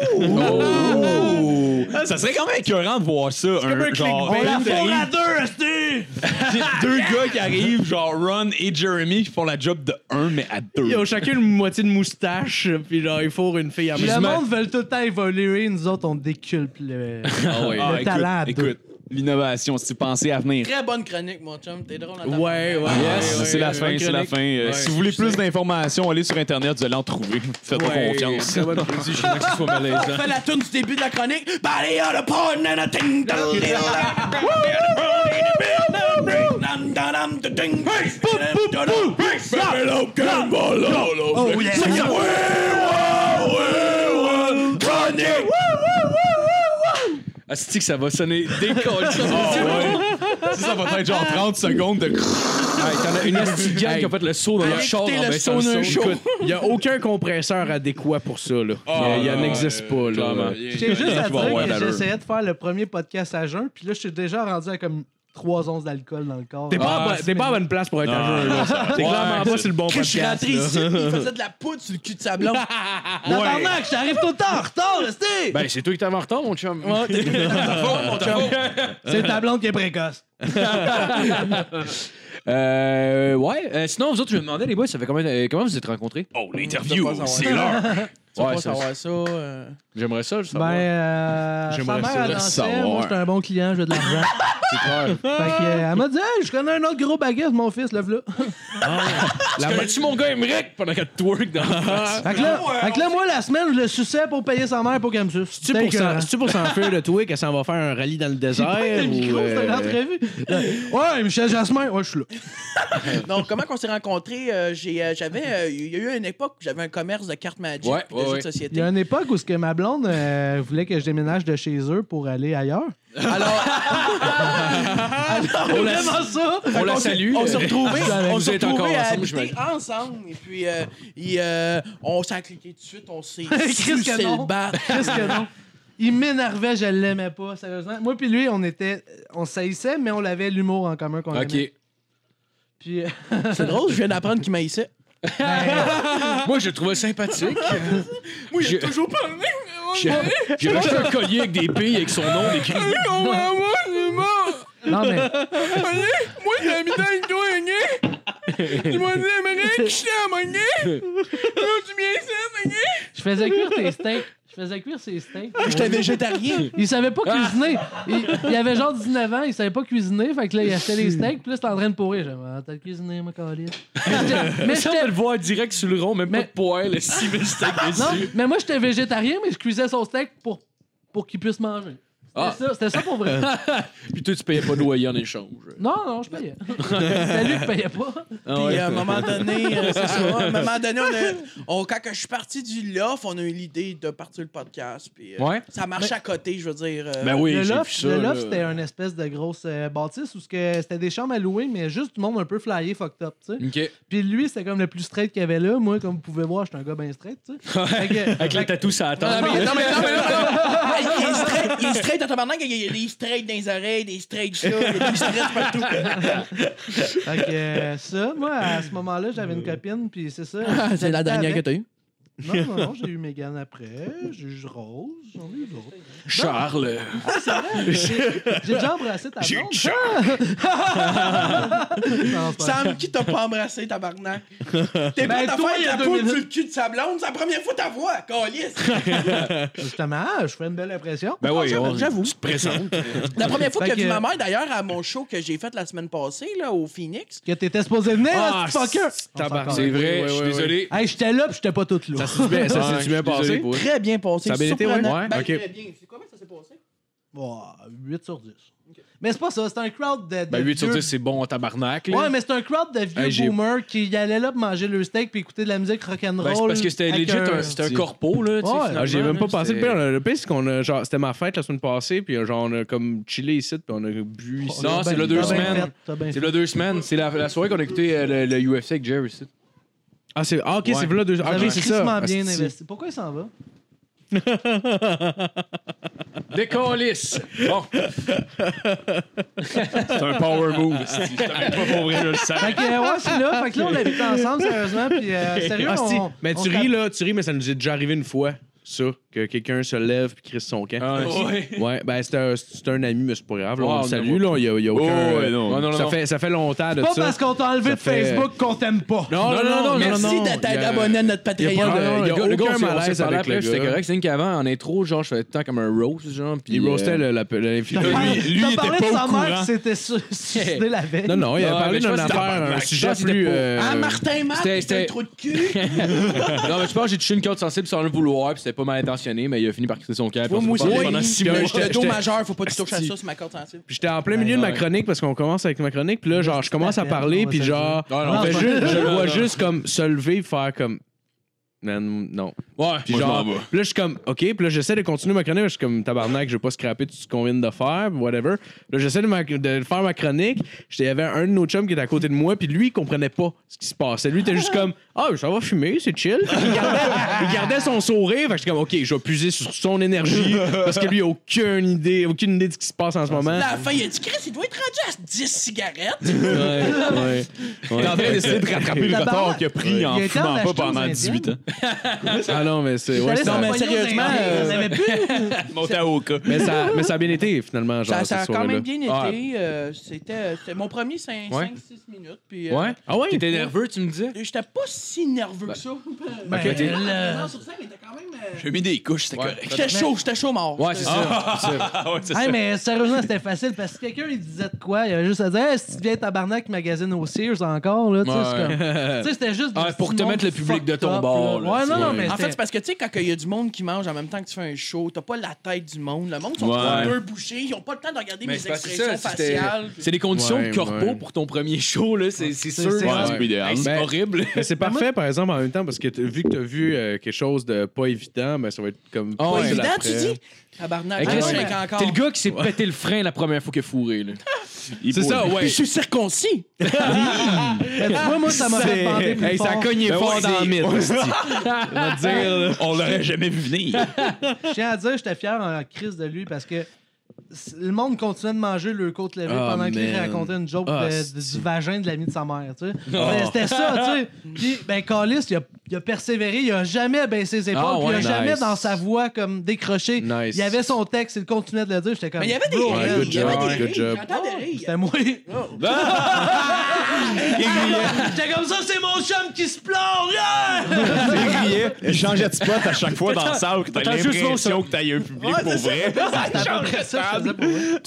[SPEAKER 4] Ça serait quand même écœurant de voir ça. Un, genre,
[SPEAKER 6] On la fourre à
[SPEAKER 4] deux, Deux gars qui arrivent, genre Ron et Jeremy, qui font la job de un, mais à deux.
[SPEAKER 3] Ils ont chacun une moitié de moustache, puis genre, il faut une fille à
[SPEAKER 6] Le monde veut tout le temps évoluer. Nous autres, on déculpe le, le
[SPEAKER 4] Ah écoute,
[SPEAKER 6] talent à deux.
[SPEAKER 4] écoute, l'innovation, si tu pensais à venir.
[SPEAKER 5] Très bonne chronique, mon chum. T'es drôle en
[SPEAKER 3] Ouais,
[SPEAKER 5] tabarnak.
[SPEAKER 3] ouais.
[SPEAKER 4] Yes,
[SPEAKER 3] ouais,
[SPEAKER 4] c'est la
[SPEAKER 3] ouais,
[SPEAKER 4] fin,
[SPEAKER 3] bonne
[SPEAKER 4] c'est la
[SPEAKER 3] chronique.
[SPEAKER 4] fin. Euh,
[SPEAKER 3] Ouais.
[SPEAKER 4] si vous voulez plus d'informations, allez sur Internet, vous allez en trouver. Faites-moi
[SPEAKER 3] Ouais,
[SPEAKER 4] confiance.
[SPEAKER 3] très bonne chronique.
[SPEAKER 2] Vas-y, je suis que ce soit malaisant.
[SPEAKER 5] Fais la tune du début de la chronique. Body on the porn and a ting dong ding
[SPEAKER 6] Oh, yeah.
[SPEAKER 2] Asti que ça va sonner
[SPEAKER 3] Oh,
[SPEAKER 2] décolle.
[SPEAKER 4] Ça va être genre 30 secondes de...
[SPEAKER 2] T'en as une asti de gang qui a fait le saut dans le
[SPEAKER 5] Allez
[SPEAKER 2] char
[SPEAKER 5] écouter
[SPEAKER 2] en
[SPEAKER 5] le
[SPEAKER 2] baissant le
[SPEAKER 5] Stoner
[SPEAKER 2] saut.
[SPEAKER 5] Show.
[SPEAKER 3] Écoute, Il n'y a aucun compresseur adéquat pour ça. Là.
[SPEAKER 2] Oh,
[SPEAKER 3] il y en existe pas. Là.
[SPEAKER 6] Je tiens juste à
[SPEAKER 4] Tu vas avoir
[SPEAKER 6] dire que
[SPEAKER 4] de l'allure.
[SPEAKER 6] j'essayais de faire le premier podcast à jeun, puis là, je suis déjà rendu à comme 3 onces d'alcool dans le corps. Ah,
[SPEAKER 3] T'es pas, à
[SPEAKER 2] Ah,
[SPEAKER 3] bo- t'es pas à bonne place pour être à jeun. là. T'es clairement pas sur le bon
[SPEAKER 5] Je suis
[SPEAKER 3] podcast.
[SPEAKER 5] rentré ici, pis il faisait de la poudre sur le cul de sa blonde.
[SPEAKER 6] Ah, Tabarnak, j'arrive tout le temps en retard, là, c'est-
[SPEAKER 2] Ben, c'est toi qui t'es en retard, mon chum.
[SPEAKER 6] C'est ta blonde qui est précoce.
[SPEAKER 3] Ah,
[SPEAKER 2] Euh, ouais. Euh, sinon, vous autres, je me demandais, les boys, ça fait combien, euh, comment vous êtes rencontrés?
[SPEAKER 4] Oh, l'interview,
[SPEAKER 5] savoir.
[SPEAKER 4] c'est l'heure.
[SPEAKER 5] Tu vas
[SPEAKER 2] Ouais,
[SPEAKER 5] pas
[SPEAKER 2] ça-
[SPEAKER 5] savoir ça. euh.
[SPEAKER 2] J'aimerais ça, je sais
[SPEAKER 6] Ben, euh, sa
[SPEAKER 3] J'aimerais
[SPEAKER 6] mère
[SPEAKER 3] ça
[SPEAKER 6] elle
[SPEAKER 4] le
[SPEAKER 6] dansait,
[SPEAKER 4] savoir.
[SPEAKER 6] Moi, j'étais un bon client, j'ai de l'argent. fait que, euh, elle m'a dit, Hey, je connais un autre gros baguette, mon fils, lève-le.
[SPEAKER 2] La Ah, connais-tu mon gars Emmerich pendant qu'elle twerk dans la face?
[SPEAKER 6] Fait que
[SPEAKER 3] Ah
[SPEAKER 6] là, fait que là, moi, la semaine, je le suçais pour payer sa mère pour qu'elle me suce.
[SPEAKER 3] C'est-tu pour
[SPEAKER 6] C'était
[SPEAKER 3] s'en- c'est-tu pour s'enfuir de toi qu'elle s'en va faire un rallye dans le désert?
[SPEAKER 6] Le micro,
[SPEAKER 3] ou, euh,
[SPEAKER 6] c'est une entrevue. Ouais, Michel Jasmin, ouais, je suis là.
[SPEAKER 5] Donc, comment qu'on s'est rencontrés? euh, j'ai, euh, j'avais, euh, il y a eu une époque où j'avais un commerce de cartes Magic
[SPEAKER 2] Ouais,
[SPEAKER 5] pis
[SPEAKER 2] ouais,
[SPEAKER 5] de jeux
[SPEAKER 2] ouais.
[SPEAKER 5] de
[SPEAKER 6] Il y
[SPEAKER 5] société.
[SPEAKER 6] a une époque où ce que ma blonde euh, voulait que je déménage de chez eux pour aller ailleurs.
[SPEAKER 5] Alors,
[SPEAKER 3] Ah,
[SPEAKER 6] On vraiment ça!
[SPEAKER 2] On la salue.
[SPEAKER 5] on s'est retrouvés, on
[SPEAKER 2] Vous
[SPEAKER 5] s'est
[SPEAKER 2] êtes encore
[SPEAKER 5] retrouvés à
[SPEAKER 2] ensemble,
[SPEAKER 5] habiter ensemble. Et puis, euh, il, euh, on s'est cliqué tout de suite, on s'est
[SPEAKER 6] Chris que
[SPEAKER 5] sucé
[SPEAKER 6] non.
[SPEAKER 5] le bat.
[SPEAKER 6] Qu'est-ce que non? Il m'énervait, je l'aimais pas, sérieusement. Moi puis lui, on était. On saillissait, mais on avait l'humour en commun qu'on aimait.
[SPEAKER 2] OK.
[SPEAKER 6] Puis, euh,
[SPEAKER 5] C'est drôle, je viens d'apprendre qu'il m'haïssait.
[SPEAKER 6] ben,
[SPEAKER 2] Moi, je le trouvais sympathique.
[SPEAKER 5] Moi,
[SPEAKER 2] j'ai
[SPEAKER 5] toujours parlé.
[SPEAKER 2] J'ai j'ai acheté un collier avec des pays avec son nom écrit.
[SPEAKER 6] non, mais.
[SPEAKER 5] Moi, j'ai mis dans le doigt, hein? Ils m'ont dit, mais que je suis à mon gars. Là, Oh, tu viens ici, mon gars.
[SPEAKER 6] Je faisais cuire tes steaks. Je faisais cuire ses steaks.
[SPEAKER 5] J'étais végétarien.
[SPEAKER 6] Il savait
[SPEAKER 8] Ah.
[SPEAKER 6] pas cuisiner. Il, il avait genre 19 ans, il savait pas cuisiner. Fait que là, il achetait les steaks, puis là, c'était en train de pourrir. J'ai dit, Ah, t'as cuisiné, ma calice. Mais j'étais- mais
[SPEAKER 8] Mais ça, de
[SPEAKER 6] j'étais.
[SPEAKER 8] le voir direct sur le rond, même
[SPEAKER 6] Mais- Ah,
[SPEAKER 8] pas de poêle, si mais steak
[SPEAKER 6] Non,
[SPEAKER 8] dessus.
[SPEAKER 6] mais moi, j'étais végétarien, mais je cuisais son steak pour, pour qu'il puisse manger. C'était
[SPEAKER 8] Ah.
[SPEAKER 6] ça, c'était ça pour vrai.
[SPEAKER 8] Puis toi, tu payais pas de loyer en échange.
[SPEAKER 6] Non, non, je payais. C'était lui qui payait pas.
[SPEAKER 5] Puis à un moment donné, euh, c'est ça. À un moment donné, on a- on- quand que je suis parti du loft, on a eu l'idée de partir le podcast. Puis euh,
[SPEAKER 2] Ouais.
[SPEAKER 5] ça marche à côté, je veux dire. euh,
[SPEAKER 2] oui,
[SPEAKER 6] le
[SPEAKER 2] j'ai
[SPEAKER 6] loft,
[SPEAKER 2] vu ça,
[SPEAKER 6] le
[SPEAKER 2] là.
[SPEAKER 6] loft, c'était une espèce de grosse euh, bâtisse où ce que- c'était des chambres à louer, mais juste du monde un peu flyé, fucked up, tu sais.
[SPEAKER 2] OK.
[SPEAKER 6] Puis lui, c'était comme le plus straight qu'il y avait là. Moi, comme vous pouvez voir, j'étais un gars bien straight, tu sais. Fait que-
[SPEAKER 8] Avec le tatou sur la
[SPEAKER 5] Non,
[SPEAKER 8] tête.
[SPEAKER 5] mais non, mais non, mais non, mais non. Hey, Il est straight, il est straight en tabarnak, il y a des straights dans les oreilles, des straights ça, il y a des straights partout.
[SPEAKER 6] Fait que euh, ça, moi, à ce moment-là, j'avais une copine, puis c'est ça.
[SPEAKER 5] C'est la dernière que t'as eue.
[SPEAKER 6] Non, non, non, j'ai eu Megan après, j'ai eu Rose, j'en ai eu d'autres.
[SPEAKER 8] Charles.
[SPEAKER 6] J'ai déjà embrassé ta blonde. Non, c'est pas vrai.
[SPEAKER 5] Sam, qui t'a pas embrassé, tabarnak? T'es
[SPEAKER 6] Ben,
[SPEAKER 5] pas ta
[SPEAKER 6] toi,
[SPEAKER 5] femme
[SPEAKER 6] il y a
[SPEAKER 5] ta
[SPEAKER 6] deux
[SPEAKER 5] poule
[SPEAKER 6] minutes.
[SPEAKER 5] sur le cul de sa blonde, c'est la première fois que ta voix, calice!
[SPEAKER 6] Justement, ah, je fais une belle impression.
[SPEAKER 8] Ben oui,
[SPEAKER 5] J'avoue,
[SPEAKER 8] on-
[SPEAKER 5] j'avoue.
[SPEAKER 8] tu te présentes.
[SPEAKER 5] La première fois
[SPEAKER 6] Fait
[SPEAKER 5] que j'ai vu
[SPEAKER 6] que-
[SPEAKER 5] ma mère, d'ailleurs, à mon show que j'ai fait la semaine passée, là, au Phoenix,
[SPEAKER 6] Que t'étais supposé venir,
[SPEAKER 2] Ah,
[SPEAKER 6] là, ce fucker!
[SPEAKER 3] tabarnak.
[SPEAKER 6] On s'en
[SPEAKER 2] C'est
[SPEAKER 6] parle.
[SPEAKER 2] vrai,
[SPEAKER 3] Ouais,
[SPEAKER 2] je suis
[SPEAKER 3] ouais, ouais.
[SPEAKER 2] désolé.
[SPEAKER 6] Hey, j'étais là, puis j'étais pas toute là.
[SPEAKER 3] Ben, ça
[SPEAKER 2] Ouais,
[SPEAKER 3] s'est bien
[SPEAKER 2] je suis désolé
[SPEAKER 3] passé.
[SPEAKER 2] pour-
[SPEAKER 5] très bien passé.
[SPEAKER 3] Ça a bien été, ouais?
[SPEAKER 5] surprenant.
[SPEAKER 3] Ouais,
[SPEAKER 5] Ben,
[SPEAKER 3] ok.
[SPEAKER 5] très bien. C'est comment ça s'est passé?
[SPEAKER 6] Bon, 8 sur 10. Mais c'est pas ça, c'est un crowd de. de
[SPEAKER 8] Ben 8 sur
[SPEAKER 6] vieux-
[SPEAKER 8] 10, c'est bon en tabarnak. là.
[SPEAKER 6] Ouais, mais c'est un crowd de vieux
[SPEAKER 3] Hey, j'ai-
[SPEAKER 6] boomers qui allaient là pour manger leur steak puis écouter de la musique rock'n'roll.
[SPEAKER 8] Ben, c'est parce que c'était
[SPEAKER 6] avec
[SPEAKER 8] legit, un- c'était un corpo, là. tu sais,
[SPEAKER 6] Ouais.
[SPEAKER 8] finalement,
[SPEAKER 3] Ah, j'y ai même
[SPEAKER 8] là,
[SPEAKER 3] pas pensé.
[SPEAKER 8] c'était-
[SPEAKER 3] Le pire, le pire, c'est qu'on a. Genre, c'était ma fête la semaine passée, puis euh, genre, on a comme chillé ici, puis on a bu
[SPEAKER 6] Oh,
[SPEAKER 3] ici.
[SPEAKER 2] Non, c'est le deux
[SPEAKER 6] T'as bien
[SPEAKER 2] semaines.
[SPEAKER 6] ben fait, t'as bien
[SPEAKER 2] C'est
[SPEAKER 6] fait.
[SPEAKER 2] là deux semaines.
[SPEAKER 8] C'est la, la soirée qu'on a écouté euh, le, le UFC avec Jerry. c'est-
[SPEAKER 3] Ah, c'est. Ah, ok, c'est là deux.
[SPEAKER 6] Vous
[SPEAKER 3] Ah,
[SPEAKER 6] avez
[SPEAKER 3] ok, c'est ça.
[SPEAKER 6] crissement bien
[SPEAKER 3] Asti.
[SPEAKER 6] investi. Pourquoi il s'en va?
[SPEAKER 8] Décalisse! Bon,
[SPEAKER 4] C'est un power move. c'est- c'est même pas pour vrai, je le sais.
[SPEAKER 6] Fait que, euh, ouais, c'est là. Fait que là, on l'habite ensemble, sérieusement. Puis, euh, sérieux,
[SPEAKER 3] Ah, si.
[SPEAKER 6] on,
[SPEAKER 3] Mais
[SPEAKER 6] on
[SPEAKER 3] tu
[SPEAKER 6] se
[SPEAKER 3] ris, là, tu ris, mais ça nous est déjà arrivé une fois, ça, que quelqu'un se lève puis crisse son camp.
[SPEAKER 2] Ah,
[SPEAKER 8] ouais.
[SPEAKER 3] Ah, Ouais, ben c'était un, c'était un ami, mais c'est pas grave. là, on
[SPEAKER 8] Ouais,
[SPEAKER 3] le
[SPEAKER 8] on
[SPEAKER 3] salue, là, il y a, il y a aucun.
[SPEAKER 4] ouais, non.
[SPEAKER 8] Ah, non, non,
[SPEAKER 3] ça,
[SPEAKER 8] non.
[SPEAKER 3] Fait, ça fait longtemps de
[SPEAKER 6] Pas
[SPEAKER 3] ça.
[SPEAKER 6] parce qu'on t'a enlevé
[SPEAKER 3] Ça
[SPEAKER 6] de
[SPEAKER 3] fait-
[SPEAKER 6] Facebook qu'on t'aime pas.
[SPEAKER 3] Non, non, non, non,
[SPEAKER 5] Merci
[SPEAKER 3] non, non,
[SPEAKER 5] de
[SPEAKER 3] il y
[SPEAKER 5] t'être
[SPEAKER 3] a-
[SPEAKER 5] abonné à notre
[SPEAKER 3] il y a
[SPEAKER 5] Patreon.
[SPEAKER 3] pas
[SPEAKER 5] Euh,
[SPEAKER 3] de- il y a
[SPEAKER 8] Ah, gars-
[SPEAKER 3] aucun
[SPEAKER 8] on s'est- on s'est
[SPEAKER 3] malaise
[SPEAKER 8] parlé
[SPEAKER 3] avec
[SPEAKER 8] après,
[SPEAKER 3] le
[SPEAKER 8] C'était
[SPEAKER 3] gars.
[SPEAKER 8] correct, c'est une qu'avant, en intro, genre, je faisais tout le temps comme un roast, genre. Puis,
[SPEAKER 3] Il
[SPEAKER 8] euh,
[SPEAKER 3] roastait le- la-
[SPEAKER 6] T'as
[SPEAKER 3] l'infini.
[SPEAKER 6] parlé-
[SPEAKER 4] lui, il
[SPEAKER 6] Ah, t'as
[SPEAKER 4] était
[SPEAKER 6] parlé
[SPEAKER 4] pas
[SPEAKER 6] de
[SPEAKER 4] au
[SPEAKER 6] sa mère
[SPEAKER 4] courant.
[SPEAKER 6] qui s'était su- suicidée la veille.
[SPEAKER 3] Non, non, il
[SPEAKER 8] Non,
[SPEAKER 3] a parlé
[SPEAKER 8] mais je
[SPEAKER 3] d'une
[SPEAKER 8] pense que
[SPEAKER 3] affaire,
[SPEAKER 8] c'était
[SPEAKER 3] un
[SPEAKER 8] pas-
[SPEAKER 3] sujet
[SPEAKER 8] je pense que c'était
[SPEAKER 3] plus.
[SPEAKER 8] pas-
[SPEAKER 3] euh,
[SPEAKER 5] Ah, Martin Matt,
[SPEAKER 8] c'était-
[SPEAKER 5] t'es un
[SPEAKER 8] c'était-
[SPEAKER 5] trou de cul!
[SPEAKER 8] Non, mais je pense que j'ai touché une corde sensible sans le vouloir, puis c'était pas mal intentionné, mais il a fini par quitter son câble.
[SPEAKER 5] Moi,
[SPEAKER 8] puis on
[SPEAKER 5] moi
[SPEAKER 8] s'est pas
[SPEAKER 5] aussi,
[SPEAKER 8] parlé pendant six mois.
[SPEAKER 3] Puis, euh,
[SPEAKER 5] le
[SPEAKER 3] j'étais-
[SPEAKER 5] dos
[SPEAKER 3] j'étais-
[SPEAKER 5] majeur, faut pas que tu touches à
[SPEAKER 3] Asti.
[SPEAKER 5] ça, c'est ma corde sensible.
[SPEAKER 3] Puis j'étais en plein milieu de ma
[SPEAKER 8] ouais.
[SPEAKER 3] chronique parce qu'on commence avec ma chronique. Puis là, genre, je commence à
[SPEAKER 6] Juste
[SPEAKER 3] parler.
[SPEAKER 6] on
[SPEAKER 3] Puis
[SPEAKER 6] va
[SPEAKER 3] genre,
[SPEAKER 8] Non, non,
[SPEAKER 3] on
[SPEAKER 6] non,
[SPEAKER 3] fait
[SPEAKER 6] c'est
[SPEAKER 3] juste-
[SPEAKER 6] pas-
[SPEAKER 3] je le vois juste comme se lever, faire comme. Man, non.
[SPEAKER 8] Ouais.
[SPEAKER 3] Puis
[SPEAKER 4] Moi, je
[SPEAKER 3] genre,
[SPEAKER 4] m'en vais.
[SPEAKER 3] puis là, je suis comme, OK. Puis là, j'essaie de continuer ma chronique. Je suis comme, tabarnak, je vais pas scraper tout ce qu'on vient de faire, whatever. Là, j'essaie de, ma- de faire ma chronique. J'étais- Il y avait un de nos chums qui était à côté de moi. Puis lui, il comprenait pas ce qui se passait. Lui, il était juste comme, ah, ça va fumer, c'est chill. Il gardait, il gardait son sourire. Fait que j'étais comme, OK, je vais puiser sur son énergie parce que lui, il a aucune idée, aucune idée de ce qui se passe
[SPEAKER 8] Ah,
[SPEAKER 3] en ce moment.
[SPEAKER 5] La fin, il a dit, Chris, il doit être rendu à 10 cigarettes.
[SPEAKER 3] ouais.
[SPEAKER 9] T'es en train d'essayer de rattraper le
[SPEAKER 6] La
[SPEAKER 9] retard
[SPEAKER 6] barre-
[SPEAKER 9] qu'il a pris en
[SPEAKER 6] Il était en
[SPEAKER 9] fumant pas
[SPEAKER 6] acheteuse
[SPEAKER 9] pendant
[SPEAKER 6] indienne.
[SPEAKER 9] 18 ans.
[SPEAKER 3] Ah non, mais c'est. ouais,
[SPEAKER 6] J'allais
[SPEAKER 3] ça-
[SPEAKER 5] Non, mais
[SPEAKER 6] s'empoigner aux
[SPEAKER 5] sérieusement,
[SPEAKER 6] Indiens,
[SPEAKER 5] euh,
[SPEAKER 6] ils avaient plus.
[SPEAKER 3] mais, ça, mais ça a bien été, finalement. Genre,
[SPEAKER 5] Ça, ça a
[SPEAKER 3] cette
[SPEAKER 5] quand
[SPEAKER 3] soirée-là.
[SPEAKER 5] même bien été. euh, C'était c'était mon premier 5-6
[SPEAKER 3] Ah. Ouais.
[SPEAKER 5] minutes. Puis, euh,
[SPEAKER 8] Ouais.
[SPEAKER 3] Ah ouais?
[SPEAKER 8] T'étais nerveux, tu me disais?
[SPEAKER 5] J'étais pas si nerveux que ça.
[SPEAKER 6] Ben, le-
[SPEAKER 5] Non, sur scène, il était quand même. euh,
[SPEAKER 4] J'ai mis des couches, c'était correct.
[SPEAKER 5] J'étais chaud, j'étais chaud mort.
[SPEAKER 8] Ouais, c'est ça.
[SPEAKER 6] Hey, mais sérieusement, c'était facile parce que quelqu'un il disait de quoi, il avait juste à dire hey, si tu viens tabarnak magazine au Sears encore là, tu sais c'est comme- tu sais, c'était juste du
[SPEAKER 8] Ouais, pour
[SPEAKER 6] petit
[SPEAKER 8] te mettre le
[SPEAKER 6] monde
[SPEAKER 8] public de ton
[SPEAKER 6] fucked up,
[SPEAKER 8] bord, là,
[SPEAKER 6] là. Ouais,
[SPEAKER 8] tu
[SPEAKER 6] non
[SPEAKER 8] vois.
[SPEAKER 6] non, mais
[SPEAKER 5] En fait,
[SPEAKER 6] c'était-
[SPEAKER 5] c'est parce que, tu sais, quand il y a du monde qui mange en même temps que tu fais un show, t'as pas la tête du monde. Le monde, ils sont
[SPEAKER 4] Ouais.
[SPEAKER 5] tous les deux bouchés, ils ont pas le temps de regarder mes
[SPEAKER 8] Ben, parce que
[SPEAKER 5] expressions
[SPEAKER 8] c'était-
[SPEAKER 5] faciales.
[SPEAKER 8] C'est des conditions
[SPEAKER 3] Ouais,
[SPEAKER 8] de corpo
[SPEAKER 3] ouais.
[SPEAKER 8] pour ton premier show, là, c'est c'est sûr.
[SPEAKER 6] c'est-
[SPEAKER 4] Ouais, c'est pas idéal.
[SPEAKER 8] Hey, c'est
[SPEAKER 3] Ben-
[SPEAKER 8] horrible.
[SPEAKER 3] Mais c'est parfait, par exemple, en même temps, parce que t'as- vu que tu as vu euh, quelque chose de pas évident, mais ça va être comme.
[SPEAKER 8] Ah
[SPEAKER 5] Pas
[SPEAKER 8] ouais.
[SPEAKER 5] évident, tu
[SPEAKER 3] après.
[SPEAKER 5] dis? Tabarnak,
[SPEAKER 8] Hey,
[SPEAKER 5] je
[SPEAKER 8] Chris,
[SPEAKER 5] suis
[SPEAKER 8] mais-
[SPEAKER 5] encore.
[SPEAKER 8] T'es le gars qui s'est pété le frein la première fois qu'il a fourré, là.
[SPEAKER 3] Oh. C'est ça,
[SPEAKER 5] Puis
[SPEAKER 3] ouais.
[SPEAKER 5] Je suis circoncis.
[SPEAKER 6] mais tu vois, moi ça m'a fait bander plus
[SPEAKER 3] Hey, ça a
[SPEAKER 6] fort.
[SPEAKER 3] cogné fort dans le mythe. hostie. On va te dire, là.
[SPEAKER 9] On l'aurait jamais vu venir.
[SPEAKER 6] Je tiens à dire, j'étais fier en crise de lui parce que c- le monde continuait de manger le côte levée
[SPEAKER 3] Ah,
[SPEAKER 6] pendant qu'il
[SPEAKER 3] man.
[SPEAKER 6] racontait une joke
[SPEAKER 3] Ah,
[SPEAKER 6] de- de-
[SPEAKER 3] c'est-
[SPEAKER 6] du vagin de l'ami de sa mère, tu sais. C'était- C'était ça, tu sais. Puis, ben, Calis, il a, il a persévéré, il a jamais baissé ses épaules,
[SPEAKER 3] Ah,
[SPEAKER 6] puis il a
[SPEAKER 3] ouais,
[SPEAKER 6] jamais
[SPEAKER 3] nice.
[SPEAKER 6] dans sa voix comme décroché.
[SPEAKER 3] Nice.
[SPEAKER 6] Il y avait son texte, il continuait de le dire, j'étais comme...
[SPEAKER 5] Mais il y avait des
[SPEAKER 6] Bro,
[SPEAKER 5] rires,
[SPEAKER 3] good
[SPEAKER 5] il y avait
[SPEAKER 3] job,
[SPEAKER 5] des
[SPEAKER 3] good
[SPEAKER 5] rires,
[SPEAKER 3] job.
[SPEAKER 5] j'entends des rires.
[SPEAKER 3] Ah!
[SPEAKER 6] C'était moi.
[SPEAKER 5] J'étais comme ça, c'est mon chum qui se plonge! là!
[SPEAKER 9] Il riait, il changeait de spot à chaque fois dans la salle, que t'as
[SPEAKER 2] Attends, juste voir ça.
[SPEAKER 9] l'impression que t'as eu un public pour vrai.
[SPEAKER 3] Ah,
[SPEAKER 2] Tout ce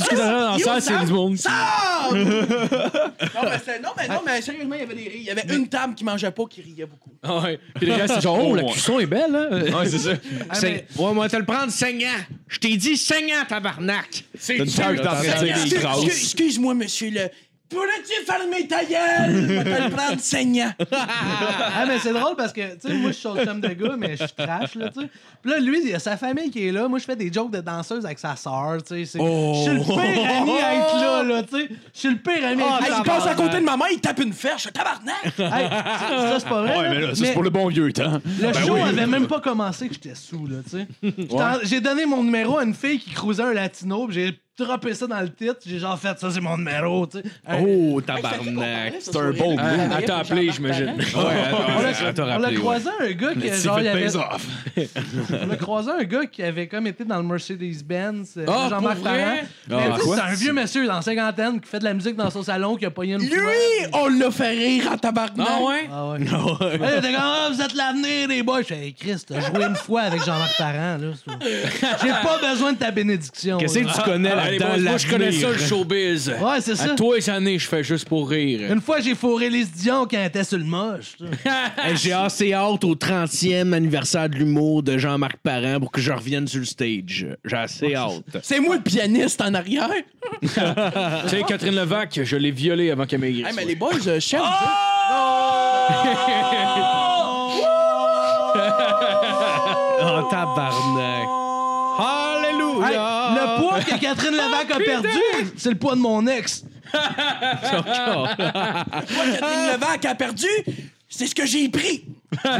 [SPEAKER 2] que t'as dans ça, c'est du monde.
[SPEAKER 5] Ah! non, mais c'est- non, mais non, mais sérieusement, il y avait des rires. Il y avait une table qui mangeait pas, qui riait beaucoup.
[SPEAKER 2] Ah ouais. Puis les gars, c'est genre, oh, la cuisson est belle, hein?
[SPEAKER 9] Ouais, c'est ça.
[SPEAKER 3] Ouais, moi, te le prendre 5 ans. Je t'ai dit 5 ans, tabarnak.
[SPEAKER 9] T'as une peur que t'es en train de dire des
[SPEAKER 5] Excuse- excuse-
[SPEAKER 9] grosses.
[SPEAKER 5] Excuse-moi, monsieur le. Pourrais-tu fermer ta gueule? Je vais te le prendre saignant.
[SPEAKER 6] Ah, mais c'est drôle parce que, tu sais, moi, je suis sur le thème de gars, mais je suis trash, là, tu sais. Puis là, lui, il y a sa famille qui est là. Moi, je fais des jokes de danseuse avec sa sœur, tu sais. c'est-
[SPEAKER 9] Oh.
[SPEAKER 6] Je suis le pire ami à être là, là, tu sais. Je suis le pire ami
[SPEAKER 9] Ah,
[SPEAKER 6] à être
[SPEAKER 5] Hey,
[SPEAKER 6] là.
[SPEAKER 5] il passe Ah, à côté de ma main, il tape une ferche. Tabarnak!
[SPEAKER 6] Hey, ça, ça, c'est pas vrai.
[SPEAKER 9] Ouais,
[SPEAKER 6] là.
[SPEAKER 9] mais là, ça,
[SPEAKER 6] Mais
[SPEAKER 9] c'est pour le Ben bon vieux temps.
[SPEAKER 6] le show avait même pas commencé que j'étais sous, là, tu sais. J'étais en- J'ai donné mon numéro à une fille qui cruisait un latino, puis j'ai droppé ça dans le titre. J'ai genre fait ça, c'est mon numéro, tu sais. Hey,
[SPEAKER 3] Oh, tabarnak.
[SPEAKER 5] C'est un
[SPEAKER 9] bon
[SPEAKER 2] À t'appeler, j'imagine.
[SPEAKER 6] on l'a- on l'a croisé un gars qui genre, il avait- On a croisé un gars qui avait comme été dans le Mercedes-Benz, euh,
[SPEAKER 2] Ah,
[SPEAKER 6] Jean-Marc
[SPEAKER 2] pour vrai?
[SPEAKER 6] Parent. Mais tu sais, c'est un vieux monsieur dans la cinquantaine qui fait de la musique dans son salon, qui a pogné une fois.
[SPEAKER 5] Lui, on l'a fait rire en tabarnak.
[SPEAKER 2] Ah ouais?
[SPEAKER 6] Ah ouais. Hey, t'es comme, Ah, vous êtes l'avenir des boys. Je fais, Hey, Chris, t'as joué une fois avec Jean-Marc Parent. là. C'est- J'ai pas besoin de ta bénédiction.
[SPEAKER 3] Qu'est-ce
[SPEAKER 6] là.
[SPEAKER 3] que tu connais
[SPEAKER 2] Ah, Allez,
[SPEAKER 3] là-dedans?
[SPEAKER 2] boys, moi, je connais ça,
[SPEAKER 3] l'avenir?
[SPEAKER 2] le showbiz.
[SPEAKER 6] Ouais, c'est
[SPEAKER 2] À
[SPEAKER 6] ça.
[SPEAKER 2] toi les années, je fais juste pour rire.
[SPEAKER 6] Une fois, j'ai fourré les Dion quand elle était sur le moche. tu sais.
[SPEAKER 3] Hey, J'ai assez hâte au 30e anniversaire de l'humour de Jean-Marc Parent pour que je revienne sur le stage. J'ai assez hâte.
[SPEAKER 5] C'est moi le pianiste en arrière. Hey,
[SPEAKER 3] Ah.
[SPEAKER 2] Tu sais, Catherine Levac, je l'ai violée avant qu'elle maigrisse.
[SPEAKER 5] mais les boys, euh, chef.
[SPEAKER 9] Ah!
[SPEAKER 3] En Ah, tabarnak.
[SPEAKER 6] Hey,
[SPEAKER 3] Alléluia!
[SPEAKER 6] le poids que Catherine Levac a perdu, c'est le poids de mon ex.
[SPEAKER 5] Catherine Levac a perdu. C'est ce que j'ai pris.
[SPEAKER 6] J'ai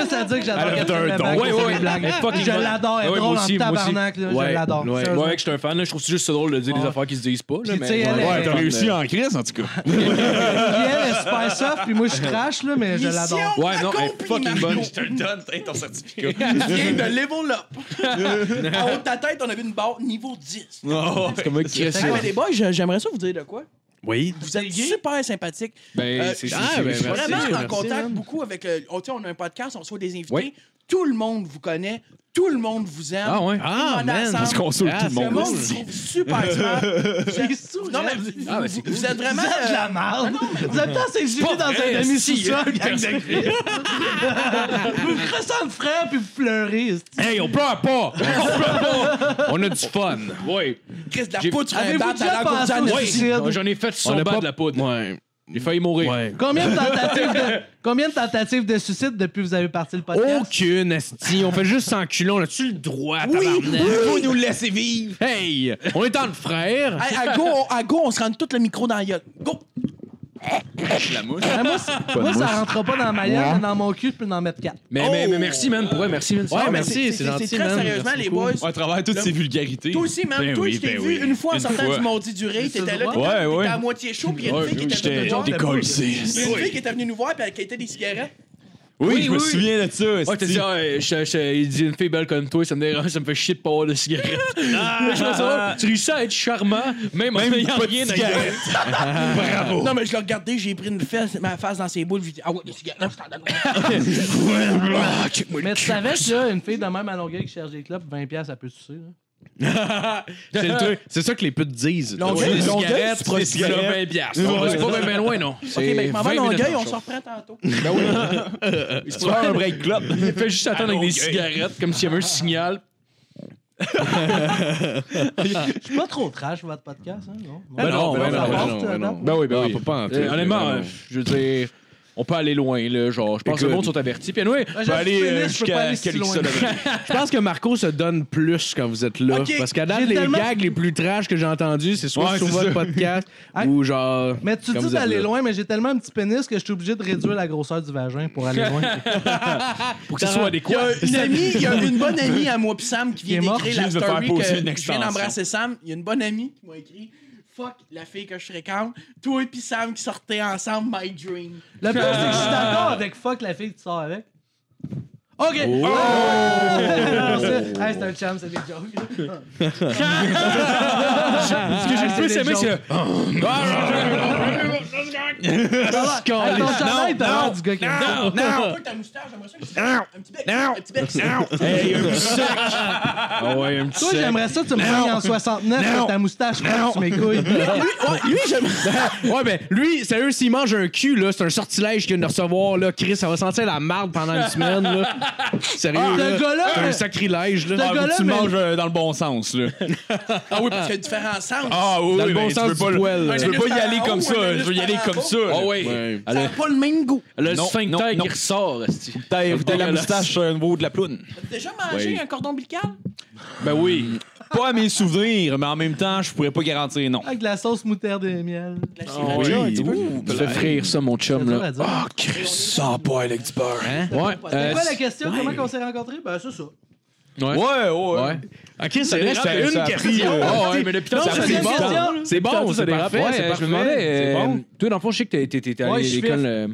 [SPEAKER 6] juste à dire que j'adore Catherine Levac.
[SPEAKER 2] Ouais,
[SPEAKER 6] c'est
[SPEAKER 2] ouais,
[SPEAKER 6] des
[SPEAKER 2] ouais.
[SPEAKER 6] blagues.
[SPEAKER 2] Elle est fucking
[SPEAKER 6] Je
[SPEAKER 2] bonne.
[SPEAKER 6] l'adore. Elle est
[SPEAKER 2] Ouais,
[SPEAKER 6] drôle
[SPEAKER 2] moi aussi,
[SPEAKER 6] en
[SPEAKER 2] moi aussi.
[SPEAKER 6] tabarnak. là.
[SPEAKER 3] Ouais,
[SPEAKER 6] Je l'adore.
[SPEAKER 3] ouais.
[SPEAKER 6] Sérieusement.
[SPEAKER 2] Ouais, que je suis un fan, là, je trouve c'est juste ça drôle de dire des affaires qui se disent pas. Là,
[SPEAKER 6] Puis, tu sais,
[SPEAKER 2] mais...
[SPEAKER 6] elle,
[SPEAKER 9] Ouais, t'as
[SPEAKER 6] elle-
[SPEAKER 9] réussi en crise, en tout cas.
[SPEAKER 6] Puis elle est super soft, puis moi je suis trash, là, mais je l'adore.
[SPEAKER 2] Ouais, non, elle est fucking bonne.
[SPEAKER 9] te le donne, t'as ton certificat.
[SPEAKER 5] Viens de level up. en haut de ta tête, on avait une barre niveau 10.
[SPEAKER 2] C'est comme Chris.
[SPEAKER 5] Hey, mais les boys, je- j'aimerais ça vous dire de quoi.
[SPEAKER 3] Oui.
[SPEAKER 5] Vous êtes super sympathiques.
[SPEAKER 2] Ben,
[SPEAKER 5] Euh,
[SPEAKER 2] c'est
[SPEAKER 3] ah,
[SPEAKER 2] c'est-
[SPEAKER 3] ben,
[SPEAKER 2] c'est-
[SPEAKER 3] merci.
[SPEAKER 5] Vraiment, en contact
[SPEAKER 6] man.
[SPEAKER 5] beaucoup avec le. On, tu sais, on a un podcast, on reçoit des invités.
[SPEAKER 2] Oui.
[SPEAKER 5] Tout le monde vous connaît. Tout le monde vous aime.
[SPEAKER 2] Ah, ouais.
[SPEAKER 3] Ah,
[SPEAKER 5] Tout le monde
[SPEAKER 3] man.
[SPEAKER 5] ensemble.
[SPEAKER 9] Qu'on saoule tout le
[SPEAKER 5] Le monde
[SPEAKER 9] monde.
[SPEAKER 5] vous trouve super smart. Vous êtes- Non, mais vous,
[SPEAKER 2] Ah, mais
[SPEAKER 5] vous-
[SPEAKER 2] c'est
[SPEAKER 5] vous êtes vraiment. euh,
[SPEAKER 6] Vous êtes de la merde. Vous êtes pas exilé dans un
[SPEAKER 2] vrai, hein,
[SPEAKER 6] demi-sous-sol, gang de Chris. Vous vous crossez le frère, puis vous pleurez. c'est-tu.
[SPEAKER 3] Hey, on pleure pas! On pleure pas! On a du fun!
[SPEAKER 2] Ouais.
[SPEAKER 5] Chris de la
[SPEAKER 2] J'ai-
[SPEAKER 5] poutre, un
[SPEAKER 6] Avez-vous
[SPEAKER 5] bat
[SPEAKER 6] déjà
[SPEAKER 5] à la
[SPEAKER 6] pensé
[SPEAKER 5] gourgane.
[SPEAKER 6] au suicide?
[SPEAKER 2] J'en ai fait
[SPEAKER 3] On
[SPEAKER 2] son
[SPEAKER 3] a
[SPEAKER 2] bas
[SPEAKER 3] pas-
[SPEAKER 2] de la poudre.
[SPEAKER 3] Ouais.
[SPEAKER 2] J'ai failli mourir.
[SPEAKER 3] Ouais.
[SPEAKER 6] Combien de tentatives de... Combien de tentatives de suicide depuis que vous avez parti le podcast?
[SPEAKER 2] Oh,
[SPEAKER 3] Aucune, esti. On fait juste s'enculer. On a-tu le droit,
[SPEAKER 5] Oui,
[SPEAKER 3] tabarnak?
[SPEAKER 5] oui.
[SPEAKER 3] Hey! On est en frère!
[SPEAKER 5] Hey, à, go, on, à go, on se rentre tout le micro dans la gueule. Go!
[SPEAKER 6] Ah, moi, c'est- moi, ça rentre pas dans ma gueule, mais dans mon cul, je peux en mettre quatre.
[SPEAKER 2] Mais, mais, mais merci, man. Pour vrai, merci, man.
[SPEAKER 3] Ouais,
[SPEAKER 5] Ah, mais
[SPEAKER 3] merci, c'est gentil,
[SPEAKER 5] C'est très
[SPEAKER 3] man.
[SPEAKER 5] sérieusement,
[SPEAKER 3] Merci
[SPEAKER 5] les
[SPEAKER 3] beaucoup.
[SPEAKER 5] boys.
[SPEAKER 9] À travers toutes ces vulgarités.
[SPEAKER 5] Toi aussi, man.
[SPEAKER 9] Ben
[SPEAKER 5] toi,
[SPEAKER 9] oui,
[SPEAKER 5] je t'ai
[SPEAKER 9] ben
[SPEAKER 5] vu
[SPEAKER 9] oui.
[SPEAKER 5] une fois en
[SPEAKER 9] Une
[SPEAKER 5] sortant
[SPEAKER 9] fois.
[SPEAKER 5] du Mardi du Rire. T'étais là, t'étais
[SPEAKER 9] Ouais, ouais.
[SPEAKER 5] t'étais à moitié chaud, puis il y a une fille qui était venue
[SPEAKER 9] J'étais
[SPEAKER 5] nous voir.
[SPEAKER 9] décolle,
[SPEAKER 5] Il y a une fille qui était venue nous voir, puis qui était des cigarettes.
[SPEAKER 9] Oui, je me
[SPEAKER 2] oui.
[SPEAKER 9] souviens de ça.
[SPEAKER 2] Ouais, t'as
[SPEAKER 9] esti.
[SPEAKER 2] dit, ah, euh, je- je- il dit une fille belle comme toi, ça me dérange, ça me fait chier de pas avoir de cigarette. Mais je me dis, Ah, tu réussis à être charmant, même en
[SPEAKER 9] Même
[SPEAKER 2] ayant
[SPEAKER 9] pas de
[SPEAKER 2] rien à
[SPEAKER 9] cigarette. Bravo.
[SPEAKER 5] Non, mais je l'ai regardé, j'ai pris une fesse, ma face dans ses boules, j'ai dit, ah ouais, des cigarettes, non, je t'en donne.
[SPEAKER 6] Mais tu savais que là, une fille de même à Longueuil qui cherche des clubs, 20$, ça peut sucer. là.
[SPEAKER 3] C'est le truc. C'est ça que les putes disent.
[SPEAKER 5] Longueuil,
[SPEAKER 3] Des
[SPEAKER 5] Longueuil,
[SPEAKER 3] cigarettes,
[SPEAKER 9] tu
[SPEAKER 3] prostituées.
[SPEAKER 9] cigarettes.
[SPEAKER 3] Ben,
[SPEAKER 2] On
[SPEAKER 3] bien,
[SPEAKER 2] va c'est pas bien, bien loin, non.
[SPEAKER 5] Ok,
[SPEAKER 2] C'est
[SPEAKER 5] ben, je m'en vais
[SPEAKER 2] 20
[SPEAKER 5] à
[SPEAKER 2] minutes
[SPEAKER 5] Longueuil,
[SPEAKER 2] dans
[SPEAKER 5] on
[SPEAKER 2] le
[SPEAKER 5] se reprend tantôt.
[SPEAKER 9] Tu vas faire un break club.
[SPEAKER 2] Il fait juste attendre avec des cigarettes, comme s'il y avait un signal.
[SPEAKER 6] Je suis pas trop trash, votre podcast. Hein, non?
[SPEAKER 3] Ben non, ben non, ben non, ben non.
[SPEAKER 6] non.
[SPEAKER 2] Ben oui,
[SPEAKER 3] Ben,
[SPEAKER 2] ben
[SPEAKER 3] on
[SPEAKER 2] oui.
[SPEAKER 3] peut pas en
[SPEAKER 2] Euh,
[SPEAKER 3] tout-
[SPEAKER 2] honnêtement,
[SPEAKER 3] ben non.
[SPEAKER 2] euh, je veux dire, on peut aller loin, là. Genre, je pense que le
[SPEAKER 9] Écoute.
[SPEAKER 2] monde sont avertis. Puis, anyway,
[SPEAKER 6] Ben,
[SPEAKER 9] Je vais aller
[SPEAKER 6] finis,
[SPEAKER 9] euh,
[SPEAKER 6] je peux
[SPEAKER 9] jusqu'à
[SPEAKER 6] pas aller si loin.
[SPEAKER 9] Calixte Levac.
[SPEAKER 2] ben.
[SPEAKER 3] Je pense que Marco se donne plus quand vous êtes là.
[SPEAKER 5] Ok,
[SPEAKER 3] Parce qu'à date,
[SPEAKER 6] j'ai
[SPEAKER 3] les
[SPEAKER 6] tellement-
[SPEAKER 3] gags les plus trash que j'ai entendus, c'est soit
[SPEAKER 9] Ouais,
[SPEAKER 3] sur
[SPEAKER 9] c'est
[SPEAKER 3] votre
[SPEAKER 9] ça.
[SPEAKER 3] podcast
[SPEAKER 6] Hey.
[SPEAKER 3] ou genre.
[SPEAKER 6] Mais tu
[SPEAKER 3] quand
[SPEAKER 6] dis
[SPEAKER 3] vous êtes
[SPEAKER 6] d'aller
[SPEAKER 3] là.
[SPEAKER 6] loin, mais j'ai tellement un petit pénis que je suis obligé de réduire la grosseur du vagin pour aller loin.
[SPEAKER 2] pour que ce soit
[SPEAKER 5] Il y
[SPEAKER 2] adéquat.
[SPEAKER 5] a une amie, il y a une bonne amie à moi puis Sam qui vient
[SPEAKER 6] est mort.
[SPEAKER 5] d'écrire la
[SPEAKER 9] Je viens de me
[SPEAKER 5] story
[SPEAKER 9] faire
[SPEAKER 5] que
[SPEAKER 9] poser une
[SPEAKER 5] je viens
[SPEAKER 9] extension.
[SPEAKER 5] d'embrasser Sam. Il y a une bonne amie qui m'a écrit Fuck la fille que je fréquente, toi et puis Sam qui sortaient ensemble, my dream.
[SPEAKER 6] Le pire, c'est que je suis d'accord avec fuck la fille que tu sors avec.
[SPEAKER 3] Oh!
[SPEAKER 6] OK! Non, c'est hey, c'est un chum, c'est des jokes.
[SPEAKER 2] Ce que j'ai le plus aimé, c'est le.
[SPEAKER 6] Avec ton chandail, t'as l'air du gars qui aime ça.
[SPEAKER 9] Ah.
[SPEAKER 5] Un peu ta moustache, j'aimerais ça que tu- Un petit bec. Un petit bec. Ah.
[SPEAKER 2] Ah ouais, un petit
[SPEAKER 6] Toi, j'aimerais ça que tu me prennes en 69 avec ta moustache par sur mes couilles.
[SPEAKER 3] ouais, ben lui, sérieux, s'il mange un cul, là, c'est un sortilège qu'il vient de recevoir, là. Chris, ça va sentir la marde pendant une semaine, là. Sérieux,
[SPEAKER 6] Ah,
[SPEAKER 3] là,
[SPEAKER 6] le gars-là,
[SPEAKER 3] c'est un
[SPEAKER 6] mais-
[SPEAKER 3] sacrilège, là.
[SPEAKER 6] le gars-là,
[SPEAKER 9] tu
[SPEAKER 6] mais-
[SPEAKER 9] manges euh, dans le bon sens, là.
[SPEAKER 5] Ah oui, parce qu'il y a différents sens.
[SPEAKER 9] Ah oui,
[SPEAKER 3] Dans le bon
[SPEAKER 9] ben, tu
[SPEAKER 3] sens
[SPEAKER 9] veux
[SPEAKER 3] du
[SPEAKER 9] pas le-
[SPEAKER 3] poil, là.
[SPEAKER 9] Tu
[SPEAKER 5] Un
[SPEAKER 9] veux pas y
[SPEAKER 5] espère
[SPEAKER 9] aller
[SPEAKER 5] en
[SPEAKER 9] comme
[SPEAKER 5] haut,
[SPEAKER 9] ça,
[SPEAKER 5] un
[SPEAKER 9] je veux y aller
[SPEAKER 5] espère en
[SPEAKER 9] comme
[SPEAKER 5] bas.
[SPEAKER 9] ça.
[SPEAKER 2] Ah ouais.
[SPEAKER 3] Ouais.
[SPEAKER 5] Ça n'a pas le même goût.
[SPEAKER 2] Le
[SPEAKER 9] Non,
[SPEAKER 2] sphincter
[SPEAKER 9] non, non.
[SPEAKER 2] qui ressort, esti.
[SPEAKER 9] T'as t'as la
[SPEAKER 2] dégueulasse.
[SPEAKER 9] moustache euh, au niveau de la ploune.
[SPEAKER 5] T'as déjà mangé un cordon ombilical?
[SPEAKER 9] Ben oui. Pas à mes souvenirs, mais en même temps, je pourrais pas garantir non.
[SPEAKER 6] Avec de la sauce moutarde et miel.
[SPEAKER 5] La
[SPEAKER 9] Ah
[SPEAKER 5] sriracha, un petit peu.
[SPEAKER 2] Tu fais frire ça, mon chum, là.
[SPEAKER 6] Ah,
[SPEAKER 2] Ouais.
[SPEAKER 6] C'est
[SPEAKER 2] euh,
[SPEAKER 6] quoi la question? Comment on s'est rencontrés? Ben, c'est ça.
[SPEAKER 2] Ouais.
[SPEAKER 9] Ouais,
[SPEAKER 2] Ouais.
[SPEAKER 3] Ah, Chris, c'est vrai,
[SPEAKER 9] dérape,
[SPEAKER 3] c'était
[SPEAKER 9] euh,
[SPEAKER 3] une
[SPEAKER 9] ça.
[SPEAKER 3] question.
[SPEAKER 2] Ah ouais, mais depuis tantôt,
[SPEAKER 6] Non,
[SPEAKER 2] ça
[SPEAKER 6] c'est
[SPEAKER 2] fait
[SPEAKER 6] une
[SPEAKER 2] bon.
[SPEAKER 6] question.
[SPEAKER 3] C'est
[SPEAKER 2] Tantôt,
[SPEAKER 3] bon,
[SPEAKER 2] ça
[SPEAKER 3] c'est
[SPEAKER 2] dérape.
[SPEAKER 3] parfait.
[SPEAKER 2] Ouais,
[SPEAKER 3] c'est
[SPEAKER 2] Je me
[SPEAKER 3] parfait,
[SPEAKER 2] demandais.
[SPEAKER 3] c'est
[SPEAKER 2] euh,
[SPEAKER 3] bon.
[SPEAKER 2] Toi, dans le fond, je sais que t'es- t'es t'es allé
[SPEAKER 6] Ouais,
[SPEAKER 2] à
[SPEAKER 6] je suis
[SPEAKER 2] l'école. euh,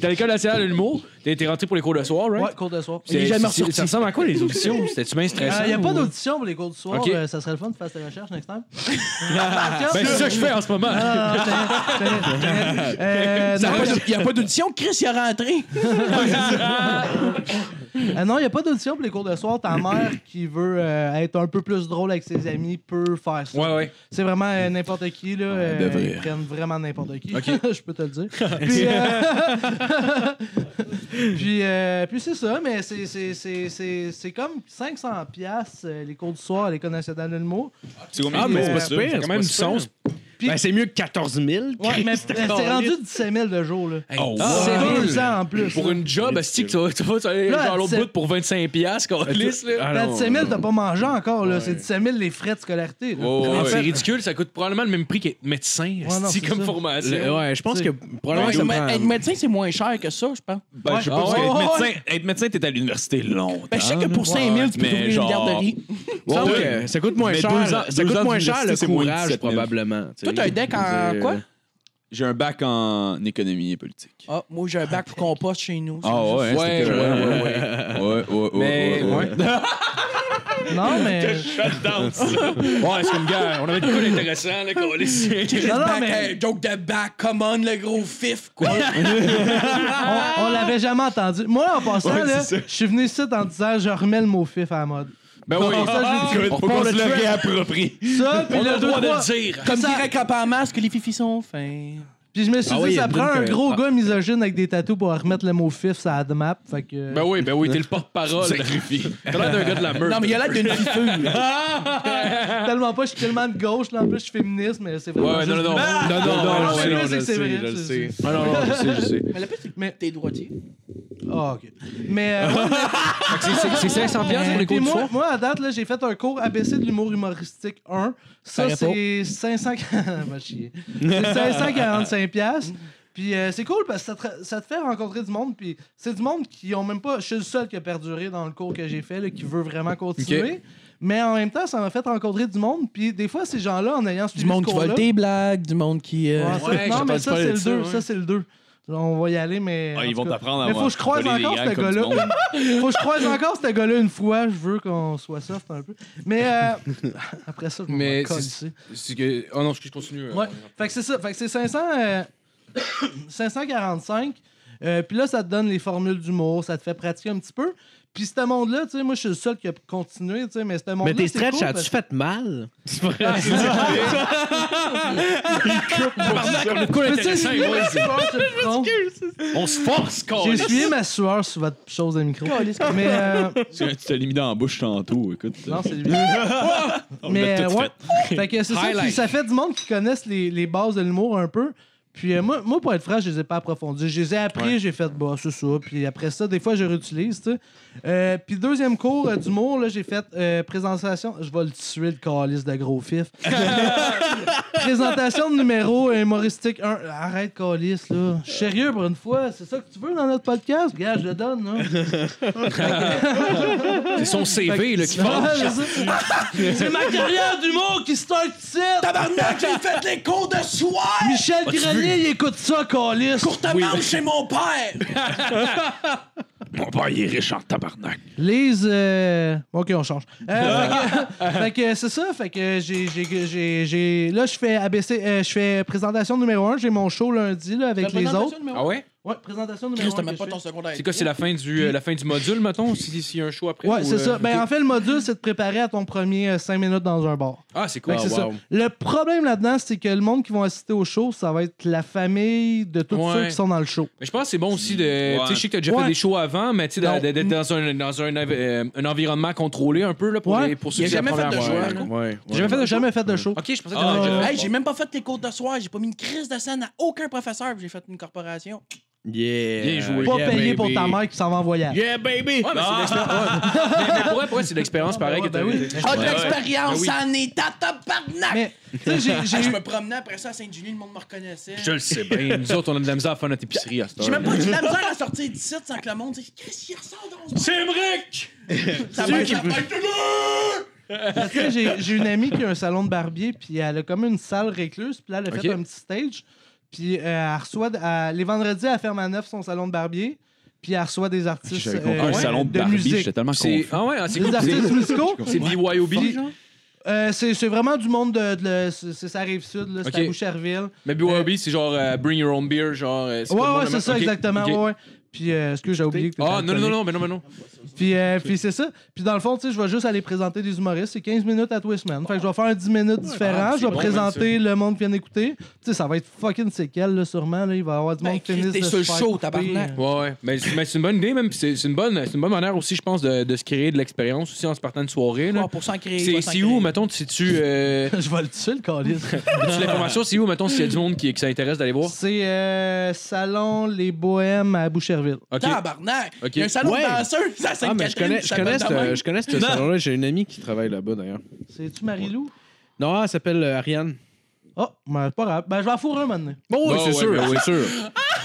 [SPEAKER 2] T'es à l'école nationale de l'humour. T'es t'es rentré pour les cours de soir, right?
[SPEAKER 6] Ouais, cours de soir.
[SPEAKER 2] C'est- c'est- Ça ressemble à quoi les auditions? C'était-tu bien
[SPEAKER 6] Il
[SPEAKER 2] stressant?
[SPEAKER 6] n'y euh, a pas
[SPEAKER 2] ou-
[SPEAKER 6] d'audition pour les cours du soir.
[SPEAKER 2] Ok.
[SPEAKER 6] euh, ça serait le fun de faire tes recherches next time.
[SPEAKER 2] Ben, c'est ça que je fais en ce moment.
[SPEAKER 6] fais.
[SPEAKER 5] Il n'y a pas d'audition. Chris, il a rentré.
[SPEAKER 6] Euh, non, il n'y a pas d'audition pour les cours de soir. Ta mère qui veut euh, être un peu plus drôle avec ses amis peut faire ça.
[SPEAKER 2] Ouais, ouais.
[SPEAKER 6] C'est vraiment euh, n'importe qui. Là, euh, ils prennent vraiment n'importe qui. je peux te le dire. puis euh, puis, euh, puis c'est ça, mais c'est- c'est- c'est c'est- c'est comme 500$ piastres, euh, les cours du soir à l'École nationale de l'humour. euh,
[SPEAKER 4] C'est combien
[SPEAKER 3] Ah,
[SPEAKER 4] de
[SPEAKER 3] mais
[SPEAKER 4] jours?
[SPEAKER 3] c'est pas
[SPEAKER 6] c'est
[SPEAKER 3] si pire.
[SPEAKER 2] quand même du sens.
[SPEAKER 3] Ben, c'est mieux que 14 000.
[SPEAKER 6] Ouais, mais euh, c'est rendu 17 000 de jour. Là.
[SPEAKER 2] Oh,
[SPEAKER 6] C'est
[SPEAKER 2] wow.
[SPEAKER 6] deux ans en plus.
[SPEAKER 2] Pour
[SPEAKER 6] là.
[SPEAKER 2] une job, esti, que tu vas- tu vas tu vas aller
[SPEAKER 6] Là,
[SPEAKER 2] genre à l'autre
[SPEAKER 6] c'est-
[SPEAKER 2] bout pour 25$, piastres, qu'on lisse, là.
[SPEAKER 3] Ah,
[SPEAKER 6] T'as 17 000, Ben, t'as pas mangé encore. là. C'est 17 000 les frais de scolarité. là.
[SPEAKER 3] Oh,
[SPEAKER 2] Ah,
[SPEAKER 3] ouais.
[SPEAKER 2] C'est ridicule, ça coûte probablement le même prix qu'être médecin,
[SPEAKER 6] non,
[SPEAKER 2] esti,
[SPEAKER 6] c'est
[SPEAKER 2] comme
[SPEAKER 6] ça.
[SPEAKER 2] formation.
[SPEAKER 3] Le- ouais, je pense
[SPEAKER 6] C'est-
[SPEAKER 3] que
[SPEAKER 5] Ouais,
[SPEAKER 3] probablement que ça
[SPEAKER 5] mais
[SPEAKER 3] prend-
[SPEAKER 5] Être médecin, c'est moins cher que ça, je pense.
[SPEAKER 9] Ben, je sais
[SPEAKER 6] Ouais.
[SPEAKER 9] pas, parce qu'être
[SPEAKER 6] Ouais.
[SPEAKER 9] médecin- être médecin, t'es à l'université longtemps.
[SPEAKER 5] Ben, je sais que pour 5 000, tu peux
[SPEAKER 4] mais
[SPEAKER 5] ouvrir
[SPEAKER 4] genre-
[SPEAKER 5] une garderie.
[SPEAKER 3] Ouais,
[SPEAKER 2] Ah
[SPEAKER 3] ouais, euh, ça coûte moins
[SPEAKER 9] Mais
[SPEAKER 3] cher.
[SPEAKER 9] deux ans-
[SPEAKER 3] ça
[SPEAKER 9] deux
[SPEAKER 3] coûte
[SPEAKER 9] ans
[SPEAKER 3] moins cher le
[SPEAKER 9] d'université, c'est moins de
[SPEAKER 3] courage,
[SPEAKER 9] 17 000.
[SPEAKER 3] probablement. tu
[SPEAKER 5] Toi,
[SPEAKER 3] sais.
[SPEAKER 5] t'as un deck en
[SPEAKER 3] Euh,
[SPEAKER 5] quoi?
[SPEAKER 9] J'ai un bac en économie et politique.
[SPEAKER 5] Ah, moi, j'ai un bac pour compost chez nous.
[SPEAKER 9] Ah ouais,
[SPEAKER 2] Ouais,
[SPEAKER 9] c'était
[SPEAKER 2] ouais,
[SPEAKER 9] écœurant. ouais, ouais,
[SPEAKER 2] Mais,
[SPEAKER 9] ouais, ouais,
[SPEAKER 2] ouais.
[SPEAKER 9] ouais.
[SPEAKER 6] Non, mais.
[SPEAKER 2] Ouais, c'est une guerre. On avait du coup d'intéressant, là, qu'on lisse.
[SPEAKER 6] Non, non,
[SPEAKER 5] Bac,
[SPEAKER 6] mais-
[SPEAKER 5] hey, joke de bac, come on, le gros fif, quoi.
[SPEAKER 6] On, on l'avait jamais entendu. Moi, en passant, là, je suis venu ici en disant je remets le mot fif à la mode.
[SPEAKER 2] Ben oui. Ah,
[SPEAKER 6] Ça, je l'ai dit.
[SPEAKER 9] Faut qu'on se le réapproprie.
[SPEAKER 6] Ça, puis
[SPEAKER 2] On a
[SPEAKER 6] le
[SPEAKER 2] le
[SPEAKER 6] deux,
[SPEAKER 2] droit de
[SPEAKER 6] trois-
[SPEAKER 2] le dire.
[SPEAKER 5] Comme
[SPEAKER 6] Ça-
[SPEAKER 5] dirait Capa Masque, les fifis sont fins.
[SPEAKER 6] Puis je me suis
[SPEAKER 3] Ah
[SPEAKER 6] dit,
[SPEAKER 3] oui, il y a
[SPEAKER 6] ça
[SPEAKER 3] une
[SPEAKER 6] prend un
[SPEAKER 3] que-
[SPEAKER 6] gros gars misogyne avec des tatous pour remettre le mot fif sur la map. Fait que.
[SPEAKER 2] Ben oui, ben oui, t'es le porte-parole. T'as l'air d'un gars de la meute.
[SPEAKER 5] Non, mais il a l'air d'une fifule.
[SPEAKER 6] Tellement pas, je suis tellement de gauche, là, en plus, je suis féministe, mais c'est vraiment.
[SPEAKER 2] Ouais, non,
[SPEAKER 6] juste-
[SPEAKER 2] non, non.
[SPEAKER 3] Non, non,
[SPEAKER 6] Ah,
[SPEAKER 3] non,
[SPEAKER 6] je
[SPEAKER 3] ouais,
[SPEAKER 6] sais,
[SPEAKER 3] non,
[SPEAKER 6] je
[SPEAKER 3] je
[SPEAKER 6] sais,
[SPEAKER 3] le
[SPEAKER 6] c'est
[SPEAKER 3] sais,
[SPEAKER 6] vrai,
[SPEAKER 3] je le
[SPEAKER 6] c'est-
[SPEAKER 3] sais.
[SPEAKER 2] Ah, non, non, je sais, je sais.
[SPEAKER 5] mais le pire, c'est que t'es droitier.
[SPEAKER 6] Ah, ok. Mais. euh, ouais,
[SPEAKER 2] C'est 500 piastres pour les cours
[SPEAKER 6] puis
[SPEAKER 2] du
[SPEAKER 6] moi,
[SPEAKER 2] soir?
[SPEAKER 6] moi, à date, là, j'ai fait un cours ABC de l'humour humoristique 1. Ça,
[SPEAKER 5] Ça
[SPEAKER 6] c'est 500... Va chier. C'est 545 piastres. Puis euh, c'est cool parce que ça te, ça te fait rencontrer du monde. Puis c'est du monde qui ont même pas. Je suis le seul qui a perduré dans le cours que j'ai fait, là, qui veut vraiment continuer. Mais en même temps, ça m'a fait rencontrer du monde. Puis des fois, ces gens-là, en ayant suivi
[SPEAKER 5] Du monde
[SPEAKER 6] ce
[SPEAKER 5] qui vole
[SPEAKER 6] cours-là-
[SPEAKER 5] tes blagues, du monde qui. euh,
[SPEAKER 6] Ouais, ça-
[SPEAKER 2] Ouais, j'ai
[SPEAKER 6] non, mais
[SPEAKER 2] entendu
[SPEAKER 6] ça,
[SPEAKER 2] parler de
[SPEAKER 6] c'est le
[SPEAKER 2] ça,
[SPEAKER 6] 2.
[SPEAKER 2] ouais.
[SPEAKER 6] Ça, c'est le 2. On va y aller, mais. en
[SPEAKER 4] Ah, ils
[SPEAKER 6] tout
[SPEAKER 4] vont
[SPEAKER 6] cas.
[SPEAKER 4] t'apprendre à
[SPEAKER 6] Mais faut que je croise
[SPEAKER 4] voler des
[SPEAKER 6] encore
[SPEAKER 4] gags
[SPEAKER 6] ce
[SPEAKER 4] comme du
[SPEAKER 6] gars-là.
[SPEAKER 4] monde.
[SPEAKER 6] Faut que je croise encore ce gars-là une fois. Je veux qu'on soit soft un peu. Mais euh, après ça, je
[SPEAKER 2] Mais
[SPEAKER 6] m'en colle
[SPEAKER 2] c'est-
[SPEAKER 6] ici.
[SPEAKER 2] C'est que- Oh non, je continue. euh,
[SPEAKER 6] Ouais. Fait que c'est ça. Fait que c'est 500, euh, 545. Euh, Puis là, ça te donne les formules d'humour. Ça te fait pratiquer un petit peu. Puis ce monde-là, tu sais, moi, je suis le seul qui a continué, tu sais, mais ce monde-là.
[SPEAKER 3] Mais tes
[SPEAKER 6] c'est
[SPEAKER 3] stretch,
[SPEAKER 6] cool parce-
[SPEAKER 3] as-tu fait mal?
[SPEAKER 6] Mais tu sais, j'ai essuyé ma sueur sur le front.
[SPEAKER 2] On se force, quoi.
[SPEAKER 6] J'ai essuyé ma sueur sur votre chose de micro. Mais. euh,
[SPEAKER 9] Tu t'es mis dans la bouche tantôt, écoute.
[SPEAKER 6] Non, c'est lui. Mais euh, ouais. Fait que c'est ça, puis ça fait du monde qui connaissent les, les bases de l'humour un peu. Puis euh, moi, moi, pour être franc, je les ai pas approfondis. Je les ai appris, j'ai fait, bah, c'est ça. Puis après ça, des fois, je réutilise, tu sais. Euh, puis deuxième cours euh, d'humour, là, j'ai fait euh, présentation. Je vais le tuer, le calice de gros fif. présentation de numéro humoristique 1. Arrête, calice, là. Je suis Sérieux, pour une fois, c'est ça que tu veux dans notre podcast? Regarde, je le donne, là.
[SPEAKER 2] C'est son CV, là, qui
[SPEAKER 6] Ouais,
[SPEAKER 2] force.
[SPEAKER 6] c'est ça. C'est ma carrière d'humour qui start ici.
[SPEAKER 5] Tabarnak, j'ai fait les cours de soir!
[SPEAKER 6] Michel Grenier, il écoute ça, Calis.
[SPEAKER 5] Courtement chez mon père!
[SPEAKER 9] Mon père, il est riche en tabarnak.
[SPEAKER 6] Les. euh, Ok, on change. Euh, fait que, fait que c'est ça. Fait que j'ai. j'ai- j'ai- j'ai- Là, je fais ABC. euh, je fais présentation numéro 1. J'ai mon show lundi là, avec les autres.
[SPEAKER 2] Ah ouais?
[SPEAKER 6] Ouais, présentation numéro
[SPEAKER 5] Chris,
[SPEAKER 6] 1.
[SPEAKER 5] t'as même pas ton secondaire.
[SPEAKER 2] C'est quoi, c'est la fin du, euh, la fin du module, mettons? S'il si, s'il y a un show après?
[SPEAKER 6] Ouais,
[SPEAKER 2] ou,
[SPEAKER 6] c'est
[SPEAKER 2] euh,
[SPEAKER 6] ça. Ben,
[SPEAKER 2] ok.
[SPEAKER 6] en fait, le module, c'est de préparer à ton premier 5 minutes dans un bar.
[SPEAKER 2] Ah, c'est
[SPEAKER 6] Fait
[SPEAKER 2] cool.
[SPEAKER 6] que
[SPEAKER 2] Ah,
[SPEAKER 6] c'est
[SPEAKER 2] wow.
[SPEAKER 6] ça. Le problème là-dedans, c'est que le monde qui vont assister au show, ça va être la famille de tous
[SPEAKER 2] Ouais.
[SPEAKER 6] ceux qui sont dans le show.
[SPEAKER 2] Mais je pense que c'est bon aussi de. Tu sais, je sais que t'as déjà
[SPEAKER 6] Ouais.
[SPEAKER 2] fait des shows avant, mais tu sais,
[SPEAKER 6] Non.
[SPEAKER 2] d'a- d'être dans, un, dans un, env- euh, un environnement contrôlé un peu là, pour,
[SPEAKER 6] Ouais.
[SPEAKER 2] les, pour
[SPEAKER 5] Il
[SPEAKER 2] ceux
[SPEAKER 5] a
[SPEAKER 2] qui
[SPEAKER 5] jamais fait de
[SPEAKER 2] apprennent à-
[SPEAKER 5] joueur. gros.
[SPEAKER 3] Ouais.
[SPEAKER 6] J'ai jamais fait de show. Jamais fait de show.
[SPEAKER 2] Ok, je pensais que
[SPEAKER 6] Ah,
[SPEAKER 2] t'avais déjà
[SPEAKER 6] ouais.
[SPEAKER 2] fait.
[SPEAKER 5] Hey, j'ai même pas fait tes cours de soir. J'ai pas mis une crise de scène à aucun professeur. puis J'ai fait une corporation.
[SPEAKER 3] Yeah.
[SPEAKER 2] Bien joué.
[SPEAKER 6] Pas payé pour ta mère qui s'en va en voyage.
[SPEAKER 3] Yeah, baby!
[SPEAKER 2] Ouais, mais c'est de l'expérience. ouais. Mais- mais pour vrai, pour vrai, c'est de l'expérience pareil que
[SPEAKER 6] ouais,
[SPEAKER 2] t'as
[SPEAKER 6] ben oui.
[SPEAKER 5] Ah, de l'expérience, ça en est à tabarnak!
[SPEAKER 6] Mais, tu sais, j'ai-
[SPEAKER 5] Ah, je
[SPEAKER 6] j'ai
[SPEAKER 5] me promenais après ça à Saint-Julie, le monde me reconnaissait.
[SPEAKER 2] Je le sais bien. Nous autres, on a de la misère à faire notre épicerie à cette
[SPEAKER 5] J'ai
[SPEAKER 2] heure.
[SPEAKER 5] même pas eu de la misère à sortir d'ici sans que le monde dise Qu'est-ce qu'il ressort dans ce
[SPEAKER 2] C'est Brick!
[SPEAKER 5] Ça va être la fête de
[SPEAKER 6] Parce que j'ai j'ai une amie qui a un salon de barbier, puis elle a comme une salle récluse, puis là, elle a fait
[SPEAKER 2] Ok.
[SPEAKER 6] un petit stage. Puis euh, elle reçoit. elle- les vendredis, elle ferme à neuf son salon de barbier, puis elle reçoit des artistes.
[SPEAKER 9] J'avais
[SPEAKER 6] euh,
[SPEAKER 9] compris un
[SPEAKER 6] ouais,
[SPEAKER 9] salon de
[SPEAKER 6] de
[SPEAKER 9] Barbie, j'étais
[SPEAKER 6] musique.
[SPEAKER 9] tellement
[SPEAKER 2] C'est.
[SPEAKER 9] confus.
[SPEAKER 2] Ah ouais, ah, c'est
[SPEAKER 6] Des
[SPEAKER 2] cool. C'est-
[SPEAKER 6] artistes musicaux.
[SPEAKER 2] C'est BYOB. genre?
[SPEAKER 6] Euh, c'est c'est vraiment du monde de. de le- c'est c'est ça arrive sud, là, c'est à
[SPEAKER 2] Ok.
[SPEAKER 6] Boucherville.
[SPEAKER 2] Mais BYOB, c'est genre euh, Bring Your Own Beer, genre. euh,
[SPEAKER 6] Ouais,
[SPEAKER 2] comme le
[SPEAKER 6] ouais,
[SPEAKER 2] monde
[SPEAKER 6] c'est
[SPEAKER 2] aime-
[SPEAKER 6] ça,
[SPEAKER 2] ok,
[SPEAKER 6] exactement.
[SPEAKER 2] ok.
[SPEAKER 6] Ouais, ouais. Puis, euh, est-ce que j'ai oublié que t'étais
[SPEAKER 2] Ah, non, non,
[SPEAKER 6] alcoolique.
[SPEAKER 2] non, mais non, mais non.
[SPEAKER 6] Puis, euh, puis c'est ça. Puis dans le fond, tu sais, je vais juste aller présenter des humoristes. C'est 15 minutes à tous les semaines. Fait que je vais faire un 10 minutes
[SPEAKER 2] Ah,
[SPEAKER 6] différent. je vais présenter le monde qui vient d'écouter. Tu sais, ça va être fucking séquel, là, sûrement. Là. Il va y avoir du
[SPEAKER 5] Ben,
[SPEAKER 6] monde qui
[SPEAKER 5] Chris,
[SPEAKER 6] finisse
[SPEAKER 5] t'es
[SPEAKER 6] de
[SPEAKER 5] sur
[SPEAKER 6] se
[SPEAKER 5] le
[SPEAKER 6] faire
[SPEAKER 5] show,
[SPEAKER 6] couper.
[SPEAKER 5] tabarnak.
[SPEAKER 2] Ouais, ouais. Mais, c'est- mais c'est une bonne idée, même. puis C'est c'est une, bonne- c'est une bonne manière aussi, je pense, de, de se créer de l'expérience aussi en se partant de soirée. là.
[SPEAKER 5] Ouais, pour s'en créer,
[SPEAKER 2] C'est
[SPEAKER 5] ouais, s'en
[SPEAKER 2] c'est où,
[SPEAKER 5] créer.
[SPEAKER 2] mettons, si tu. Euh,
[SPEAKER 6] Je vais le tuer, le calice.
[SPEAKER 2] as-tu l'information, c'est où, mettons, s'il y a du monde qui, qui s'intéresse d'aller voir?
[SPEAKER 6] C'est euh, Salon Les Bohèmes à Boucherville.
[SPEAKER 2] Ok.
[SPEAKER 5] Tabarnak!
[SPEAKER 2] Ok.
[SPEAKER 5] Il y a un salon
[SPEAKER 3] Ouais.
[SPEAKER 5] de danseurs, ça c'est
[SPEAKER 3] Ah, mais je connais, je connais, ce, je connais ce salon-là. J'ai une amie qui travaille là-bas, d'ailleurs.
[SPEAKER 6] C'est-tu Marie-Lou?
[SPEAKER 3] Non, elle s'appelle euh, Ariane.
[SPEAKER 6] Oh, ben, pas grave. Ben, je vais en fourrer un moment donné.
[SPEAKER 3] Bon, oui,
[SPEAKER 2] Bon,
[SPEAKER 3] c'est
[SPEAKER 2] ouais,
[SPEAKER 3] sûr,
[SPEAKER 2] ben
[SPEAKER 3] oui, c'est sûr.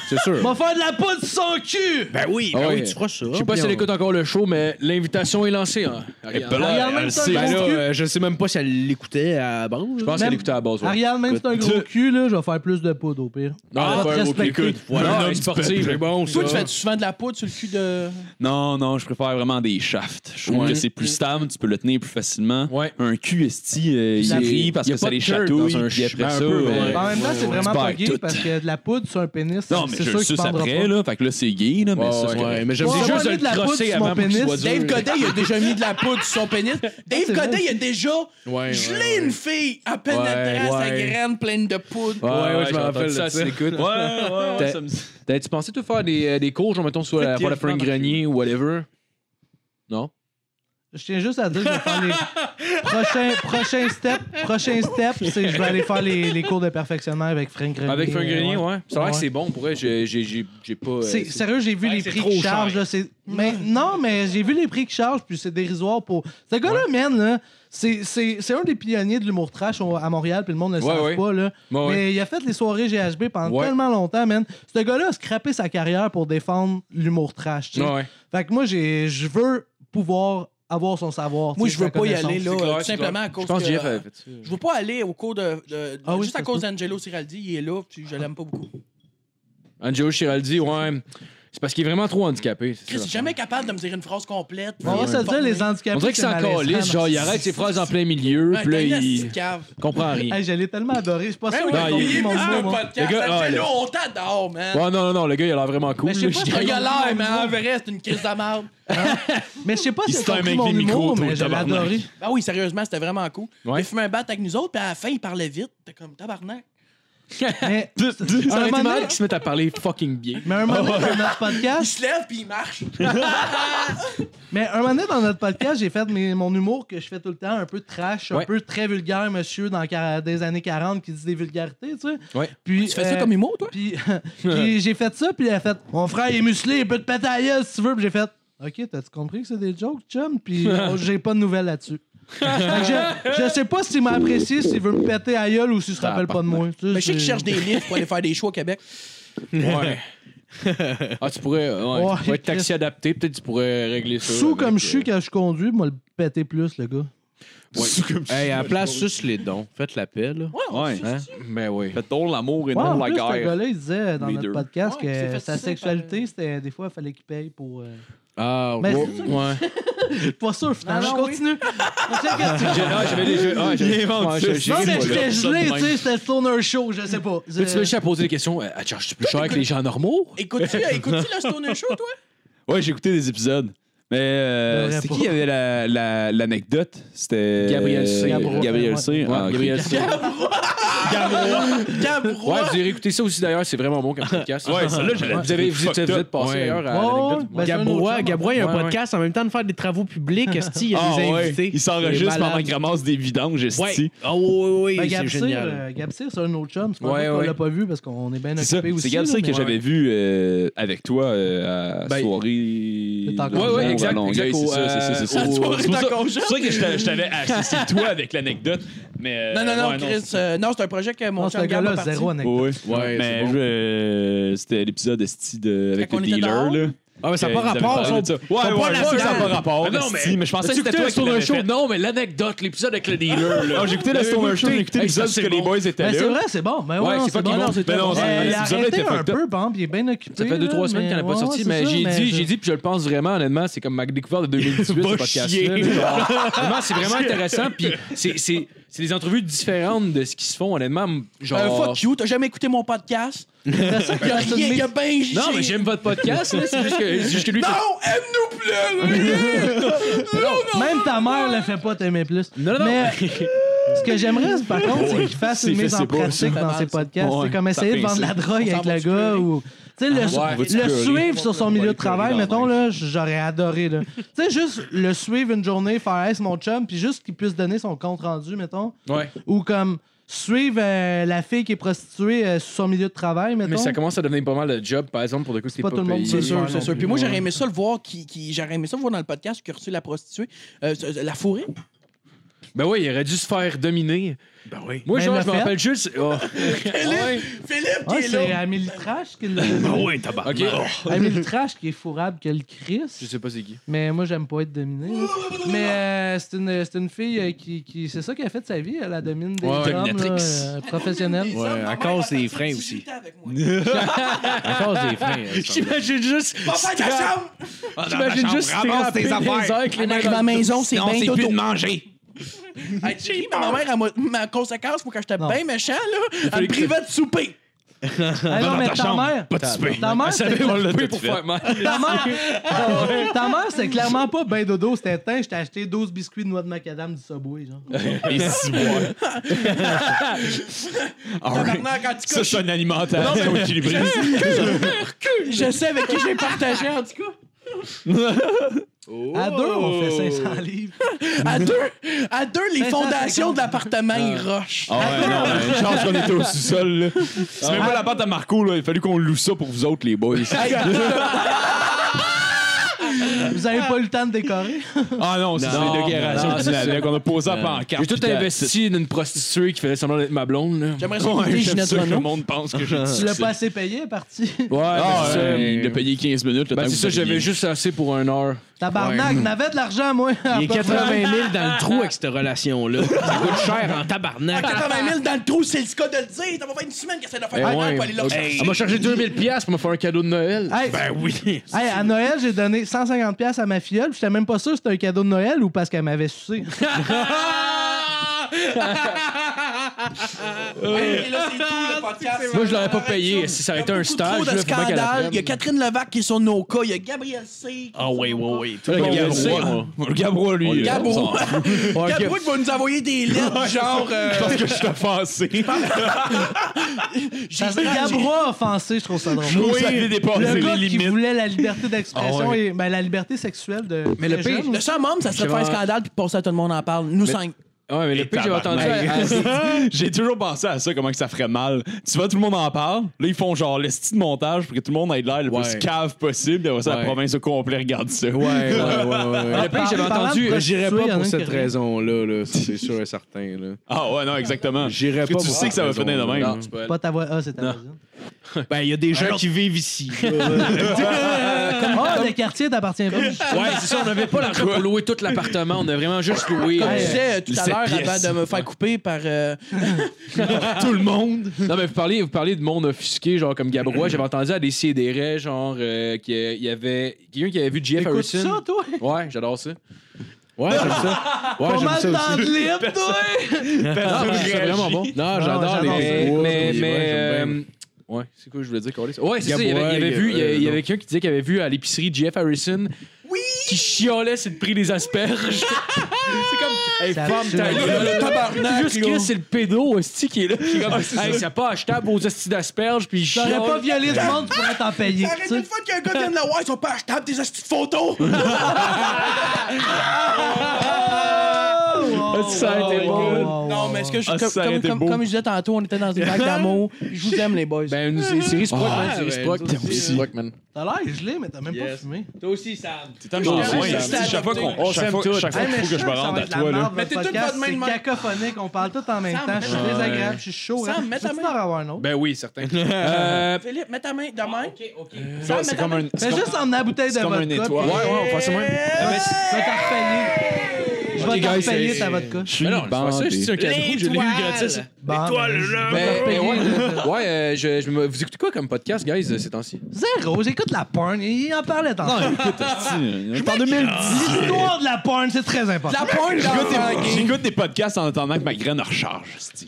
[SPEAKER 3] C'est sûr.
[SPEAKER 6] Va faire de la poudre sans cul!
[SPEAKER 3] Ben oui,
[SPEAKER 2] ben oui, tu
[SPEAKER 3] tu feras ça.
[SPEAKER 2] Je sais pas si elle écoute encore le show, mais l'invitation est lancée. Hein, Ariane.
[SPEAKER 3] Ben là,
[SPEAKER 6] Ariane,
[SPEAKER 3] elle
[SPEAKER 6] même si
[SPEAKER 3] sait.
[SPEAKER 6] t'as un
[SPEAKER 3] Ben
[SPEAKER 6] gros
[SPEAKER 3] là,
[SPEAKER 6] cul.
[SPEAKER 3] euh, je sais même pas si elle l'écoutait à la base.
[SPEAKER 2] Je pense
[SPEAKER 6] Même-
[SPEAKER 2] qu'elle écoutait à la base. ouais.
[SPEAKER 6] Ariane, même si t'as un gros cul, là, je vais faire plus de poudre au pire.
[SPEAKER 2] Non,
[SPEAKER 6] Ah,
[SPEAKER 2] pas un gros
[SPEAKER 6] respecté.
[SPEAKER 2] cul.
[SPEAKER 3] Voilà,
[SPEAKER 2] Non,
[SPEAKER 3] un
[SPEAKER 2] elle est
[SPEAKER 3] petit
[SPEAKER 2] sportive, c'est bon.
[SPEAKER 5] Toi,
[SPEAKER 2] ça.
[SPEAKER 5] tu fais souvent de la poudre sur le cul de.
[SPEAKER 9] Non, non, je préfère vraiment des shafts. Je trouve
[SPEAKER 2] Ouais.
[SPEAKER 9] que c'est plus stable, tu peux le tenir plus facilement.
[SPEAKER 2] Ouais.
[SPEAKER 9] Un cul esti, euh, il
[SPEAKER 2] la-
[SPEAKER 9] rit parce
[SPEAKER 2] y a
[SPEAKER 9] que
[SPEAKER 2] pas
[SPEAKER 9] ça
[SPEAKER 2] de
[SPEAKER 9] les
[SPEAKER 2] curve
[SPEAKER 9] chatouille.
[SPEAKER 2] dans un
[SPEAKER 9] Puis
[SPEAKER 2] ch-
[SPEAKER 9] après
[SPEAKER 2] ben, un
[SPEAKER 9] ça,
[SPEAKER 2] peu, ouais.
[SPEAKER 9] euh,
[SPEAKER 6] En même temps, c'est vraiment
[SPEAKER 9] tu
[SPEAKER 6] pas
[SPEAKER 9] perds
[SPEAKER 6] gay
[SPEAKER 9] tout.
[SPEAKER 6] parce que de la poudre sur un pénis,
[SPEAKER 9] Non, mais je
[SPEAKER 6] c'est sûr
[SPEAKER 9] le
[SPEAKER 6] qu'il
[SPEAKER 9] suce
[SPEAKER 6] pendra
[SPEAKER 9] après,
[SPEAKER 6] pas.
[SPEAKER 9] là. Fait que là, c'est gay, là. Mais ça, c'est
[SPEAKER 3] Ouais, mais j'aime
[SPEAKER 6] Ouais,
[SPEAKER 3] ça.
[SPEAKER 2] C'est
[SPEAKER 6] on
[SPEAKER 2] juste
[SPEAKER 6] va
[SPEAKER 2] de
[SPEAKER 6] mettre
[SPEAKER 2] le
[SPEAKER 6] de la poudre
[SPEAKER 2] crosser
[SPEAKER 6] sur mon
[SPEAKER 2] avant pour qu'il
[SPEAKER 6] pénis.
[SPEAKER 2] soit dur.
[SPEAKER 5] Dave Godet, il a déjà mis de la poudre sur son pénis. Dave
[SPEAKER 6] Ah, c'est
[SPEAKER 5] Godet,
[SPEAKER 6] vrai.
[SPEAKER 5] il a déjà
[SPEAKER 3] Ouais,
[SPEAKER 5] gelé
[SPEAKER 3] ouais,
[SPEAKER 5] une fille en pénétrant sa
[SPEAKER 3] ouais.
[SPEAKER 5] graine pleine de poudre.
[SPEAKER 3] Ouais, ouais, je me rappelle de
[SPEAKER 2] ça.
[SPEAKER 3] ça.
[SPEAKER 2] c'est
[SPEAKER 9] Ouais,
[SPEAKER 2] l'écoute. ouais, ça T'as-tu pensé te faire des, euh, des cours, genre, mettons, sur la, pour la Frank Grenier ou whatever? Non?
[SPEAKER 6] Je tiens juste à dire que je vais faire les prochains, prochains steps. Prochain step, c'est que je vais aller faire les, les cours de perfectionnement avec Frank Grenier.
[SPEAKER 2] Avec Frank Grenier, ouais. C'est vrai
[SPEAKER 6] Ouais.
[SPEAKER 2] que c'est bon, pour vrai, j'ai j'ai- j'ai- j'ai pas... euh,
[SPEAKER 6] C'est-
[SPEAKER 2] c'est-
[SPEAKER 6] Sérieux, j'ai vu les prix qu'ils chargent. là, c'est-
[SPEAKER 5] Mm.
[SPEAKER 6] mais, non, mais j'ai vu les prix qu'ils chargent, puis c'est dérisoire pour. Ce gars-là, man, là, c'est- c'est c'est un des pionniers de l'humour trash au- à Montréal, puis le monde ne le
[SPEAKER 2] Ouais,
[SPEAKER 6] savent
[SPEAKER 2] ouais.
[SPEAKER 6] pas. Là.
[SPEAKER 2] Ouais, ouais.
[SPEAKER 6] Mais il a fait les soirées GHB pendant
[SPEAKER 2] Ouais.
[SPEAKER 6] tellement longtemps, man. Ce gars-là a scrappé sa carrière pour défendre l'humour trash. tu sais.
[SPEAKER 2] Ouais, ouais.
[SPEAKER 6] Fait que moi, j'ai- je veux pouvoir avoir son savoir.
[SPEAKER 5] Moi,
[SPEAKER 6] tu sais,
[SPEAKER 5] je veux
[SPEAKER 6] sa
[SPEAKER 5] pas y
[SPEAKER 6] connaissance.
[SPEAKER 5] aller, là,
[SPEAKER 2] C'est
[SPEAKER 5] euh,
[SPEAKER 2] clair,
[SPEAKER 5] tout
[SPEAKER 2] c'est
[SPEAKER 5] simplement
[SPEAKER 2] clair.
[SPEAKER 5] à cause
[SPEAKER 2] Je pense que
[SPEAKER 5] que,
[SPEAKER 2] Jeff
[SPEAKER 5] euh,
[SPEAKER 2] avait fait ça.
[SPEAKER 5] Je veux pas aller au cours de. de-
[SPEAKER 6] Ah oui,
[SPEAKER 5] juste
[SPEAKER 6] c'est
[SPEAKER 5] à
[SPEAKER 6] ça.
[SPEAKER 5] cause d'Angelo Ciraldi, il est là, puis je l'aime pas beaucoup.
[SPEAKER 2] Angelo Chiraldi, ouais. C'est parce qu'il est vraiment trop handicapé. c'est
[SPEAKER 5] Chris,
[SPEAKER 2] ça.
[SPEAKER 5] il est jamais capable de me dire une phrase complète.
[SPEAKER 6] On va se le dire, les handicapés.
[SPEAKER 2] On dirait qu'il
[SPEAKER 6] c'est
[SPEAKER 2] s'en
[SPEAKER 6] malaisant.
[SPEAKER 2] calisse, genre, il arrête ses phrases en plein milieu,
[SPEAKER 5] Ouais,
[SPEAKER 2] puis là,
[SPEAKER 5] t'as une
[SPEAKER 2] il
[SPEAKER 5] petite cave.
[SPEAKER 2] comprend rien.
[SPEAKER 6] Hey, je l'ai tellement adoré. Je suis pas sûr
[SPEAKER 5] Ben
[SPEAKER 6] qu'il a
[SPEAKER 5] oui,
[SPEAKER 2] non,
[SPEAKER 5] il
[SPEAKER 6] compris
[SPEAKER 5] est
[SPEAKER 6] mon
[SPEAKER 5] venu
[SPEAKER 6] mot.
[SPEAKER 5] dans le
[SPEAKER 6] moi.
[SPEAKER 5] podcast.
[SPEAKER 2] Le gars,
[SPEAKER 5] Ça
[SPEAKER 2] ah,
[SPEAKER 5] fait
[SPEAKER 2] le-
[SPEAKER 5] longtemps dehors, man.
[SPEAKER 2] Ouais, non, non, non, le gars, il a l'air vraiment cool.
[SPEAKER 6] Mais je sais
[SPEAKER 2] là,
[SPEAKER 6] pas
[SPEAKER 2] je-
[SPEAKER 6] si-
[SPEAKER 5] Il a l'air, mais en
[SPEAKER 6] Ouais.
[SPEAKER 5] vrai, c'est une crise de merde.
[SPEAKER 6] Mais je sais pas si
[SPEAKER 9] se
[SPEAKER 6] c'est
[SPEAKER 9] fait
[SPEAKER 6] compris
[SPEAKER 9] avec
[SPEAKER 6] mon
[SPEAKER 9] les
[SPEAKER 6] humour,
[SPEAKER 9] micros,
[SPEAKER 6] mais
[SPEAKER 9] toi,
[SPEAKER 6] je l'ai
[SPEAKER 9] tabarnak.
[SPEAKER 6] adoré.
[SPEAKER 5] Ah oui, sérieusement, c'était vraiment cool.
[SPEAKER 2] Ouais.
[SPEAKER 5] Il fumait un bat avec nous autres, puis à la fin, il parlait vite. T'es comme tabarnak.
[SPEAKER 6] Mais
[SPEAKER 2] Ça
[SPEAKER 6] un
[SPEAKER 2] aurait été mal
[SPEAKER 6] moment donné-
[SPEAKER 2] qu'il se mette à parler fucking bien.
[SPEAKER 6] mais un moment donné dans notre
[SPEAKER 5] Il
[SPEAKER 6] podcast,
[SPEAKER 5] se lève, puis il marche.
[SPEAKER 6] mais un moment donné dans notre podcast, j'ai fait mes- mon humour que je fais tout le temps, un peu trash, un
[SPEAKER 2] Ouais.
[SPEAKER 6] peu très vulgaire, monsieur dans quar- des années 40 qui dit des vulgarités, tu sais.
[SPEAKER 2] Ouais.
[SPEAKER 6] Puis,
[SPEAKER 5] Tu fais ça
[SPEAKER 6] euh,
[SPEAKER 5] comme humour, toi?
[SPEAKER 6] Puis, puis j'ai fait ça, puis elle a fait Mon frère il est musclé, il peut te péter la gueule si tu veux. Puis j'ai fait Ok, t'as-tu compris que c'est des jokes, chum? Puis oh, j'ai pas de nouvelles là-dessus. Fait que je, je sais pas s'il m'a apprécié, s'il veut me péter à gueule ou s'il se rappelle pas de moi. Tu
[SPEAKER 5] Ah,
[SPEAKER 6] sais,
[SPEAKER 5] bah, Mais Ben, je sais qu'il
[SPEAKER 6] c'est-
[SPEAKER 5] cherche des livres pour aller faire des choix au Québec.
[SPEAKER 2] Ouais. Ah, tu pourrais, ouais,
[SPEAKER 6] Ouais,
[SPEAKER 2] tu pourrais être taxi adapté, peut-être tu pourrais régler ça.
[SPEAKER 5] hein.
[SPEAKER 6] Sous
[SPEAKER 2] avec,
[SPEAKER 6] comme je
[SPEAKER 2] euh,
[SPEAKER 6] suis quand je conduis, moi le péter plus, le gars.
[SPEAKER 3] Hey, à la place, suce les dons. Faites la paix, là.
[SPEAKER 4] Ouais.
[SPEAKER 3] Hein?
[SPEAKER 2] Mais Ben oui.
[SPEAKER 4] Faites donc l'amour et
[SPEAKER 6] Ouais,
[SPEAKER 4] non
[SPEAKER 6] en
[SPEAKER 4] la
[SPEAKER 6] plus, ce
[SPEAKER 4] guerre.
[SPEAKER 6] gars-là, il disait dans
[SPEAKER 4] Les
[SPEAKER 6] notre
[SPEAKER 4] deux.
[SPEAKER 6] podcast
[SPEAKER 5] Ouais, c'est
[SPEAKER 6] que
[SPEAKER 5] facile,
[SPEAKER 6] sa sexualité,
[SPEAKER 5] pareil.
[SPEAKER 6] c'était des fois, il fallait qu'il paye pour. euh,
[SPEAKER 3] Ah,
[SPEAKER 6] Mais
[SPEAKER 3] ouais.
[SPEAKER 6] c'est ça.
[SPEAKER 3] ouais.
[SPEAKER 6] Pas sûr, finalement.
[SPEAKER 5] Non,
[SPEAKER 6] Je
[SPEAKER 5] non,
[SPEAKER 6] continue. Prochaine question.
[SPEAKER 2] J'ai- ah, J'avais des jeux. Ah, j'avais- ouais, j'ai- j'ai-
[SPEAKER 6] Non, mais
[SPEAKER 2] j'ai-
[SPEAKER 6] j'étais gelé,
[SPEAKER 2] même.
[SPEAKER 6] tu sais, c'était le Stoner Show, je sais pas.
[SPEAKER 2] Tu veux juste à poser des questions. euh, Elle charge plus cher que les gens normaux?
[SPEAKER 5] Écoutes-tu euh, écoutes-tu le Stoner Show, toi?
[SPEAKER 4] Ouais, j'ai écouté des épisodes. Mais euh,
[SPEAKER 6] Devrait
[SPEAKER 4] c'était
[SPEAKER 6] pas.
[SPEAKER 4] qui qui avait la- la- l'anecdote? C'était.
[SPEAKER 2] Gabriel C.
[SPEAKER 4] euh, Gabriel
[SPEAKER 6] Ouais.
[SPEAKER 4] C. Ah, ok.
[SPEAKER 2] Gabriel, c'est- Ouais,
[SPEAKER 5] Gabrois!
[SPEAKER 2] vous irez écouter ça aussi d'ailleurs, c'est vraiment bon comme podcast.
[SPEAKER 10] Ouais, celle-là, j'allais
[SPEAKER 2] Vous avez vous êtes- vous êtes passé
[SPEAKER 3] Ouais.
[SPEAKER 2] d'ailleurs à
[SPEAKER 6] Oh,
[SPEAKER 2] l'anecdote.
[SPEAKER 6] ben, c'est un autre
[SPEAKER 3] Gabrois,
[SPEAKER 6] genre.
[SPEAKER 3] Gabrois, il y a un
[SPEAKER 2] Ouais, ouais.
[SPEAKER 3] podcast en même temps de faire des travaux publics. Esti, il y a
[SPEAKER 4] Ah,
[SPEAKER 3] des
[SPEAKER 4] ouais.
[SPEAKER 3] invités.
[SPEAKER 4] Il
[SPEAKER 3] Il est
[SPEAKER 4] s'enregistre
[SPEAKER 3] malade.
[SPEAKER 4] pendant qu'il ramasse des vidanges, esti.
[SPEAKER 3] Ouais. Ah, oui, oui,
[SPEAKER 6] Ben,
[SPEAKER 3] oui.
[SPEAKER 6] Gab
[SPEAKER 3] C'est
[SPEAKER 6] Cyr,
[SPEAKER 3] génial.
[SPEAKER 6] euh, Gab Cyr, c'est un autre chum. C'est pas
[SPEAKER 2] Ouais,
[SPEAKER 6] vrai qu'on
[SPEAKER 2] ouais.
[SPEAKER 6] l'a pas vu parce qu'on est bien
[SPEAKER 4] C'est ça.
[SPEAKER 6] occupé aussi.
[SPEAKER 4] C'est Gab
[SPEAKER 6] là,
[SPEAKER 4] C que
[SPEAKER 6] mais-
[SPEAKER 4] j'avais vu euh, avec toi euh, à
[SPEAKER 3] Ben,
[SPEAKER 4] soirée.
[SPEAKER 6] encore
[SPEAKER 4] Ouais,
[SPEAKER 6] jeune.
[SPEAKER 4] ouais,
[SPEAKER 2] exact,
[SPEAKER 4] à Longueuil,
[SPEAKER 2] exact,
[SPEAKER 4] c'est
[SPEAKER 2] au,
[SPEAKER 4] ça, c'est ça, c'est ça.
[SPEAKER 2] euh,
[SPEAKER 4] C'est
[SPEAKER 2] soirée
[SPEAKER 4] pour ça-
[SPEAKER 5] d'accord,
[SPEAKER 4] C'est pour ça que je t'a- je t'avais assisté toi avec l'anecdote, mais.
[SPEAKER 5] Non, non, non,
[SPEAKER 4] ouais,
[SPEAKER 5] Chris, euh, non, c'est un projet que mon
[SPEAKER 6] Non, ce
[SPEAKER 5] chum Gab a
[SPEAKER 6] gars-là,
[SPEAKER 5] parti.
[SPEAKER 6] zéro anecdote.
[SPEAKER 4] Ouais,
[SPEAKER 3] Ouais,
[SPEAKER 4] mais
[SPEAKER 3] c'est bon.
[SPEAKER 4] je, euh, c'était l'épisode esti de avec
[SPEAKER 5] Quand
[SPEAKER 4] le
[SPEAKER 5] on était
[SPEAKER 4] dealer
[SPEAKER 5] dehors?
[SPEAKER 4] là.
[SPEAKER 3] Ah, mais ça n'a
[SPEAKER 4] que
[SPEAKER 3] pas
[SPEAKER 4] ils avaient
[SPEAKER 3] rapport.
[SPEAKER 4] parlé
[SPEAKER 3] son-
[SPEAKER 4] de ça. Ouais, ouais,
[SPEAKER 3] pas
[SPEAKER 4] ouais,
[SPEAKER 3] là-dedans.
[SPEAKER 4] ça n'a pas rapport.
[SPEAKER 2] Mais non,
[SPEAKER 4] esti,
[SPEAKER 2] mais-
[SPEAKER 4] Ah mais je pensais que
[SPEAKER 2] As-tu
[SPEAKER 4] c'était
[SPEAKER 2] écouté
[SPEAKER 4] toi
[SPEAKER 2] le
[SPEAKER 4] qui l'avais
[SPEAKER 2] Stoner Show?
[SPEAKER 4] fait.
[SPEAKER 2] Non, mais l'anecdote, l'épisode avec le dealer. là.
[SPEAKER 4] Ah, j'ai écouté le Stoner Show, j'ai écouté
[SPEAKER 2] Hey, ça,
[SPEAKER 4] l'épisode parce que
[SPEAKER 2] c'est
[SPEAKER 4] les
[SPEAKER 2] bon.
[SPEAKER 4] boys étaient
[SPEAKER 6] Ben, c'est
[SPEAKER 4] là.
[SPEAKER 6] vrai, c'est bon. Ben,
[SPEAKER 2] Ouais,
[SPEAKER 6] ouais, non,
[SPEAKER 2] c'est pas
[SPEAKER 6] c'est bon.
[SPEAKER 2] qu'il monte.
[SPEAKER 4] Ben non,
[SPEAKER 6] Euh,
[SPEAKER 4] c'est-
[SPEAKER 6] il a
[SPEAKER 4] l'épisode
[SPEAKER 6] arrêté
[SPEAKER 4] était
[SPEAKER 6] un
[SPEAKER 4] fucked up.
[SPEAKER 6] peu, par exemple, il est bien occupé.
[SPEAKER 2] Ça fait deux,
[SPEAKER 6] là,
[SPEAKER 2] trois semaines
[SPEAKER 6] mais-
[SPEAKER 2] qu'elle n'est pas
[SPEAKER 6] ouais,
[SPEAKER 2] sortie,
[SPEAKER 6] c'est
[SPEAKER 2] mais
[SPEAKER 6] ça,
[SPEAKER 2] j'ai
[SPEAKER 6] mais
[SPEAKER 2] dit,
[SPEAKER 6] je-
[SPEAKER 2] j'ai dit, puis je le pense vraiment, honnêtement, c'est comme ma découverte de 2018, ce podcast-là. là. Genre, Vraiment, c'est vraiment intéressant, puis c'est- c'est c'est des entrevues différentes de ce qui se font, honnêtement. Genre.
[SPEAKER 5] Euh, fuck you, t'as jamais écouté mon podcast?
[SPEAKER 6] C'est ça qu'il
[SPEAKER 5] Il
[SPEAKER 6] a
[SPEAKER 5] a
[SPEAKER 6] fait
[SPEAKER 5] rien,
[SPEAKER 6] une
[SPEAKER 5] il a ben
[SPEAKER 2] Non, mais j'aime votre podcast, là, c'est juste que, c'est juste que lui.
[SPEAKER 5] Non, aime-nous plus!
[SPEAKER 6] Même ta mère le fait pas t'aimer plus.
[SPEAKER 2] Non, non, non.
[SPEAKER 6] Mais ce que j'aimerais, par contre, c'est qu'il fasse une
[SPEAKER 4] C'est
[SPEAKER 6] mise en
[SPEAKER 4] fait, c'est
[SPEAKER 6] pratique
[SPEAKER 5] beau, ça.
[SPEAKER 6] dans
[SPEAKER 5] Ça
[SPEAKER 6] ses
[SPEAKER 5] fait mal,
[SPEAKER 6] podcasts.
[SPEAKER 4] ça.
[SPEAKER 6] c'est comme
[SPEAKER 4] Ouais,
[SPEAKER 6] essayer de
[SPEAKER 4] ça
[SPEAKER 6] vendre la drogue
[SPEAKER 5] On s'en
[SPEAKER 6] avec
[SPEAKER 5] va
[SPEAKER 6] le
[SPEAKER 5] te pleurer.
[SPEAKER 6] gars ou. Tu sais, le, su-
[SPEAKER 2] ouais,
[SPEAKER 4] vas-tu
[SPEAKER 6] le
[SPEAKER 4] pleurer?
[SPEAKER 6] suivre sur son milieu de travail,
[SPEAKER 4] dans la
[SPEAKER 6] mettons, là, j'aurais adoré. là. Tu sais, juste le suivre une journée, faire Hey, c'est mon chum, puis juste qu'il puisse donner son compte rendu, mettons.
[SPEAKER 2] Ouais,
[SPEAKER 6] Ou comme suivre euh, la fille qui est prostituée euh, sur son milieu de travail, mettons.
[SPEAKER 2] mais ça commence à devenir pas mal de job, par exemple, pour des coups, c'est
[SPEAKER 6] Pas
[SPEAKER 2] pas,
[SPEAKER 6] tout le monde
[SPEAKER 2] payé.
[SPEAKER 5] C'est
[SPEAKER 6] Ouais,
[SPEAKER 5] sûr,
[SPEAKER 6] non
[SPEAKER 5] c'est sûr.
[SPEAKER 6] plus,
[SPEAKER 5] Puis moi,
[SPEAKER 6] ouais.
[SPEAKER 5] j'aurais aimé ça le voir, qui, qui- j'aurais aimé ça le voir dans le podcast qui a reçu la prostituée, euh, ce- la fourrée.
[SPEAKER 2] Ben oui, il aurait dû se faire dominer. Ben oui. Moi,
[SPEAKER 6] Mais
[SPEAKER 2] genre,
[SPEAKER 6] le
[SPEAKER 2] je me
[SPEAKER 6] fait.
[SPEAKER 2] rappelle juste. oh. Ouais.
[SPEAKER 5] Philippe,
[SPEAKER 6] Ouais,
[SPEAKER 5] qui est
[SPEAKER 6] c'est
[SPEAKER 5] là.
[SPEAKER 6] Amélie Trash qui l'a donné.
[SPEAKER 2] Ok.
[SPEAKER 6] Amélie Trash qui est fourrable que le Christ.
[SPEAKER 2] Je sais pas c'est qui.
[SPEAKER 6] Mais moi, j'aime pas être dominé. là. Mais euh, c'est une, c'est une fille euh, qui. qui c'est ça qu'elle a fait de sa vie. Elle a domine des
[SPEAKER 3] Ouais,
[SPEAKER 6] hommes là, euh, professionnels.
[SPEAKER 3] Ouais, à cause des freins aussi. À cause des
[SPEAKER 2] Euh,
[SPEAKER 3] freins. hein, ça.
[SPEAKER 2] J'imagine juste.
[SPEAKER 5] Papa, ta chambre!
[SPEAKER 2] J'imagine juste. Ramasse tes
[SPEAKER 5] On arrive à la maison, c'est bien
[SPEAKER 4] plus
[SPEAKER 5] toto.
[SPEAKER 4] de manger.
[SPEAKER 5] Hey, j'ai ri, mais ma mère, elle m'a- ma conséquence, moi, quand j'étais
[SPEAKER 6] Non.
[SPEAKER 5] bien méchant, là, elle me privait de souper.
[SPEAKER 6] Ah non, mais ta mère.
[SPEAKER 4] Pas de souper.
[SPEAKER 6] Ta mère, c'était-
[SPEAKER 2] On l'a
[SPEAKER 4] tout
[SPEAKER 2] pour
[SPEAKER 4] Ah, fait.
[SPEAKER 2] faire mal.
[SPEAKER 6] ta mère, ta mère, c'était clairement pas ben dodo. C'était teint, je t'ai acheté 12 biscuits de noix de macadam du Subway. Genre.
[SPEAKER 4] Et six mois. Ah,
[SPEAKER 5] Tabarnak, en tout cas,
[SPEAKER 4] Ça, c'est une alimentation équilibrée.
[SPEAKER 5] je- je sais avec qui j'ai partagé, en tout cas.
[SPEAKER 6] À deux, on fait 500 livres.
[SPEAKER 5] À deux, à deux les
[SPEAKER 6] 550.
[SPEAKER 5] fondations de l'appartement, ils rushent.
[SPEAKER 4] Ah ouais, non, mais une chance qu'on était au sous-sol, là. C'est même pas la pâte à Marco, là. Il a fallu qu'on loue ça pour vous autres, les boys.
[SPEAKER 6] Vous avez pas eu le temps de décorer.
[SPEAKER 4] Ah non, c'est
[SPEAKER 2] Non,
[SPEAKER 4] une déclaration
[SPEAKER 2] non,
[SPEAKER 4] du
[SPEAKER 2] c'est ça.
[SPEAKER 4] navire. On a posé la pancarte.
[SPEAKER 2] J'ai tout
[SPEAKER 4] puis la-
[SPEAKER 2] investi dans une prostituée qui faisait semblant d'être ma blonde. Là.
[SPEAKER 5] J'aimerais ça
[SPEAKER 4] Ouais,
[SPEAKER 5] écouter
[SPEAKER 4] j'aime
[SPEAKER 5] Ginette
[SPEAKER 4] ça que le
[SPEAKER 5] Renault.
[SPEAKER 4] monde pense que j'ai
[SPEAKER 6] Tu l'as pas assez payé, elle est partie.
[SPEAKER 2] Ouais,
[SPEAKER 4] Ah,
[SPEAKER 2] ben, c'est ça.
[SPEAKER 4] ouais, il a payé 15 minutes. le temps
[SPEAKER 2] Ben, c'est
[SPEAKER 4] que
[SPEAKER 2] ça,
[SPEAKER 4] vous aviez-
[SPEAKER 2] j'avais juste assez pour un heure.
[SPEAKER 6] Tabarnak, n'avait de l'argent, moi.
[SPEAKER 3] Il est 80 000 dans le trou avec cette relation-là. Ça coûte cher en
[SPEAKER 5] À
[SPEAKER 2] Ah,
[SPEAKER 3] tabarnak.
[SPEAKER 5] 80 000 dans le trou, c'est le cas de le dire. Ça va faire une semaine qu'elle essaie de faire un an pour aller là.
[SPEAKER 2] Elle m'a chargé 2000$ piastres pour me faire un cadeau de Noël.
[SPEAKER 6] Hey,
[SPEAKER 3] Ben oui.
[SPEAKER 6] Hey, à Noël, j'ai donné 150 pièces à ma filleule, puis j'étais même pas sûr si c'était un cadeau de Noël ou parce qu'elle m'avait sucé.
[SPEAKER 5] Et là, c'est tout le podcast.
[SPEAKER 2] Moi, je l'aurais pas payé. Si ça aurait été un stage,
[SPEAKER 5] Trop de
[SPEAKER 2] là, faut bien qu'elle
[SPEAKER 5] scandales.
[SPEAKER 2] apprenne.
[SPEAKER 5] Il y a Catherine Levac qui est sur nos cas. Il y a Gabriel C.
[SPEAKER 3] Ah oui, oui, oui.
[SPEAKER 4] Le Gabrois,
[SPEAKER 3] sait,
[SPEAKER 4] moi. Le Gabrois, lui. euh,
[SPEAKER 5] Gabro.
[SPEAKER 4] on s'en-
[SPEAKER 5] Gabro qui va nous envoyer des lettres genre. euh,
[SPEAKER 4] Je pense que je suis offensé.
[SPEAKER 5] J'ai
[SPEAKER 6] Parce que Gabrois offensé, je trouve ça drôle.
[SPEAKER 4] Vous avez dépassé
[SPEAKER 6] Le
[SPEAKER 4] les
[SPEAKER 6] gars qui
[SPEAKER 4] limites.
[SPEAKER 6] voulait la liberté d'expression et ben, la liberté sexuelle de.
[SPEAKER 5] Mais le
[SPEAKER 6] des
[SPEAKER 5] pire,
[SPEAKER 6] jeunes.
[SPEAKER 5] le seul membre, ça serait de faire un scandale puis de passer à tout le monde en parle. Nous cinq.
[SPEAKER 2] Ouais, mais le pire, j'avais entendu. à- à-
[SPEAKER 4] J'ai toujours pensé à ça, comment que ça ferait mal. Tu vois, tout le monde en parle. Là, ils font genre le style de montage pour que tout le monde ait de l'air le plus
[SPEAKER 3] Ouais.
[SPEAKER 4] cave possible. Et après ça, la
[SPEAKER 3] Ouais.
[SPEAKER 4] province au complet regarde ça.
[SPEAKER 3] Ouais, ouais, ouais.
[SPEAKER 6] Ah,
[SPEAKER 3] ouais.
[SPEAKER 2] Le pire,
[SPEAKER 6] par-
[SPEAKER 2] j'avais
[SPEAKER 6] parlant de
[SPEAKER 2] entendu.
[SPEAKER 6] prostituées,
[SPEAKER 3] J'irai
[SPEAKER 6] il y
[SPEAKER 3] pas
[SPEAKER 6] en a
[SPEAKER 3] pour
[SPEAKER 6] une
[SPEAKER 3] cette
[SPEAKER 6] qui rit.
[SPEAKER 3] raison-là, là, c'est sûr et certain. Là.
[SPEAKER 4] Ah ouais, non, exactement.
[SPEAKER 3] J'irai
[SPEAKER 4] Parce
[SPEAKER 3] pas
[SPEAKER 4] que tu
[SPEAKER 3] pour
[SPEAKER 4] sais que ça va
[SPEAKER 3] cette
[SPEAKER 4] finir de
[SPEAKER 3] raison-là.
[SPEAKER 4] même.
[SPEAKER 6] Ah, Pas ta voix. Ah, c'est ta voisine.
[SPEAKER 3] Ben, il y a des gens qui vivent ici. là.
[SPEAKER 6] Ah, le quartier t'appartient pas.
[SPEAKER 2] Ouais, c'est ça, on n'avait pas l'argent pour louer tout l'appartement, on a vraiment juste loué.
[SPEAKER 5] Comme
[SPEAKER 2] euh,
[SPEAKER 5] je disais euh, tout à
[SPEAKER 9] sept
[SPEAKER 5] l'heure, avant
[SPEAKER 9] pièces.
[SPEAKER 5] de me faire couper par. euh,
[SPEAKER 9] Tout le monde.
[SPEAKER 2] Non, mais vous parlez, vous parlez de monde offusqué, genre comme Gabrois. J'avais entendu à des CDR, genre, euh, qu'il y a- il y avait quelqu'un qui avait vu Jeff
[SPEAKER 6] Écoute
[SPEAKER 2] Harrison.
[SPEAKER 6] ça, toi?
[SPEAKER 2] Ouais, j'adore ça.
[SPEAKER 3] Ouais, j'aime ça. Ouais,
[SPEAKER 6] Pas
[SPEAKER 3] j'aime
[SPEAKER 6] mal
[SPEAKER 3] ça aussi.
[SPEAKER 6] dans le libre, toi!
[SPEAKER 2] Ah, mais c'est vraiment bon.
[SPEAKER 3] Non,
[SPEAKER 6] Ouais,
[SPEAKER 3] j'adore
[SPEAKER 6] j'adore
[SPEAKER 3] les
[SPEAKER 2] Mais,
[SPEAKER 3] Woods,
[SPEAKER 2] mais,
[SPEAKER 3] puis ouais,
[SPEAKER 2] mais,
[SPEAKER 3] j'aime
[SPEAKER 2] euh,
[SPEAKER 3] bien.
[SPEAKER 2] ouais, c'est quoi, je voulais dire, Carlis? Ouais, c'est ça, il y avait, il y avait
[SPEAKER 3] Gabrois,
[SPEAKER 2] vu, il y avait- il y
[SPEAKER 3] euh,
[SPEAKER 2] avait quelqu'un qui disait qu'il avait vu à l'épicerie Jeff Harrison. Qui chiolait sur le prix des asperges. c'est comme, hey,
[SPEAKER 6] Ça
[SPEAKER 2] femme
[SPEAKER 6] tue.
[SPEAKER 2] ta gueule.
[SPEAKER 6] Le
[SPEAKER 2] Juste que c'est le pédo, hostie, qui est là. Qui est comme, hey, c'est pas achetable aux hosties d'asperges, puis il chiale.
[SPEAKER 6] T'aurais pas violé de monde, tu pourrais t'en payer. tu sais.
[SPEAKER 5] Arrêtez de fois qu'un gars vienne là, ouais, ils sont pas achetables, tes astuces photos!
[SPEAKER 6] Oh,
[SPEAKER 9] ça a été
[SPEAKER 6] oh,
[SPEAKER 9] bon.
[SPEAKER 6] oh,
[SPEAKER 5] Non, mais ce que je.
[SPEAKER 9] Ah,
[SPEAKER 5] comme,
[SPEAKER 9] ça a
[SPEAKER 5] comme,
[SPEAKER 9] été
[SPEAKER 5] comme-
[SPEAKER 9] beau.
[SPEAKER 5] comme je disais tantôt, on était dans une vague d'amour. Ben, Je vous aime, les boys.
[SPEAKER 2] Ben, c'est c'est réciproque,
[SPEAKER 9] Ah,
[SPEAKER 2] man. C'est
[SPEAKER 3] ouais,
[SPEAKER 2] réciproque.
[SPEAKER 3] nous
[SPEAKER 2] C'est
[SPEAKER 3] aussi,
[SPEAKER 2] réciproque, man.
[SPEAKER 6] T'as l'air gelé, mais t'as même pas fumé.
[SPEAKER 5] Toi aussi, Sam.
[SPEAKER 9] T'es tellement
[SPEAKER 5] Ah,
[SPEAKER 9] loin,
[SPEAKER 5] ouais,
[SPEAKER 9] là.
[SPEAKER 5] c'est adopté.
[SPEAKER 9] Chaque fois qu'on-
[SPEAKER 2] On
[SPEAKER 9] chaque
[SPEAKER 2] s'aime
[SPEAKER 9] fois-
[SPEAKER 2] tous.
[SPEAKER 9] chaque fois
[SPEAKER 6] Hey,
[SPEAKER 9] qu'il
[SPEAKER 6] mais
[SPEAKER 9] faut que je me
[SPEAKER 6] sûr, ça
[SPEAKER 9] rende
[SPEAKER 6] va
[SPEAKER 9] à
[SPEAKER 6] être la
[SPEAKER 9] toi, là.
[SPEAKER 6] merde,
[SPEAKER 5] Mais
[SPEAKER 6] votre
[SPEAKER 5] t'es tout
[SPEAKER 6] podcast,
[SPEAKER 5] pas de même,
[SPEAKER 6] C'est
[SPEAKER 5] man.
[SPEAKER 6] cacophonique, on parle tout en même
[SPEAKER 5] Sam,
[SPEAKER 6] temps. Je
[SPEAKER 5] mets
[SPEAKER 6] suis
[SPEAKER 5] ta-
[SPEAKER 6] désagréable, je suis chaud.
[SPEAKER 5] Sam,
[SPEAKER 6] hein.
[SPEAKER 5] mets ta
[SPEAKER 6] Faut-tu
[SPEAKER 5] main.
[SPEAKER 6] en avoir un autre?
[SPEAKER 2] Ben oui, certain. Euh,
[SPEAKER 5] Philippe, mets ta main de main. Ah, Ok, ok.
[SPEAKER 9] Non, C'est comme un. c'est
[SPEAKER 6] Fais
[SPEAKER 9] comme-
[SPEAKER 6] juste emmener la bouteille de
[SPEAKER 9] comme un
[SPEAKER 6] vodka.
[SPEAKER 9] étoile.
[SPEAKER 6] puis-
[SPEAKER 2] ouais, ouais, on fait ça même.
[SPEAKER 6] Je vais t'en repayer. Je vais
[SPEAKER 9] Ok,
[SPEAKER 6] t'en
[SPEAKER 9] guys,
[SPEAKER 6] repayer
[SPEAKER 9] c'est-
[SPEAKER 6] ta vodka.
[SPEAKER 9] Je suis
[SPEAKER 2] Mais non, c'est pas ça,
[SPEAKER 9] bandé.
[SPEAKER 2] c'est un cadeau, je l'ai eu gratis.
[SPEAKER 6] Bon, ben, je vais
[SPEAKER 2] Ben, ben
[SPEAKER 6] t'en
[SPEAKER 2] ouais,
[SPEAKER 6] repayer.
[SPEAKER 2] euh, ouais euh, je, je me- vous écoutez quoi comme podcast, guys, euh, ces temps-ci?
[SPEAKER 6] Zéro, j'écoute la porn. Il en parlait tantôt.
[SPEAKER 3] Ah.
[SPEAKER 9] Je
[SPEAKER 4] hein.
[SPEAKER 9] suis en 2010.
[SPEAKER 6] L'histoire de la porn, c'est très important.
[SPEAKER 5] La pointe dans
[SPEAKER 9] J'écoute- J'écoute des podcasts en attendant que ma graine recharge. c'est-tu.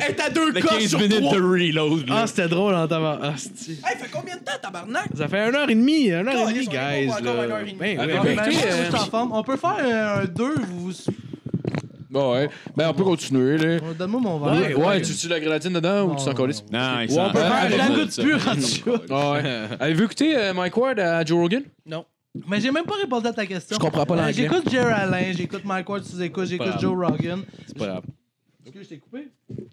[SPEAKER 5] Hey, t'as deux
[SPEAKER 9] Le
[SPEAKER 5] coches
[SPEAKER 9] 15
[SPEAKER 5] sur
[SPEAKER 9] minutes
[SPEAKER 5] trois.
[SPEAKER 9] de reload. là.
[SPEAKER 3] Ah, c'était drôle en tabac. Ah, c'est-tu.
[SPEAKER 5] Hey, fait combien de temps, tabarnak?
[SPEAKER 3] ça fait une heure et demie, une heure
[SPEAKER 5] Calisse, on est
[SPEAKER 3] et demie, guys.
[SPEAKER 5] pas encore une heure
[SPEAKER 3] là.
[SPEAKER 5] et demie.
[SPEAKER 3] Ben,
[SPEAKER 2] Avec-
[SPEAKER 3] ouais,
[SPEAKER 6] Ben,
[SPEAKER 2] Écoutez,
[SPEAKER 6] moi,
[SPEAKER 2] euh,
[SPEAKER 6] je suis en forme. On peut faire euh, un 2. Vous...
[SPEAKER 2] Bon, ouais. Ben, on peut continuer, là.
[SPEAKER 6] Donne-moi mon verre. Ben,
[SPEAKER 2] Ouais, tu tues la grenadine dedans ou tu t'en colles?
[SPEAKER 4] Non, il
[SPEAKER 2] Ouais, on
[SPEAKER 4] s'en
[SPEAKER 2] peut faire
[SPEAKER 4] Ah,
[SPEAKER 2] de la
[SPEAKER 4] bon,
[SPEAKER 6] goutte
[SPEAKER 4] ça.
[SPEAKER 6] pure, en tout cas.
[SPEAKER 2] Ah, ouais. Avez-vous écouté euh, Mike Ward à Joe Rogan?
[SPEAKER 6] Mais j'ai même pas répondu à ta question.
[SPEAKER 5] Je comprends pas
[SPEAKER 6] Euh,
[SPEAKER 5] l'anglais.
[SPEAKER 6] J'écoute Jerry Allen, j'écoute Mike Ward, tu écoutes, j'écoute
[SPEAKER 3] grave.
[SPEAKER 6] Joe Rogan.
[SPEAKER 3] c'est pas grave.
[SPEAKER 6] Est-ce que je t'ai coupé?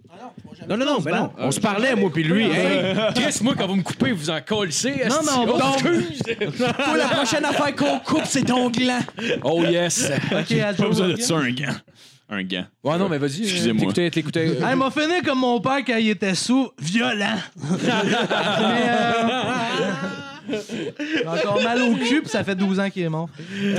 [SPEAKER 6] Ah
[SPEAKER 3] Non, non, non, ben non. On se parlait, moi, puis lui. hey.
[SPEAKER 2] Chris, moi, quand vous me coupez, vous en Oh, collez.
[SPEAKER 6] Non, mais on va-
[SPEAKER 5] Pour la prochaine affaire qu'on coupe, c'est ton gland.
[SPEAKER 2] Oh, yes.
[SPEAKER 6] Ok,
[SPEAKER 9] Pas
[SPEAKER 6] à Joe
[SPEAKER 9] besoin
[SPEAKER 6] Rogan.
[SPEAKER 9] de ça, un gant. Un gant.
[SPEAKER 2] Ouais, non, mais vas-y. euh,
[SPEAKER 9] Excusez-moi.
[SPEAKER 2] T'écoutais, t'écoutais.
[SPEAKER 6] Elle m'a fini comme mon père quand il était sous, violent. Mais, euh, J'ai encore mal au cul, puis ça fait 12 ans qu'il est mort. Euh,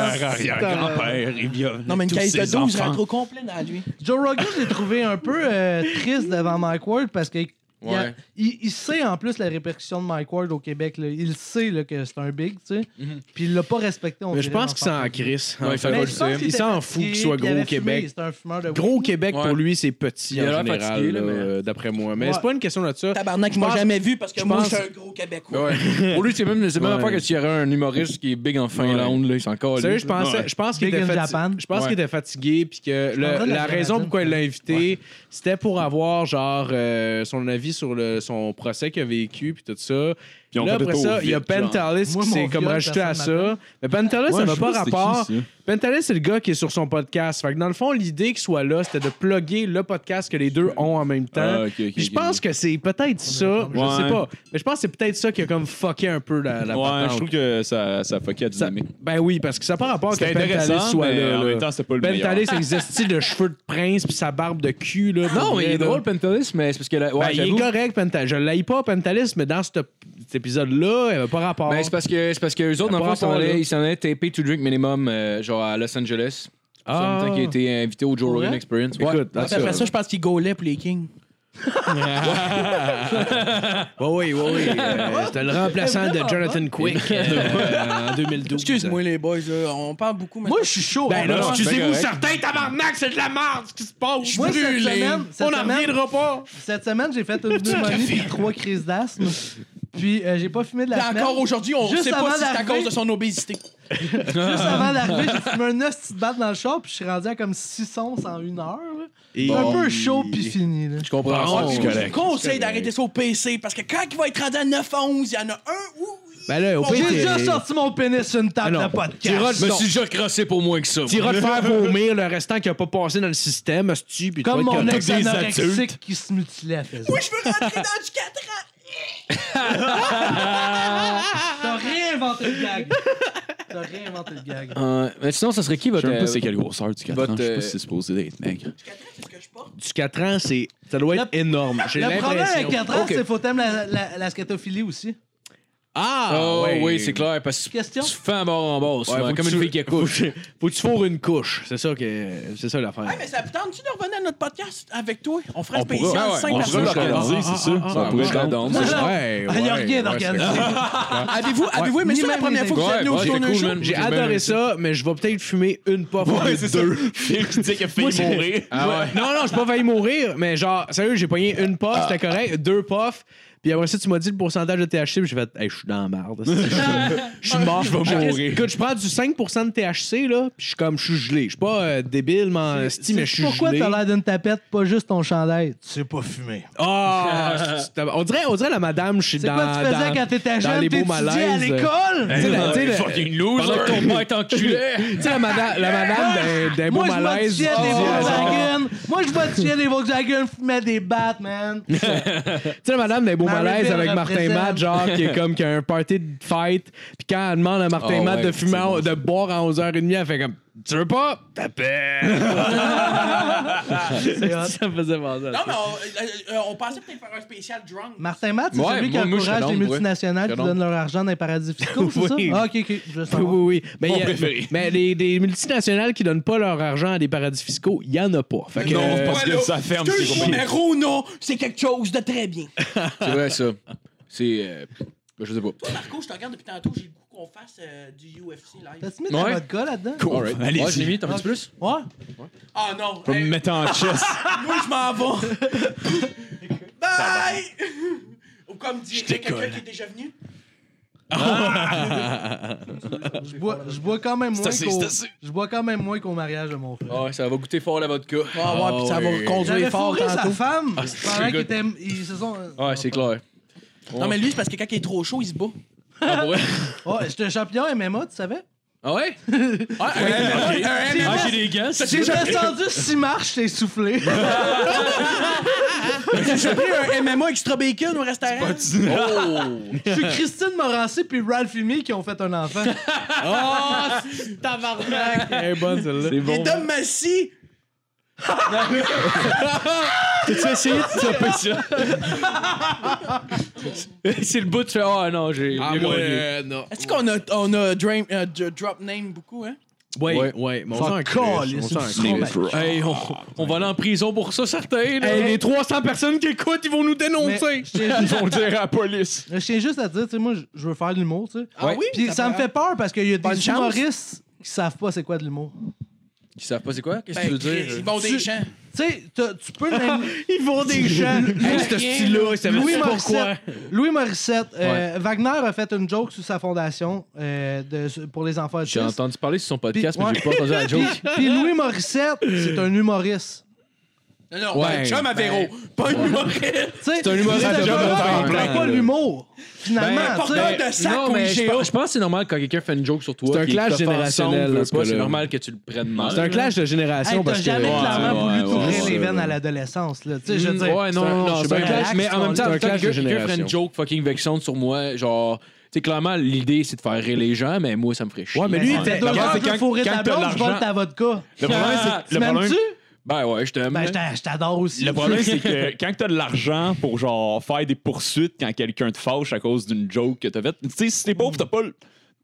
[SPEAKER 9] Arrière-arrière-grand-père, il viole.
[SPEAKER 5] Non, mais une
[SPEAKER 9] tous
[SPEAKER 5] caisse de
[SPEAKER 9] ses
[SPEAKER 5] 12
[SPEAKER 9] enfants.
[SPEAKER 5] rentre au complet dans lui.
[SPEAKER 6] Joe Rogan, j'ai trouvé un peu euh, triste devant Mike Ward parce que. il a-
[SPEAKER 2] Ouais.
[SPEAKER 6] Il, il sait en plus la répercussion de Mike Ward au Québec. là. Il sait là, que c'est un big, tu sais.
[SPEAKER 3] Mhm.
[SPEAKER 6] Puis il l'a pas respecté. on
[SPEAKER 3] Mais je
[SPEAKER 6] dirait,
[SPEAKER 3] pense qu'il
[SPEAKER 6] l'enfant.
[SPEAKER 3] s'en crisse. en
[SPEAKER 2] Ouais, il
[SPEAKER 3] fait.
[SPEAKER 2] fait
[SPEAKER 6] Mais
[SPEAKER 2] pas
[SPEAKER 6] je
[SPEAKER 2] le
[SPEAKER 6] pense
[SPEAKER 2] sait.
[SPEAKER 6] qu'il
[SPEAKER 3] Il
[SPEAKER 6] était
[SPEAKER 3] s'en fout
[SPEAKER 6] fatigué,
[SPEAKER 3] qu'il soit
[SPEAKER 6] puis il
[SPEAKER 3] gros
[SPEAKER 6] avait
[SPEAKER 3] au
[SPEAKER 6] fumé,
[SPEAKER 3] Québec.
[SPEAKER 6] C'est un fumeur de
[SPEAKER 3] Gros Québec,
[SPEAKER 2] Ouais.
[SPEAKER 3] pour lui, c'est petit
[SPEAKER 2] Il a
[SPEAKER 3] en
[SPEAKER 2] l'air
[SPEAKER 3] général,
[SPEAKER 2] fatigué, là,
[SPEAKER 3] là,
[SPEAKER 2] mais-
[SPEAKER 3] euh, d'après moi. Mais
[SPEAKER 6] Ouais.
[SPEAKER 3] c'est pas une question de ça.
[SPEAKER 5] Tabarnak, il m'a
[SPEAKER 3] pense-
[SPEAKER 5] jamais vu parce que
[SPEAKER 3] je
[SPEAKER 5] moi,
[SPEAKER 3] pense-
[SPEAKER 5] je suis un gros Québécois.
[SPEAKER 2] Ouais. Pour lui, c'est même, c'est même
[SPEAKER 3] Ouais.
[SPEAKER 2] affaire que s'il y aurait un humoriste qui est big en Finlande, là, il s'en colle.
[SPEAKER 3] Sérieux, je pensais, je pense qu'il
[SPEAKER 6] Big
[SPEAKER 3] était,
[SPEAKER 6] in
[SPEAKER 3] fati-
[SPEAKER 6] Japan.
[SPEAKER 3] je pense
[SPEAKER 2] Ouais.
[SPEAKER 3] qu'il était fatigué, puis que le-
[SPEAKER 6] prendrais de la
[SPEAKER 3] la raison
[SPEAKER 6] grenadine.
[SPEAKER 3] pourquoi il l'a invité, c'était pour avoir genre euh, son avis sur le, son procès qu'il a vécu, puis tout ça.
[SPEAKER 4] Puis on
[SPEAKER 3] là,
[SPEAKER 4] fait
[SPEAKER 3] après
[SPEAKER 4] des taux
[SPEAKER 3] ça,
[SPEAKER 4] au
[SPEAKER 3] il y a
[SPEAKER 4] vide, genre.
[SPEAKER 3] Pentalis
[SPEAKER 6] Moi,
[SPEAKER 3] qui
[SPEAKER 6] mon
[SPEAKER 3] s'est comme
[SPEAKER 6] viol,
[SPEAKER 3] rajouté à
[SPEAKER 6] personne m'appelle.
[SPEAKER 3] ça. Mais Pentalis,
[SPEAKER 9] Ouais,
[SPEAKER 3] ça
[SPEAKER 9] je
[SPEAKER 3] n'a
[SPEAKER 9] sais
[SPEAKER 3] pas
[SPEAKER 9] pas c'est qui,
[SPEAKER 3] rapport.
[SPEAKER 9] ça.
[SPEAKER 3] Pentalis, c'est le gars qui est sur son podcast. Fait que dans le fond, l'idée qu'il soit là, c'était de plugger le podcast que les deux ont en même temps.
[SPEAKER 9] Ah, ok, ok,
[SPEAKER 3] Puis je
[SPEAKER 9] ok.
[SPEAKER 3] pense que c'est peut-être ça, je
[SPEAKER 9] Ouais.
[SPEAKER 3] sais pas. Mais je pense que c'est peut-être ça qui a comme fucké un peu la, la
[SPEAKER 9] Ouais,
[SPEAKER 3] patente.
[SPEAKER 9] je trouve que ça, ça fuckait la
[SPEAKER 3] Ça-
[SPEAKER 9] dynamique.
[SPEAKER 3] ben oui, parce que ça n'a pas rapport que
[SPEAKER 9] C'était
[SPEAKER 3] Pentalis
[SPEAKER 9] intéressant,
[SPEAKER 3] soit
[SPEAKER 9] mais
[SPEAKER 3] là.
[SPEAKER 9] en
[SPEAKER 3] là.
[SPEAKER 9] même temps, c'était pas le meilleur.
[SPEAKER 3] Pentalis, avec ses styles de cheveux de prince puis sa barbe de cul. Là,
[SPEAKER 2] Non,
[SPEAKER 3] pour
[SPEAKER 2] mais il
[SPEAKER 3] vrai,
[SPEAKER 2] est
[SPEAKER 3] là.
[SPEAKER 2] drôle, Pentalis, mais c'est parce que. là-
[SPEAKER 3] Ben,
[SPEAKER 2] Ouais,
[SPEAKER 3] il est
[SPEAKER 2] j'avoue.
[SPEAKER 3] correct, Pentalis. Je l'ai pas, Pentalis, mais dans cet cet épisode-là, il n'y avait pas rapport.
[SPEAKER 2] Ben, c'est parce que c'est parce que eux autres, dans le
[SPEAKER 3] Par
[SPEAKER 2] fond, ils s'en
[SPEAKER 3] rapport à là.
[SPEAKER 2] allaient- ils s'en allaient taper to drink minimum, euh, genre à Los Angeles.
[SPEAKER 3] Ah.
[SPEAKER 2] En même temps qu'il a été invité au Joe Rogan
[SPEAKER 6] Ouais.
[SPEAKER 2] Experience. Ouais.
[SPEAKER 3] Écoute,
[SPEAKER 5] Après, après ça, je pense qu'il gaulait pour les Kings.
[SPEAKER 3] oui, oui, oui. euh, C'était le remplaçant de
[SPEAKER 6] Vraiment
[SPEAKER 3] Jonathan Quick euh, en 2012.
[SPEAKER 5] Excuse-moi, les boys, là, on parle beaucoup, mais.
[SPEAKER 6] Moi, je suis chaud.
[SPEAKER 3] Ben
[SPEAKER 6] On
[SPEAKER 3] là,
[SPEAKER 6] va-
[SPEAKER 3] excusez-vous, certains tabarnak, c'est de la merde ce qui se passe.
[SPEAKER 6] Moi, cette
[SPEAKER 3] brûlé.
[SPEAKER 6] semaine- cette
[SPEAKER 3] On n'en
[SPEAKER 6] semaine-
[SPEAKER 3] reviendra pas.
[SPEAKER 6] Cette semaine, j'ai fait une pneumonie puis trois crises d'asthme. Puis euh, j'ai pas fumé de la
[SPEAKER 5] Puis
[SPEAKER 6] semaine.
[SPEAKER 5] encore aujourd'hui, on
[SPEAKER 6] Juste
[SPEAKER 5] sait pas
[SPEAKER 6] avant
[SPEAKER 5] si c'est à
[SPEAKER 6] d'arriver-
[SPEAKER 5] cause de son obésité.
[SPEAKER 6] Juste avant d'arriver, j'ai fumé un os de batte dans le char puis je suis rendu à comme 600 en une heure. là. C'est un peu chaud puis fini. là.
[SPEAKER 2] Je
[SPEAKER 4] Ah,
[SPEAKER 2] comprends.
[SPEAKER 3] Bon,
[SPEAKER 2] ça.
[SPEAKER 3] c'est
[SPEAKER 5] Je vous conseille d'arrêter ça au PC parce que quand il va être rendu à 9-11, il y en a un où.
[SPEAKER 3] Ben là, au
[SPEAKER 6] J'ai
[SPEAKER 3] pire,
[SPEAKER 6] déjà
[SPEAKER 3] t'es-
[SPEAKER 6] sorti mon pénis sur une table
[SPEAKER 3] Ah non.
[SPEAKER 6] de podcast.
[SPEAKER 3] T'iras
[SPEAKER 2] Je me
[SPEAKER 3] de-
[SPEAKER 2] suis déjà crassé pour moins que ça.
[SPEAKER 3] t'iras de faire vomir le restant qui a pas passé dans le système, hostie, puis tu
[SPEAKER 6] Comme
[SPEAKER 3] vas être
[SPEAKER 6] mon
[SPEAKER 3] correct.
[SPEAKER 6] ex anorexique qui se mutilait faisait.
[SPEAKER 5] Oui, je veux rentrer dans du 4 ans.
[SPEAKER 6] T'as réinventé le gag. T'as réinventé le gag.
[SPEAKER 3] Ah.
[SPEAKER 2] Euh, mais sinon, ça serait qui
[SPEAKER 9] Je
[SPEAKER 2] votre.
[SPEAKER 9] sais même pas
[SPEAKER 2] euh,
[SPEAKER 9] c'est quelle grosseur du 4
[SPEAKER 2] votre,
[SPEAKER 9] ans. Je sais
[SPEAKER 2] euh,
[SPEAKER 9] pas si c'est supposé d'être maigre.
[SPEAKER 5] Qu'est-ce que je porte?
[SPEAKER 3] Du 4 ans, c'est ça doit être énorme. J'ai
[SPEAKER 6] Le
[SPEAKER 3] l'impression.
[SPEAKER 6] problème avec 4 ans,
[SPEAKER 2] Ok.
[SPEAKER 6] c'est qu'il faut t'aimer la, la, la scatophilie aussi.
[SPEAKER 3] Ah,
[SPEAKER 2] Oh,
[SPEAKER 3] ouais.
[SPEAKER 2] oui, c'est clair, parce que tu
[SPEAKER 6] Question?
[SPEAKER 2] fais un bord en bord, souvent,
[SPEAKER 3] faut que
[SPEAKER 2] comme
[SPEAKER 3] tu-
[SPEAKER 2] une fille qui accouche.
[SPEAKER 3] Faut que tu fourres une couche. C'est ça que c'est ça l'affaire.
[SPEAKER 5] Hey, mais ça tente-tu de revenir à notre podcast avec toi? On ferait
[SPEAKER 9] On pourra.
[SPEAKER 5] spécial
[SPEAKER 2] Ah ouais,
[SPEAKER 5] 5
[SPEAKER 9] On
[SPEAKER 2] pourra
[SPEAKER 9] pourrait
[SPEAKER 5] personnes.
[SPEAKER 9] l'organiser,
[SPEAKER 3] ah,
[SPEAKER 9] c'est sûr. Ça pourrait être
[SPEAKER 2] down.
[SPEAKER 9] down.
[SPEAKER 3] Ouais,
[SPEAKER 6] Ah, Il n'y a
[SPEAKER 3] ouais,
[SPEAKER 6] rien
[SPEAKER 3] ouais,
[SPEAKER 6] d'organisé.
[SPEAKER 5] Ah, Avez-vous avez aimé
[SPEAKER 6] Ni
[SPEAKER 5] ça la
[SPEAKER 6] même
[SPEAKER 5] première
[SPEAKER 6] les
[SPEAKER 5] fois que vous êtes venu au
[SPEAKER 2] ouais,
[SPEAKER 5] show
[SPEAKER 2] c'était
[SPEAKER 5] d'un
[SPEAKER 2] cool,
[SPEAKER 5] show?
[SPEAKER 2] man.
[SPEAKER 3] J'ai
[SPEAKER 2] bien aimé
[SPEAKER 3] adoré ça, mais je vais peut-être fumer une pop ouais, deux.
[SPEAKER 9] Phil qui dit qu'il a failli
[SPEAKER 3] Moi, j'ai- Ah
[SPEAKER 9] mourir.
[SPEAKER 3] Ouais. Non, non, j'ai pas failli mourir, mais genre, sérieux, j'ai pogné une puff, c'était correct, deux puffs. Puis après ça, tu m'as dit le pourcentage de THC, puis j'ai fait, hey, je suis dans la merde. Je suis mort, je vais mourir. Écoute, je prends du 5% de THC, là, puis je suis comme, je suis gelé. Je suis pas euh, débile, mais en esti, mais je suis gelé.
[SPEAKER 6] Pourquoi t'as l'air d'une tapette, pas juste ton chandail? Tu sais pas fumer.
[SPEAKER 3] Ah, c'est- on, dirait, on dirait la madame, je suis
[SPEAKER 6] C'est
[SPEAKER 3] dans.
[SPEAKER 6] quoi tu faisais
[SPEAKER 3] dans-
[SPEAKER 6] quand t'étais
[SPEAKER 3] dans les
[SPEAKER 6] jeune?
[SPEAKER 3] beaux
[SPEAKER 6] T'étudiais à
[SPEAKER 3] malaises, euh, Tu sais,
[SPEAKER 6] l'école?
[SPEAKER 3] la- tu sais, la-
[SPEAKER 2] Pendant que ton père est enculé.
[SPEAKER 3] tu sais, la madame, la madame d'un- d'un beau
[SPEAKER 6] Moi, je
[SPEAKER 3] malaise.
[SPEAKER 6] m'attirais des
[SPEAKER 3] qui dit à genre-
[SPEAKER 6] Volkswagen. Moi, je m'attirais des Volkswagen, fumais des Batman.
[SPEAKER 3] Tu sais, la madame des beaux
[SPEAKER 6] Marie
[SPEAKER 3] malaises
[SPEAKER 6] Pierre
[SPEAKER 3] avec Martin
[SPEAKER 6] représente.
[SPEAKER 3] Matt, genre, qui est comme qui a un party de fête. Puis quand elle demande à Martin
[SPEAKER 9] Ah
[SPEAKER 3] Matt de
[SPEAKER 9] ouais,
[SPEAKER 3] fumer,
[SPEAKER 9] c'est bon,
[SPEAKER 3] de boire à 11h30, elle fait comme Tu veux pas
[SPEAKER 6] Ben
[SPEAKER 3] T'appelles. ça me faisait penser à
[SPEAKER 5] Non,
[SPEAKER 3] ça.
[SPEAKER 5] mais on, euh, euh, on pensait peut-être faire un spécial drunk.
[SPEAKER 6] Martin Matt, c'est
[SPEAKER 9] Ouais,
[SPEAKER 6] celui qui
[SPEAKER 9] moi- moi, je
[SPEAKER 6] encourage
[SPEAKER 9] serais
[SPEAKER 6] les
[SPEAKER 9] down,
[SPEAKER 6] multinationales
[SPEAKER 9] ouais.
[SPEAKER 6] qui donnent leur argent dans les paradis fiscaux, c'est ça?
[SPEAKER 3] Oui.
[SPEAKER 6] Ah, ok, ok, je veux
[SPEAKER 3] Oui,
[SPEAKER 6] savoir.
[SPEAKER 3] oui, oui. Mais, il y a-
[SPEAKER 9] préféré.
[SPEAKER 3] mais les, des multinationales qui donnent pas leur argent à des paradis fiscaux, il y en a pas. Fait que,
[SPEAKER 9] Non,
[SPEAKER 3] euh,
[SPEAKER 9] parce que
[SPEAKER 5] Voilà.
[SPEAKER 9] ça ferme, c'est
[SPEAKER 5] Excuse-moi,
[SPEAKER 9] compliqué.
[SPEAKER 5] mais Rona, c'est quelque chose de très bien.
[SPEAKER 2] C'est vrai, ça. C'est. euh, ben, Je sais pas.
[SPEAKER 5] Toi, Marco, je te regarde depuis tantôt, j'ai le goût qu'on fasse euh, du UFC live.
[SPEAKER 6] T'as-tu mis de la
[SPEAKER 2] Ouais.
[SPEAKER 6] vodka là-dedans?
[SPEAKER 2] Alright.
[SPEAKER 9] Allez-y.
[SPEAKER 2] Ouais, je l'ai mis, t'en veux plus?
[SPEAKER 6] Ouais.
[SPEAKER 5] Ah non!
[SPEAKER 9] Je vais
[SPEAKER 5] hey,
[SPEAKER 9] me mettre en chest.
[SPEAKER 5] moi, je m'en vais! Bye! Ou comme dit quelqu'un qui est déjà venu.
[SPEAKER 6] Je bois, je bois quand même moins
[SPEAKER 9] assez,
[SPEAKER 6] qu'au-
[SPEAKER 9] c'est assez.
[SPEAKER 6] je bois quand même moins qu'au mariage de mon frère.
[SPEAKER 2] Ouais, ça va goûter fort la vodka.
[SPEAKER 5] Ah ouais, puis ça va conduire
[SPEAKER 6] J'avais
[SPEAKER 5] fort
[SPEAKER 6] fourré sa
[SPEAKER 5] tantôt.
[SPEAKER 6] femme
[SPEAKER 2] c'est
[SPEAKER 6] pendant
[SPEAKER 2] good.
[SPEAKER 6] qu'ils étaient... Ils se sont... euh,
[SPEAKER 2] Ouais, c'est clair.
[SPEAKER 5] Non, mais lui, c'est parce que quand il est trop chaud, il se bat.
[SPEAKER 6] Oh, j'étais un champion MMA, tu savais?
[SPEAKER 2] Ah ouais?
[SPEAKER 6] Ah, j'ai
[SPEAKER 2] des gants.
[SPEAKER 6] J'ai descendu six marches, t'es soufflé.
[SPEAKER 5] J'ai pris un MMA extra bacon au restaurant.
[SPEAKER 6] Je suis Christine Morancy puis Ralph Humi qui ont fait un enfant.
[SPEAKER 5] Ah,
[SPEAKER 3] elle est bonne, celle-là.
[SPEAKER 5] Il est d'homme massy.
[SPEAKER 3] T'as-tu essayé de taper ça?
[SPEAKER 2] C'est le bout, tu fais Ah non, j'ai.
[SPEAKER 3] Ah,
[SPEAKER 2] j'ai
[SPEAKER 3] moi,
[SPEAKER 2] gagné.
[SPEAKER 3] euh, non.
[SPEAKER 5] Est-ce qu'on a, on a drain- euh, d- drop name beaucoup, hein?
[SPEAKER 3] Ouais,
[SPEAKER 2] Ouais.
[SPEAKER 3] ouais, mais on s'en crisse, on s'en crisse.
[SPEAKER 2] Hey, on, on va aller en prison pour ça, certains. là.
[SPEAKER 3] Hey, les 300 personnes qui écoutent, ils vont nous dénoncer.
[SPEAKER 6] Mais je tiens-
[SPEAKER 3] Ils vont dire à la police.
[SPEAKER 6] Je tiens juste à te dire, tu sais, moi, je- je veux faire de l'humour, tu sais.
[SPEAKER 5] Ah oui?
[SPEAKER 6] Puis ça me fait peur parce qu'il y a des
[SPEAKER 5] Bonne chance.
[SPEAKER 6] humoristes qui savent pas c'est quoi de l'humour.
[SPEAKER 2] Ils savent pas c'est quoi? Qu'est-ce que
[SPEAKER 5] Ben,
[SPEAKER 2] tu veux dire?
[SPEAKER 5] Ils vont des
[SPEAKER 6] Tu-
[SPEAKER 5] champs.
[SPEAKER 6] Tu sais, t'as- tu peux même.
[SPEAKER 3] Ils vont des gens. hey, ce style-là, ils savaient
[SPEAKER 6] Louis
[SPEAKER 3] pas pourquoi.
[SPEAKER 6] Morissette, Louis Morissette euh, Wagner a fait une joke sur sa fondation euh, de- pour les enfants
[SPEAKER 2] J'ai
[SPEAKER 6] autistes.
[SPEAKER 2] entendu parler sur son podcast,
[SPEAKER 6] Puis-
[SPEAKER 2] mais j'ai pas entendu la joke.
[SPEAKER 6] Puis Louis Morissette, c'est un humoriste.
[SPEAKER 5] Non, non, ouais, Ben,
[SPEAKER 3] Ouais,
[SPEAKER 5] chum à Véro. Pas un humoriste.
[SPEAKER 6] C'est
[SPEAKER 2] un humoriste
[SPEAKER 6] C'est
[SPEAKER 2] à job
[SPEAKER 6] pas-
[SPEAKER 2] à temps
[SPEAKER 6] c'est
[SPEAKER 2] plein.
[SPEAKER 6] pas l'humour, finalement. tu sais.
[SPEAKER 5] Porteur de sac
[SPEAKER 2] Non,
[SPEAKER 5] au
[SPEAKER 2] mais je
[SPEAKER 5] IGA.
[SPEAKER 2] pense, je pense que c'est normal quand quelqu'un fait une joke sur toi.
[SPEAKER 3] C'est un
[SPEAKER 2] qui
[SPEAKER 3] clash
[SPEAKER 2] t'offense,
[SPEAKER 3] générationnel,
[SPEAKER 2] veut
[SPEAKER 3] dans ce
[SPEAKER 2] pas, C'est
[SPEAKER 3] cas-là.
[SPEAKER 2] normal que tu le prennes mal.
[SPEAKER 3] C'est un clash de génération
[SPEAKER 6] Hey, t'as
[SPEAKER 3] parce que.
[SPEAKER 6] jamais clairement
[SPEAKER 9] ouais,
[SPEAKER 6] voulu
[SPEAKER 9] ouais,
[SPEAKER 6] t'ouvrir
[SPEAKER 9] ouais,
[SPEAKER 6] les
[SPEAKER 9] ouais.
[SPEAKER 6] veines à l'adolescence. là. Tu sais, je veux dire,
[SPEAKER 2] Ouais, non,
[SPEAKER 3] c'est un-
[SPEAKER 2] non,
[SPEAKER 3] non,
[SPEAKER 2] je
[SPEAKER 3] c'est
[SPEAKER 2] suis
[SPEAKER 3] un
[SPEAKER 2] bien
[SPEAKER 3] clash,
[SPEAKER 2] d'accord. Mais en
[SPEAKER 3] c'est
[SPEAKER 2] même temps,
[SPEAKER 3] un
[SPEAKER 2] en même temps,
[SPEAKER 3] clash
[SPEAKER 2] quelqu'un
[SPEAKER 3] de
[SPEAKER 2] quelqu'un ferait une
[SPEAKER 3] génération.
[SPEAKER 2] joke fucking vexante sur moi, genre. Tu sais, clairement, l'idée, c'est de faire rire les gens, mais moi, ça me ferait chier.
[SPEAKER 3] Ouais, mais lui, il
[SPEAKER 6] Hey,
[SPEAKER 3] était.
[SPEAKER 6] t'as deux
[SPEAKER 3] regarde,
[SPEAKER 6] heures
[SPEAKER 3] c'est
[SPEAKER 6] de
[SPEAKER 3] quand-
[SPEAKER 6] fourrer
[SPEAKER 3] quand
[SPEAKER 6] ta
[SPEAKER 3] t'as
[SPEAKER 6] blonde, je vole
[SPEAKER 3] l'argent-
[SPEAKER 6] ta vodka.
[SPEAKER 9] Le problème, c'est que-
[SPEAKER 6] Tu
[SPEAKER 9] le problème-
[SPEAKER 6] m'aimes-tu?
[SPEAKER 2] Ben ouais, je t'aime.
[SPEAKER 6] Ben, je t'a- je t'adore aussi.
[SPEAKER 9] le problème, c'est que quand t'as de l'argent pour genre faire des poursuites quand quelqu'un te fâche à cause d'une joke que t'as faite, tu sais, si t'es pauvre, t'as pas le.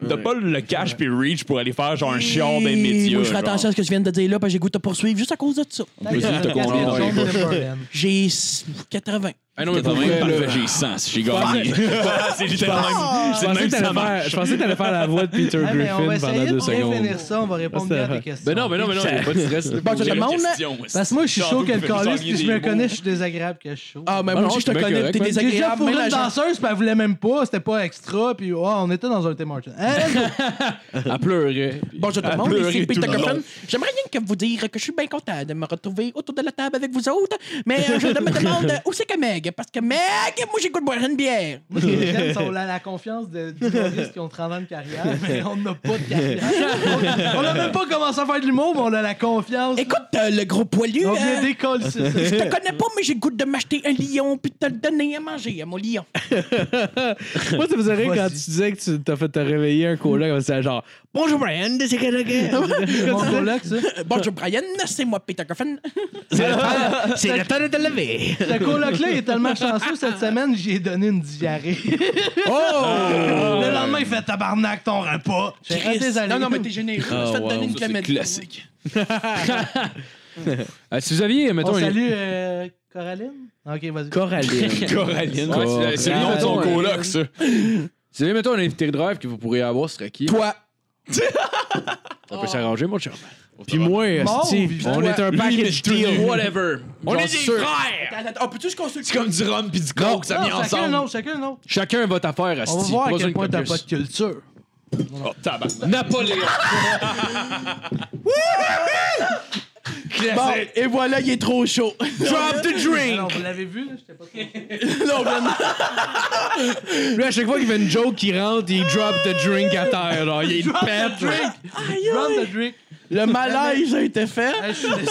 [SPEAKER 9] T'as pas le cash puis reach pour aller faire genre un chiant des médias.
[SPEAKER 5] Moi, je fais
[SPEAKER 9] genre.
[SPEAKER 5] attention à ce que je viens de dire là, parce que j'ai goût de te poursuivre juste à cause de ça.
[SPEAKER 6] T'as
[SPEAKER 2] te comprendre.
[SPEAKER 6] Gaspillage jaune, Timberland.
[SPEAKER 5] J'ai 80.
[SPEAKER 2] Ah non, mais
[SPEAKER 9] T'as
[SPEAKER 2] pour
[SPEAKER 9] même
[SPEAKER 2] vrai, là,
[SPEAKER 9] parfait, j'ai 100 si j'ai gagné. c'est littéralement. C'est
[SPEAKER 3] Je
[SPEAKER 9] le
[SPEAKER 3] pensais
[SPEAKER 9] même
[SPEAKER 3] que t'allais
[SPEAKER 9] ça marche.
[SPEAKER 3] faire- je pensais que t'allais faire la voix de Peter
[SPEAKER 6] Hey, mais Ah, ben, on va
[SPEAKER 3] Griffin pendant
[SPEAKER 6] essayer de
[SPEAKER 3] deux
[SPEAKER 6] bien
[SPEAKER 3] secondes.
[SPEAKER 6] finir ça, on va répondre
[SPEAKER 3] Ça,
[SPEAKER 6] bien à
[SPEAKER 3] ça-
[SPEAKER 6] tes questions.
[SPEAKER 2] Ben non, mais non, mais non, j'ai pas de stress.
[SPEAKER 5] Bon, je te demande. là-
[SPEAKER 6] Parce que moi, je suis chaud que le calice, puis je me connais, je suis désagréable que je suis chaud.
[SPEAKER 5] Ah, mais
[SPEAKER 2] Ah
[SPEAKER 5] moi
[SPEAKER 2] non,
[SPEAKER 5] aussi, je te
[SPEAKER 2] c'est bien
[SPEAKER 5] connais.
[SPEAKER 2] correct,
[SPEAKER 5] T'es
[SPEAKER 2] man.
[SPEAKER 6] J'ai déjà
[SPEAKER 5] désagréable.
[SPEAKER 6] fourré
[SPEAKER 5] même
[SPEAKER 6] une
[SPEAKER 5] la gente-
[SPEAKER 6] danseuse, puis elle voulait même pas, c'était pas extra, puis oh, on était dans un Tim Martin.
[SPEAKER 2] À pleurer.
[SPEAKER 5] Bonjour tout le monde, ici Peter Coffin. J'aimerais rien que vous dire que je suis bien content de me retrouver autour de la table avec vous autres, mais euh, je me demande où c'est que Meg. que parce que, mec, moi, j'écoute boire une bière.
[SPEAKER 6] Moi, ce que j'aime, c'est qu'on a la confiance de d'humoristes qui ont 30 ans de carrière, mais on n'a pas de carrière. On n'a même pas commencé à faire de l'humour, mais on a la confiance.
[SPEAKER 5] Écoute, euh, le gros poilu,
[SPEAKER 6] on
[SPEAKER 5] euh,
[SPEAKER 6] vient d'école, c'est ça.
[SPEAKER 5] je te connais pas, mais j'ai le goût de m'acheter un lion puis de te le donner à manger à mon lion.
[SPEAKER 3] Moi, ça me faisait rire quand tu disais que tu t'as fait te réveiller un collègue, c'est genre Bonjour Brian, c'est quelqu'un.
[SPEAKER 6] C'est mon coloc, ça.
[SPEAKER 5] Euh, Bonjour, Brian, c'est moi, Peter Coffin.
[SPEAKER 6] C'est le temps de te lever. Ce coloc-là, il est tellement chanceux cette semaine, j'ai donné une diarrhée. Oh! Le lendemain, il fait tabarnak ton repas. J'ai fait désolé.
[SPEAKER 5] Non, non, mais t'es généreux. Je vais te donner une clémentine.
[SPEAKER 4] classique.
[SPEAKER 2] Euh, si vous aviez, mettons,
[SPEAKER 6] On
[SPEAKER 2] un-
[SPEAKER 6] salue euh, Coraline? Ok, vas-y.
[SPEAKER 3] Coraline.
[SPEAKER 4] Coraline.
[SPEAKER 2] Ouais, c'est- c'est
[SPEAKER 4] C'est
[SPEAKER 5] Ben,
[SPEAKER 4] le nom de ton
[SPEAKER 2] Coraline.
[SPEAKER 4] coloc, ça.
[SPEAKER 2] si vous aviez, mettons, un invité de rêve que vous pourriez avoir, ce serait qui?
[SPEAKER 5] Toi,
[SPEAKER 2] On peut s'arranger, mon chum.
[SPEAKER 3] Puis moi,
[SPEAKER 6] Mort
[SPEAKER 3] esti,
[SPEAKER 6] ou vivant?
[SPEAKER 3] on est un package deal.
[SPEAKER 8] Whatever. On est des frères!
[SPEAKER 5] attends, oh, attends, on peut-tu se consulter?
[SPEAKER 8] C'est comme du rhum pis du coke, ça
[SPEAKER 6] Non,
[SPEAKER 8] vient
[SPEAKER 6] chacun
[SPEAKER 8] ensemble.
[SPEAKER 6] un autre, chacun un autre.
[SPEAKER 2] Chacun votre affaire,
[SPEAKER 6] On va
[SPEAKER 2] Asti.
[SPEAKER 6] voir à
[SPEAKER 2] Pas
[SPEAKER 6] quel
[SPEAKER 2] une
[SPEAKER 6] point
[SPEAKER 2] que
[SPEAKER 6] t'as
[SPEAKER 2] plus.
[SPEAKER 6] pas de culture.
[SPEAKER 4] Oh, tabarnak.
[SPEAKER 8] Napoléon.
[SPEAKER 5] Bon,
[SPEAKER 8] Classique.
[SPEAKER 5] et voilà, il est trop chaud.
[SPEAKER 8] Drop the
[SPEAKER 6] Non,
[SPEAKER 8] drink.
[SPEAKER 6] vous l'avez vu, là, j'étais pas trop-
[SPEAKER 3] Lui, à chaque fois qu'il fait une joke, il rentre, il drop the drink à terre. Là. Il
[SPEAKER 6] Drop the
[SPEAKER 3] pète.
[SPEAKER 6] drink!
[SPEAKER 5] Aïe,
[SPEAKER 6] Drop
[SPEAKER 5] aïe.
[SPEAKER 6] the drink!
[SPEAKER 5] Le malaise a été fait.
[SPEAKER 3] Ah,
[SPEAKER 6] Hey, je suis désolé.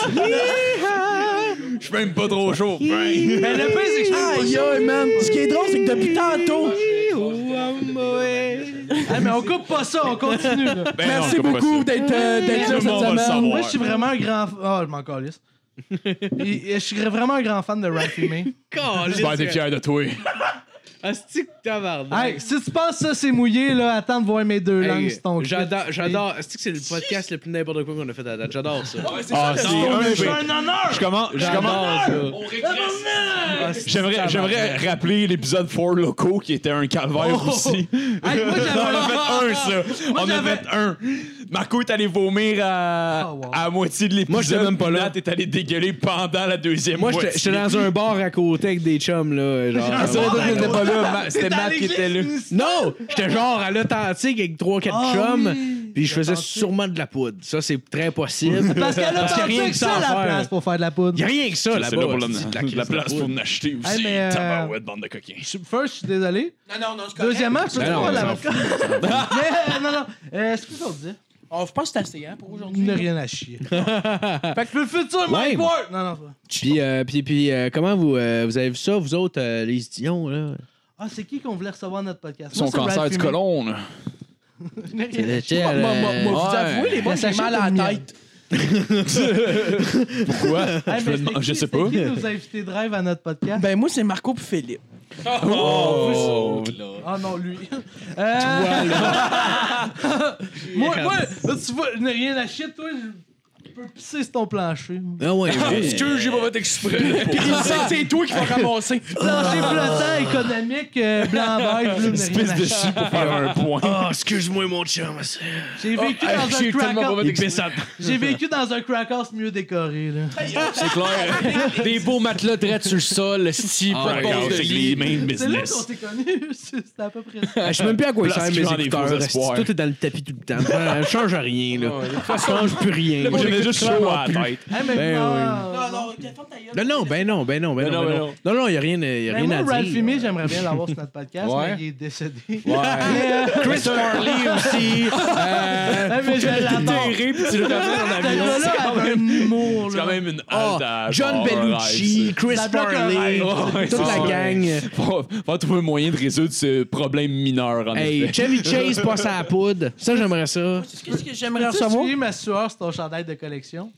[SPEAKER 4] Je suis même pas trop chaud. Ben.
[SPEAKER 6] Mais le pire, c'est que je suis
[SPEAKER 5] Aïe, aïe, man. Ce qui est drôle, c'est que depuis tantôt,
[SPEAKER 6] pas- Hey, mais on coupe pas ça, on continue. là.
[SPEAKER 4] Ben non,
[SPEAKER 5] merci
[SPEAKER 4] je comprends
[SPEAKER 5] beaucoup
[SPEAKER 4] ça.
[SPEAKER 5] d'être euh, d'être
[SPEAKER 4] Tout
[SPEAKER 5] là
[SPEAKER 4] le
[SPEAKER 5] cette
[SPEAKER 4] monde va le
[SPEAKER 5] semaine.
[SPEAKER 4] savoir.
[SPEAKER 6] Moi, je suis vraiment un grand... Oh, je m'en calisse. Et- et Je suis vraiment un grand fan de Rafi May.
[SPEAKER 3] Ah,
[SPEAKER 4] J'espère que t'es fier de toi.
[SPEAKER 3] Asti que tabarnak.
[SPEAKER 6] Hey, si tu penses ça, c'est mouillé, là, attends de voir mes deux langues, c'est ton cul.
[SPEAKER 3] J'adore, j'adore. Asti que c'est le podcast le plus n'importe quoi qu'on a fait à date. J'adore ça.
[SPEAKER 9] Ah, c'est un
[SPEAKER 6] C'est un honneur!
[SPEAKER 9] Je commence. Je commence.
[SPEAKER 3] J'adore ça. Ah,
[SPEAKER 9] J'aimerais, j'aimerais rappeler l'épisode 4 locaux qui était un calvaire aussi.
[SPEAKER 6] Hey, moi,
[SPEAKER 9] on en a fait un,
[SPEAKER 6] j'avais...
[SPEAKER 9] ça.
[SPEAKER 6] Moi,
[SPEAKER 9] on en a
[SPEAKER 6] j'avais-
[SPEAKER 9] fait un. Marco est allé vomir à,
[SPEAKER 6] Oh, wow.
[SPEAKER 9] à moitié de l'épisode. Moi,
[SPEAKER 3] j'étais même pas là.
[SPEAKER 9] Nat est allé dégueuler pendant la deuxième
[SPEAKER 3] Moi, j'étais
[SPEAKER 9] moitié.
[SPEAKER 3] j'étais dans un bar à côté avec des chums, là. Genre,
[SPEAKER 9] Ah, c'est vrai, toi, t'étais pas là. Ma-
[SPEAKER 6] T'es
[SPEAKER 9] C'était Matt
[SPEAKER 6] allé
[SPEAKER 9] qui était là.
[SPEAKER 6] glisser.
[SPEAKER 3] Non! J'étais genre à l'authentique avec 3-4
[SPEAKER 6] Ah
[SPEAKER 3] chums.
[SPEAKER 6] oui.
[SPEAKER 3] Puis je faisais
[SPEAKER 6] L'authentique.
[SPEAKER 3] sûrement de la poudre. Ça, c'est très possible.
[SPEAKER 6] Parce qu'elle a
[SPEAKER 3] qu'il y a rien
[SPEAKER 6] tenté
[SPEAKER 3] que
[SPEAKER 6] que
[SPEAKER 3] ça
[SPEAKER 6] ça,
[SPEAKER 3] à
[SPEAKER 6] la
[SPEAKER 3] faire.
[SPEAKER 6] place, pour faire de la poudre.
[SPEAKER 3] Il a rien que ça
[SPEAKER 4] C'est
[SPEAKER 3] là-bas.
[SPEAKER 4] là pour la,
[SPEAKER 3] c'est de
[SPEAKER 4] la,
[SPEAKER 3] crise de
[SPEAKER 4] place
[SPEAKER 3] poudre.
[SPEAKER 4] pour en acheter aussi.
[SPEAKER 6] Hey, mais, euh,
[SPEAKER 4] Tabarouette, bande de coquins.
[SPEAKER 6] Je- First, je suis désolé.
[SPEAKER 5] Non, non, non, c'est correct.
[SPEAKER 6] Deuxièmement, je peux
[SPEAKER 3] Ben non,
[SPEAKER 6] pas
[SPEAKER 3] on
[SPEAKER 6] la
[SPEAKER 3] s'en
[SPEAKER 6] vodka. Mais, Non, non, euh, c'est ce qu'on disait.
[SPEAKER 5] Oh, je pense que c'est assez hein, pour
[SPEAKER 6] Il
[SPEAKER 5] aujourd'hui.
[SPEAKER 6] n'a rien à chier. fait que le futur,
[SPEAKER 3] Ouais.
[SPEAKER 6] Mike Ward! Non, non, c'est pas.
[SPEAKER 3] Puis, euh, puis, puis euh, comment vous, euh, vous avez vu ça, vous autres, euh, les Dion, là?
[SPEAKER 6] Ah, c'est qui qu'on voulait recevoir à notre podcast?
[SPEAKER 9] Son
[SPEAKER 6] Moi, c'est
[SPEAKER 9] cancer
[SPEAKER 6] Ralph
[SPEAKER 9] du
[SPEAKER 6] Fumé.
[SPEAKER 9] colon, là.
[SPEAKER 3] Le chel,
[SPEAKER 5] Moi, moi,
[SPEAKER 3] euh,
[SPEAKER 5] moi, vous
[SPEAKER 9] ouais.
[SPEAKER 5] avouez, les boys,
[SPEAKER 6] Ça
[SPEAKER 5] j'ai mal à
[SPEAKER 6] s'achète
[SPEAKER 5] la
[SPEAKER 6] une
[SPEAKER 5] tête.
[SPEAKER 6] Hey, mais
[SPEAKER 9] me
[SPEAKER 6] c'est
[SPEAKER 9] demande- je
[SPEAKER 6] qui-
[SPEAKER 9] sais pas.
[SPEAKER 6] C'est qui nous a invités de rêve à notre podcast?
[SPEAKER 5] Ben, moi, c'est Marco puis Philippe.
[SPEAKER 6] Ah non, lui. Euh, moi, moi, là, tu vois, je n'ai rien à chier, toi. Je peux pisser sur ton plancher.
[SPEAKER 3] Ah ouais, oui.
[SPEAKER 8] j'ai pas fait exprès.
[SPEAKER 5] C'est toi qui vas ramasser.
[SPEAKER 6] Plancher flottant, économique, euh, blanc-vert, bleu, je n'ai rien à chier.
[SPEAKER 3] Ah, excuse-moi, mon chum. c'est-
[SPEAKER 6] J'ai vécu
[SPEAKER 2] Ah,
[SPEAKER 6] dans un
[SPEAKER 8] J'ai tellement pas
[SPEAKER 6] crack
[SPEAKER 8] fait exprès.
[SPEAKER 6] J'ai vécu dans un crack house mieux décoré, là.
[SPEAKER 2] C'est clair. des beaux matelas drettes sur le sol, le style,
[SPEAKER 9] Ah, regarde, c'est que les mêmes
[SPEAKER 6] C'est là qu'on
[SPEAKER 9] business.
[SPEAKER 6] s'est connus. C'est c'est à peu près ça.
[SPEAKER 3] Ah, Je sais même plus à quoi ils
[SPEAKER 9] Place
[SPEAKER 3] servent
[SPEAKER 9] qui vend
[SPEAKER 3] mes
[SPEAKER 9] des
[SPEAKER 3] écouteurs.
[SPEAKER 9] faux
[SPEAKER 3] esti,
[SPEAKER 9] espoirs.
[SPEAKER 3] Tout est dans le tapis tout le temps. Ça change à rien, là. Ça change plus rien.
[SPEAKER 9] Moi, j'avais juste chaud à la tête.
[SPEAKER 6] Hey, mais
[SPEAKER 3] Ben
[SPEAKER 6] moi,
[SPEAKER 5] Non,
[SPEAKER 6] euh,
[SPEAKER 5] non, ferme ta gueule.
[SPEAKER 3] Non, non, ben non, ben non, ben non. ben non. Non, non, il n'y a rien, euh, y a
[SPEAKER 6] ben
[SPEAKER 3] rien
[SPEAKER 6] moi,
[SPEAKER 3] à
[SPEAKER 6] Ralph
[SPEAKER 3] dire.
[SPEAKER 6] Fumé, j'aimerais bien l'avoir sur notre podcast,
[SPEAKER 2] Ouais.
[SPEAKER 6] mais il est décédé.
[SPEAKER 3] Chris Farley aussi. Euh,
[SPEAKER 6] Hey, mais je l'adore. Ce gars-là avait un humour,
[SPEAKER 9] C'est
[SPEAKER 6] là.
[SPEAKER 9] quand même une
[SPEAKER 3] ah,
[SPEAKER 9] halte à
[SPEAKER 3] John
[SPEAKER 9] genre,
[SPEAKER 3] Bellucci,
[SPEAKER 9] ouais,
[SPEAKER 3] Chris
[SPEAKER 6] Ça bloque un
[SPEAKER 3] Farley,
[SPEAKER 6] rêve.
[SPEAKER 4] Ah,
[SPEAKER 3] toute la gang.
[SPEAKER 9] c'est- Faut, faut trouver un moyen de résoudre ce problème mineur, en
[SPEAKER 3] Hey,
[SPEAKER 9] effet.
[SPEAKER 3] Chevy Chase passe à la poudre. Ça, j'aimerais ça.
[SPEAKER 5] Qu'est-ce que j'aimerais
[SPEAKER 6] Tu sais,
[SPEAKER 5] recevoir?
[SPEAKER 6] tu es ma sueur, c'est ton chandail de collection.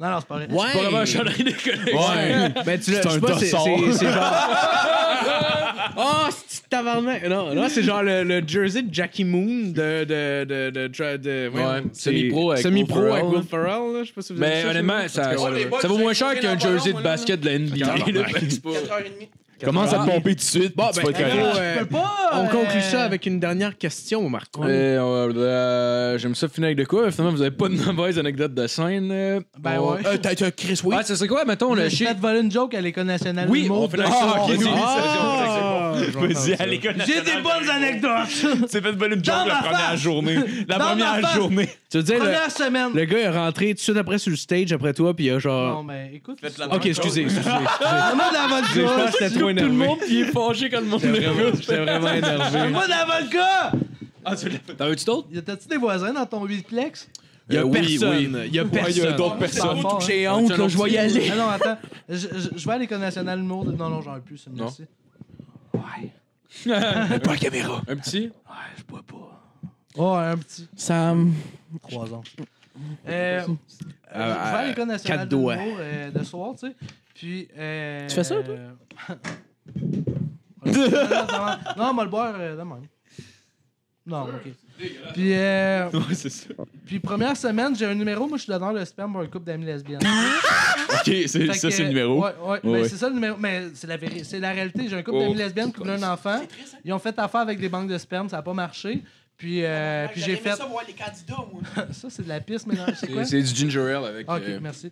[SPEAKER 6] Non, non, c'est pas vrai.
[SPEAKER 3] Ouais.
[SPEAKER 9] Pas vraiment un chandail de collection.
[SPEAKER 3] Ouais. Ben, tu
[SPEAKER 9] C'est
[SPEAKER 3] l'as- je sais
[SPEAKER 9] un
[SPEAKER 3] pas, c'est-
[SPEAKER 9] dossard.
[SPEAKER 3] c'est- c'est genre. Ah, c'est tabarnak. Non, non, c'est genre le, le jersey de Jackie Moon de. de, de, de, de, de-
[SPEAKER 2] Ouais,
[SPEAKER 3] c'est-
[SPEAKER 2] semi-pro avec
[SPEAKER 3] semi-pro
[SPEAKER 2] Will
[SPEAKER 3] avec
[SPEAKER 2] Ferrell.
[SPEAKER 3] Will Ferrell, là. Je sais pas si vous avez vu
[SPEAKER 2] Mais
[SPEAKER 3] ça,
[SPEAKER 2] honnêtement, ça,
[SPEAKER 3] je sais pas.
[SPEAKER 2] ça vaut moins cher qu'un jersey de basket de la
[SPEAKER 4] Ah,
[SPEAKER 2] NBA. là.
[SPEAKER 9] Commence à te pomper tout de suite. Bon,
[SPEAKER 3] ben,
[SPEAKER 6] Ah,
[SPEAKER 3] gros,
[SPEAKER 6] tu
[SPEAKER 3] euh,
[SPEAKER 6] peux pas,
[SPEAKER 3] On
[SPEAKER 6] euh,
[SPEAKER 3] conclut ça avec une dernière question, Marco.
[SPEAKER 2] Et, euh, euh, J'aime ça finir avec de quoi? Finalement, vous avez pas de mauvaise anecdote de scène. euh,
[SPEAKER 6] Ben
[SPEAKER 2] on-
[SPEAKER 6] ouais.
[SPEAKER 2] Euh,
[SPEAKER 5] T'as un Chris Wade.
[SPEAKER 2] Ah, ce serait quoi, mettons, le
[SPEAKER 6] Je vais
[SPEAKER 2] chien?
[SPEAKER 6] te voler une joke à l'École nationale
[SPEAKER 2] Oui,
[SPEAKER 6] du
[SPEAKER 2] on
[SPEAKER 6] monde.
[SPEAKER 2] fait la question.
[SPEAKER 9] ok,
[SPEAKER 2] oui.
[SPEAKER 3] Ah!
[SPEAKER 9] Vas-y, à l'école.
[SPEAKER 6] J'ai des bonnes anecdotes.
[SPEAKER 9] Tu t'es fait voler une
[SPEAKER 6] Dans
[SPEAKER 9] joke la
[SPEAKER 6] ma
[SPEAKER 9] première
[SPEAKER 6] face.
[SPEAKER 9] journée. La
[SPEAKER 6] Dans ma
[SPEAKER 9] première
[SPEAKER 6] face.
[SPEAKER 9] journée.
[SPEAKER 3] Tu veux dire,
[SPEAKER 5] Ah,
[SPEAKER 3] le,
[SPEAKER 6] Première semaine.
[SPEAKER 3] le gars est rentré tout de suite après sur le stage après toi, puis il a
[SPEAKER 6] Non,
[SPEAKER 3] genre.
[SPEAKER 6] mais ben, écoute.
[SPEAKER 3] Ok, excusez, excusez.
[SPEAKER 6] Maman de la bonne
[SPEAKER 3] Je pense
[SPEAKER 6] joke.
[SPEAKER 3] que c'était trop énervé.
[SPEAKER 2] puis il est fâché quand le monde
[SPEAKER 3] J'étais vraiment- j'étais vraiment
[SPEAKER 6] Mais
[SPEAKER 3] énervé.
[SPEAKER 6] Moi, d'avocat!
[SPEAKER 2] T'en veux-tu d'autres?
[SPEAKER 6] Y a-tu des voisins dans ton huitplex?
[SPEAKER 3] Il y a
[SPEAKER 2] Euh, oui,
[SPEAKER 3] personne. Il
[SPEAKER 9] Ouais,
[SPEAKER 3] y a
[SPEAKER 9] Ben il y a
[SPEAKER 3] personne.
[SPEAKER 9] d'autres personnes.
[SPEAKER 6] fort, hein?
[SPEAKER 5] J'ai honte, là, je vais y aller.
[SPEAKER 6] Ah non, attends. Je, je, je vais à l'École nationale Mourde. Non, non, j'en ai plus, c'est merci.
[SPEAKER 2] Un petit?
[SPEAKER 6] Ouais, je bois pas. Oh, un petit.
[SPEAKER 5] Sam.
[SPEAKER 6] Trois ans. Euh, euh, je vais à l'École nationale
[SPEAKER 3] quatre
[SPEAKER 6] de
[SPEAKER 3] doigts.
[SPEAKER 6] l'humour, euh, de soir, tu sais. Puis. Euh,
[SPEAKER 5] Tu fais ça, toi?
[SPEAKER 6] euh, non, on va le boire euh, demain. Non, ok. Puis, euh,
[SPEAKER 3] Ouais, c'est ça.
[SPEAKER 6] puis première semaine, j'ai un numéro. Moi, je suis donneur de sperme pour un couple d'amis lesbiennes.
[SPEAKER 9] Ok, c'est-
[SPEAKER 6] Fait
[SPEAKER 9] ça,
[SPEAKER 6] que,
[SPEAKER 9] c'est le numéro.
[SPEAKER 6] Ouais, ouais, ben,
[SPEAKER 9] ouais.
[SPEAKER 6] C'est ça le numéro. Mais c'est la, véri- c'est la réalité. J'ai un couple d'amis lesbiennes qui voulaient un enfant. Ils ont fait affaire avec des banques de sperme, ça n'a pas marché. Puis, euh, puis j'ai fait.
[SPEAKER 5] voir les candidats, moi.
[SPEAKER 6] Ça, c'est de la piste, mais non, c'est quoi?
[SPEAKER 2] C'est du ginger ale avec.
[SPEAKER 6] Ah, Ok,
[SPEAKER 2] euh,
[SPEAKER 6] merci.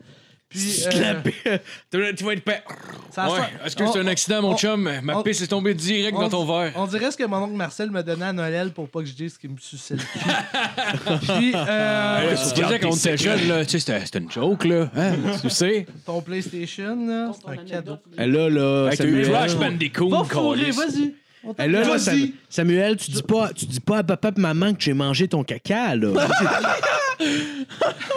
[SPEAKER 6] Puis,
[SPEAKER 3] Tu
[SPEAKER 6] euh,
[SPEAKER 3] la paies. Tu tu vas être payé.
[SPEAKER 6] Ah, ça
[SPEAKER 2] Ouais,
[SPEAKER 6] sort-
[SPEAKER 2] est-ce que c'est
[SPEAKER 6] on-
[SPEAKER 2] un accident, mon
[SPEAKER 6] on-
[SPEAKER 2] chum? Ma
[SPEAKER 6] on-
[SPEAKER 2] pisse est tombée direct dans ton verre.
[SPEAKER 6] On dirait ce que mon oncle Marcel me donnait à Noël pour pas que je dise qu'il me suçait le cul. Puis, euh,
[SPEAKER 2] Tu disais quand on était jeune, là, tu sais, c'était- c'était une joke, là. hein, tu sais?
[SPEAKER 6] ton PlayStation, là, c'est un cadeau.
[SPEAKER 3] Là, là, Samuel.
[SPEAKER 2] Crash Bandicoot,
[SPEAKER 6] Va fourrer,
[SPEAKER 2] câlisse.
[SPEAKER 6] vas-y. On
[SPEAKER 3] Eh, Là, là,
[SPEAKER 6] t'attend.
[SPEAKER 3] Sam- Samuel, tu dis pas, tu dis pas à papa et maman que j'ai mangé ton caca, là.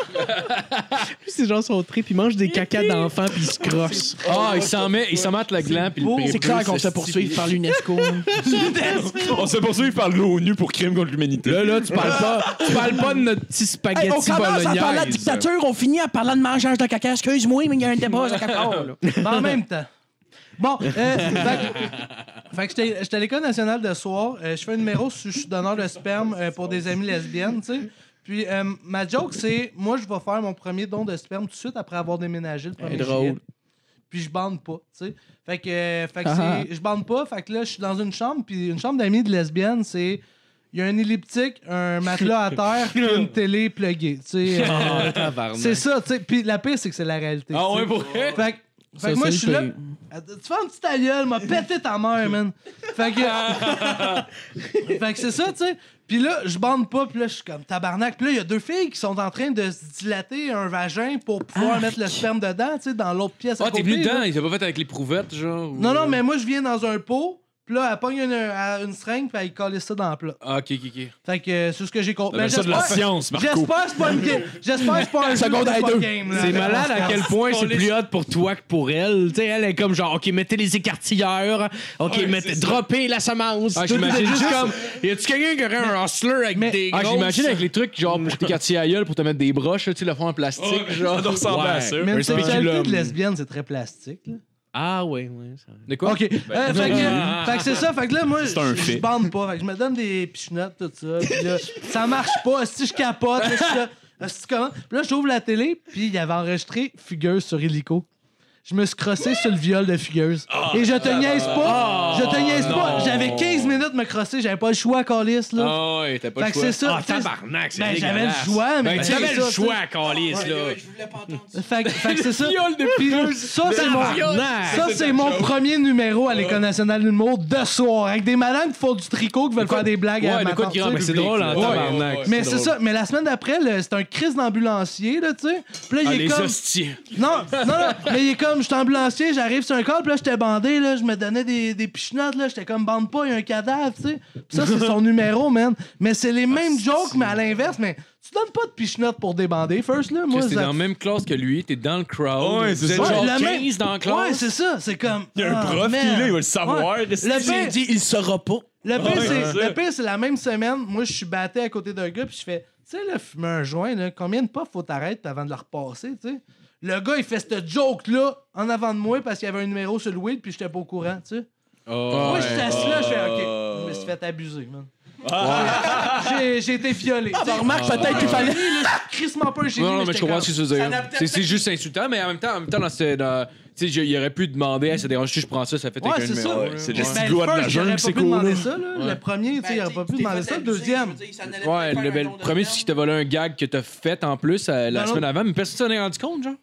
[SPEAKER 3] Plus ces gens sont tripes, ils mangent des cacas d'enfants puis ils se crossent.
[SPEAKER 2] Ah, il s'en met, il s'en met entre la gland puis le
[SPEAKER 5] Oh, C'est clair qu'on se poursuit par l'UNESCO.
[SPEAKER 9] On se poursuit par l'ONU pour crime contre l'humanité.
[SPEAKER 3] Là, là, tu parles pas, tu parles pas de notre petit spaghetti
[SPEAKER 5] Hey, on commence à parler de
[SPEAKER 3] bolognaise.
[SPEAKER 5] dictature, on finit à parler de mangeage de caca. Excuse-moi, mais il y a un débat à caca.
[SPEAKER 6] Mais Ben, en même temps. Bon, euh, fait, que- fait que j'étais- j'étais à l'école nationale de soir. euh, je fais un numéro sur je suis donneur de sperme euh, pour des amis lesbiennes, tu sais. Puis euh, ma joke, c'est moi, je vais faire mon premier don de sperme tout de suite après avoir déménagé le premier
[SPEAKER 3] drôle.
[SPEAKER 6] juillet. Puis je bande pas, tu sais. Fait que, euh, fait que c'est- je bande pas. Fait que là, je suis dans une chambre. Puis une chambre d'amis de lesbiennes, c'est. Il y a un elliptique, un matelas à terre, puis une télé pluguée, tu sais. euh,
[SPEAKER 5] Ah,
[SPEAKER 6] c'est ça, tu sais. Puis la pire, c'est que c'est la réalité.
[SPEAKER 2] Ah
[SPEAKER 6] tu sais.
[SPEAKER 2] ouais, pour vrai?
[SPEAKER 6] Fait que- fait
[SPEAKER 5] Ça,
[SPEAKER 6] que moi,
[SPEAKER 5] c'est
[SPEAKER 6] je suis
[SPEAKER 5] le
[SPEAKER 6] là.
[SPEAKER 5] pays.
[SPEAKER 6] Ah, Tu fais un petit ta gueule, m'a pété ta mère, man. Fait que. fait que c'est ça, tu sais. Puis là, je bande pas, puis là, je suis comme tabarnak. Puis là, il y a deux filles qui sont en train de se dilater un vagin pour
[SPEAKER 5] Ah,
[SPEAKER 6] pouvoir mettre le sperme dedans, tu sais, dans l'autre pièce à
[SPEAKER 2] Ah, t'es
[SPEAKER 6] côté.
[SPEAKER 2] venu
[SPEAKER 6] là.
[SPEAKER 2] dedans, il s'est pas fait avec l'éprouvettes, genre. ou-
[SPEAKER 6] hein. Non, non, mais moi, je viens dans un pot. Puis là, elle pogne une, euh, à- une seringue, puis elle colle ça dans le plat.
[SPEAKER 2] Ah, ok, ok, ok.
[SPEAKER 6] Fait que euh, c'est ce que j'ai compris. Mais
[SPEAKER 9] ça de la
[SPEAKER 6] j'espère-
[SPEAKER 9] science, Marco.
[SPEAKER 6] J'espère que c'est pas une game. J'espère que c'est pas un
[SPEAKER 3] Seconde
[SPEAKER 6] jeu,
[SPEAKER 3] à
[SPEAKER 6] c'est pas
[SPEAKER 3] deux.
[SPEAKER 6] game, là.
[SPEAKER 3] C'est malade à quel point c'est plus hot pour toi que pour elle. Tu sais, elle est comme genre, OK, mettez les écartilleurs. OK, mettez, droppez la semence.
[SPEAKER 2] Ah,
[SPEAKER 3] Tout
[SPEAKER 2] j'imagine
[SPEAKER 3] est
[SPEAKER 2] juste-
[SPEAKER 3] comme, y a-tu quelqu'un qui aurait un hustler avec
[SPEAKER 6] Mais-
[SPEAKER 3] des
[SPEAKER 2] Ah,
[SPEAKER 3] grosses-
[SPEAKER 2] j'imagine avec les trucs, genre, pour tes quartiers à gueule, pour te mettre des broches, là, tu sais, le fond en plastique, genre.
[SPEAKER 9] Ça ressemble
[SPEAKER 3] Ouais.
[SPEAKER 9] à ça.
[SPEAKER 6] Mais une sexualité
[SPEAKER 3] spéculum.
[SPEAKER 6] de lesbienne, c'est très plastique, là.
[SPEAKER 3] Ah, oui, oui. ça-
[SPEAKER 2] De quoi?
[SPEAKER 6] OK. Euh,
[SPEAKER 9] Ben,
[SPEAKER 6] fait que, fait que c'est ça. Fait que là, moi, je- je bande pas. Fait que je me donne des pichenottes, tout ça. Puis là, ça marche pas. Si je capote, là, je suis là. Asti, comment? Puis là, j'ouvre la télé, puis il avait enregistré Fugueuse sur Illico. Je me suis crossé sur le viol de Fugueuse.
[SPEAKER 9] Ah,
[SPEAKER 6] Et je te niaise pas. je te niaise pas. J'avais 15 minutes de me crosser. J'avais pas le choix, Calis, là.
[SPEAKER 2] Ah, ouais, t'as pas
[SPEAKER 6] fait
[SPEAKER 2] le
[SPEAKER 6] que
[SPEAKER 2] choix.
[SPEAKER 6] c'est ça.
[SPEAKER 3] Ah,
[SPEAKER 6] tu sais,
[SPEAKER 3] tabarnak, c'est
[SPEAKER 6] ben, j'avais le
[SPEAKER 3] dégueulasse.
[SPEAKER 6] choix, mais
[SPEAKER 3] Ben,
[SPEAKER 6] c'est
[SPEAKER 3] J'avais
[SPEAKER 6] ça,
[SPEAKER 3] le
[SPEAKER 6] tu sais.
[SPEAKER 3] choix, Calis, là.
[SPEAKER 5] Je voulais pas entendre ça.
[SPEAKER 6] Fait, que- fait que c'est ça. Puis ça, c'est mon,
[SPEAKER 3] Tabarnak.
[SPEAKER 6] ça, c'est mon premier numéro à l'École nationale de l'humour de soir. Avec des madames qui font du tricot, qui veulent faire des blagues à
[SPEAKER 2] Ouais, de
[SPEAKER 6] ma
[SPEAKER 2] quoi
[SPEAKER 6] tante,
[SPEAKER 2] de grand
[SPEAKER 6] tu sais.
[SPEAKER 3] Mais c'est drôle en
[SPEAKER 2] Ouais,
[SPEAKER 3] tabarnak.
[SPEAKER 6] Mais c'est ça. Mais la semaine d'après, le- c'est un crise d'ambulancier, là, tu sais. Puis là,
[SPEAKER 3] Ah,
[SPEAKER 6] il est
[SPEAKER 2] Les
[SPEAKER 6] comme.
[SPEAKER 2] hosties.
[SPEAKER 6] Non, non, non. Mais il est comme, je suis ambulancier, j'arrive sur un col, puis là, j'étais bandé, là, je me donnais des, des pichenottes, là, j'étais comme, bande pas, il y a un cadavre, tu sais. Puis ça, c'est son numéro, man. Mais c'est les mêmes jokes, mais à l'inverse, mais tu donnes pas de pichenottes pour débander, first, là. Moi,
[SPEAKER 2] T'es
[SPEAKER 6] ça-
[SPEAKER 2] dans la même classe que lui, t'es dans le crowd.
[SPEAKER 9] Ouais, c'est
[SPEAKER 2] Vous êtes
[SPEAKER 9] ça.
[SPEAKER 2] genre
[SPEAKER 6] Ouais, la
[SPEAKER 2] 15
[SPEAKER 6] même-
[SPEAKER 2] dans la
[SPEAKER 6] Ouais,
[SPEAKER 2] classe.
[SPEAKER 6] c'est ça, c'est comme.
[SPEAKER 9] Il y a un prof qui est là, il va le savoir.
[SPEAKER 6] ah, Le
[SPEAKER 5] J'ai
[SPEAKER 6] pire,
[SPEAKER 5] dit, il saura pas.
[SPEAKER 6] le pire,
[SPEAKER 9] Ouais,
[SPEAKER 6] c'est-
[SPEAKER 9] c'est ça.
[SPEAKER 6] le pire, c'est la même semaine. Moi, je suis batté à côté d'un gars, puis je fais, tu sais, là, fumer un joint, là, combien de puffs faut t'arrêter avant de le repasser, tu sais? Le gars, il fait cette joke-là en avant de moi parce qu'il y avait un numéro sur le weed, puis j'étais pas au courant, tu sais? Moi, je suis assis là, je fais, OK, je me suis fait abuser, man.
[SPEAKER 9] Ah.
[SPEAKER 6] J'ai- J'ai été violé. tu sais.
[SPEAKER 5] Ah, ben, Remarque, peut-être qu'il fallait.
[SPEAKER 6] Je suis crissement pas un génie,
[SPEAKER 2] Non, non,
[SPEAKER 6] mais
[SPEAKER 2] mais je
[SPEAKER 6] j'étais
[SPEAKER 2] comprends
[SPEAKER 6] comme-
[SPEAKER 2] ce que tu veux dire. C'est- C'est juste insultant, mais en même temps, en même temps, dans ce- dans- tu sais, je- il aurait pu demander, hey, ça dérange tu je prends ça, ça fait
[SPEAKER 6] Ouais,
[SPEAKER 2] quelqu'un
[SPEAKER 6] c'est
[SPEAKER 2] de
[SPEAKER 6] ça.
[SPEAKER 2] meilleur.
[SPEAKER 6] Ouais,
[SPEAKER 9] c'est
[SPEAKER 6] Ben,
[SPEAKER 9] le petit
[SPEAKER 6] le
[SPEAKER 9] doigt de
[SPEAKER 6] first,
[SPEAKER 9] la
[SPEAKER 6] j'aurais
[SPEAKER 9] jungle,
[SPEAKER 6] pas
[SPEAKER 9] c'est
[SPEAKER 6] pu
[SPEAKER 9] cool,
[SPEAKER 6] demander
[SPEAKER 9] là.
[SPEAKER 6] ça, là. Le premier,
[SPEAKER 5] Ben,
[SPEAKER 6] tu sais, il aurait pas pu demander ça. Le deuxième.
[SPEAKER 2] Ouais, le, le premier, c'est qu'il te volait un gag que t'as fait en plus euh, la
[SPEAKER 6] Non, non.
[SPEAKER 2] semaine avant, mais personne s'en est rendu compte, genre.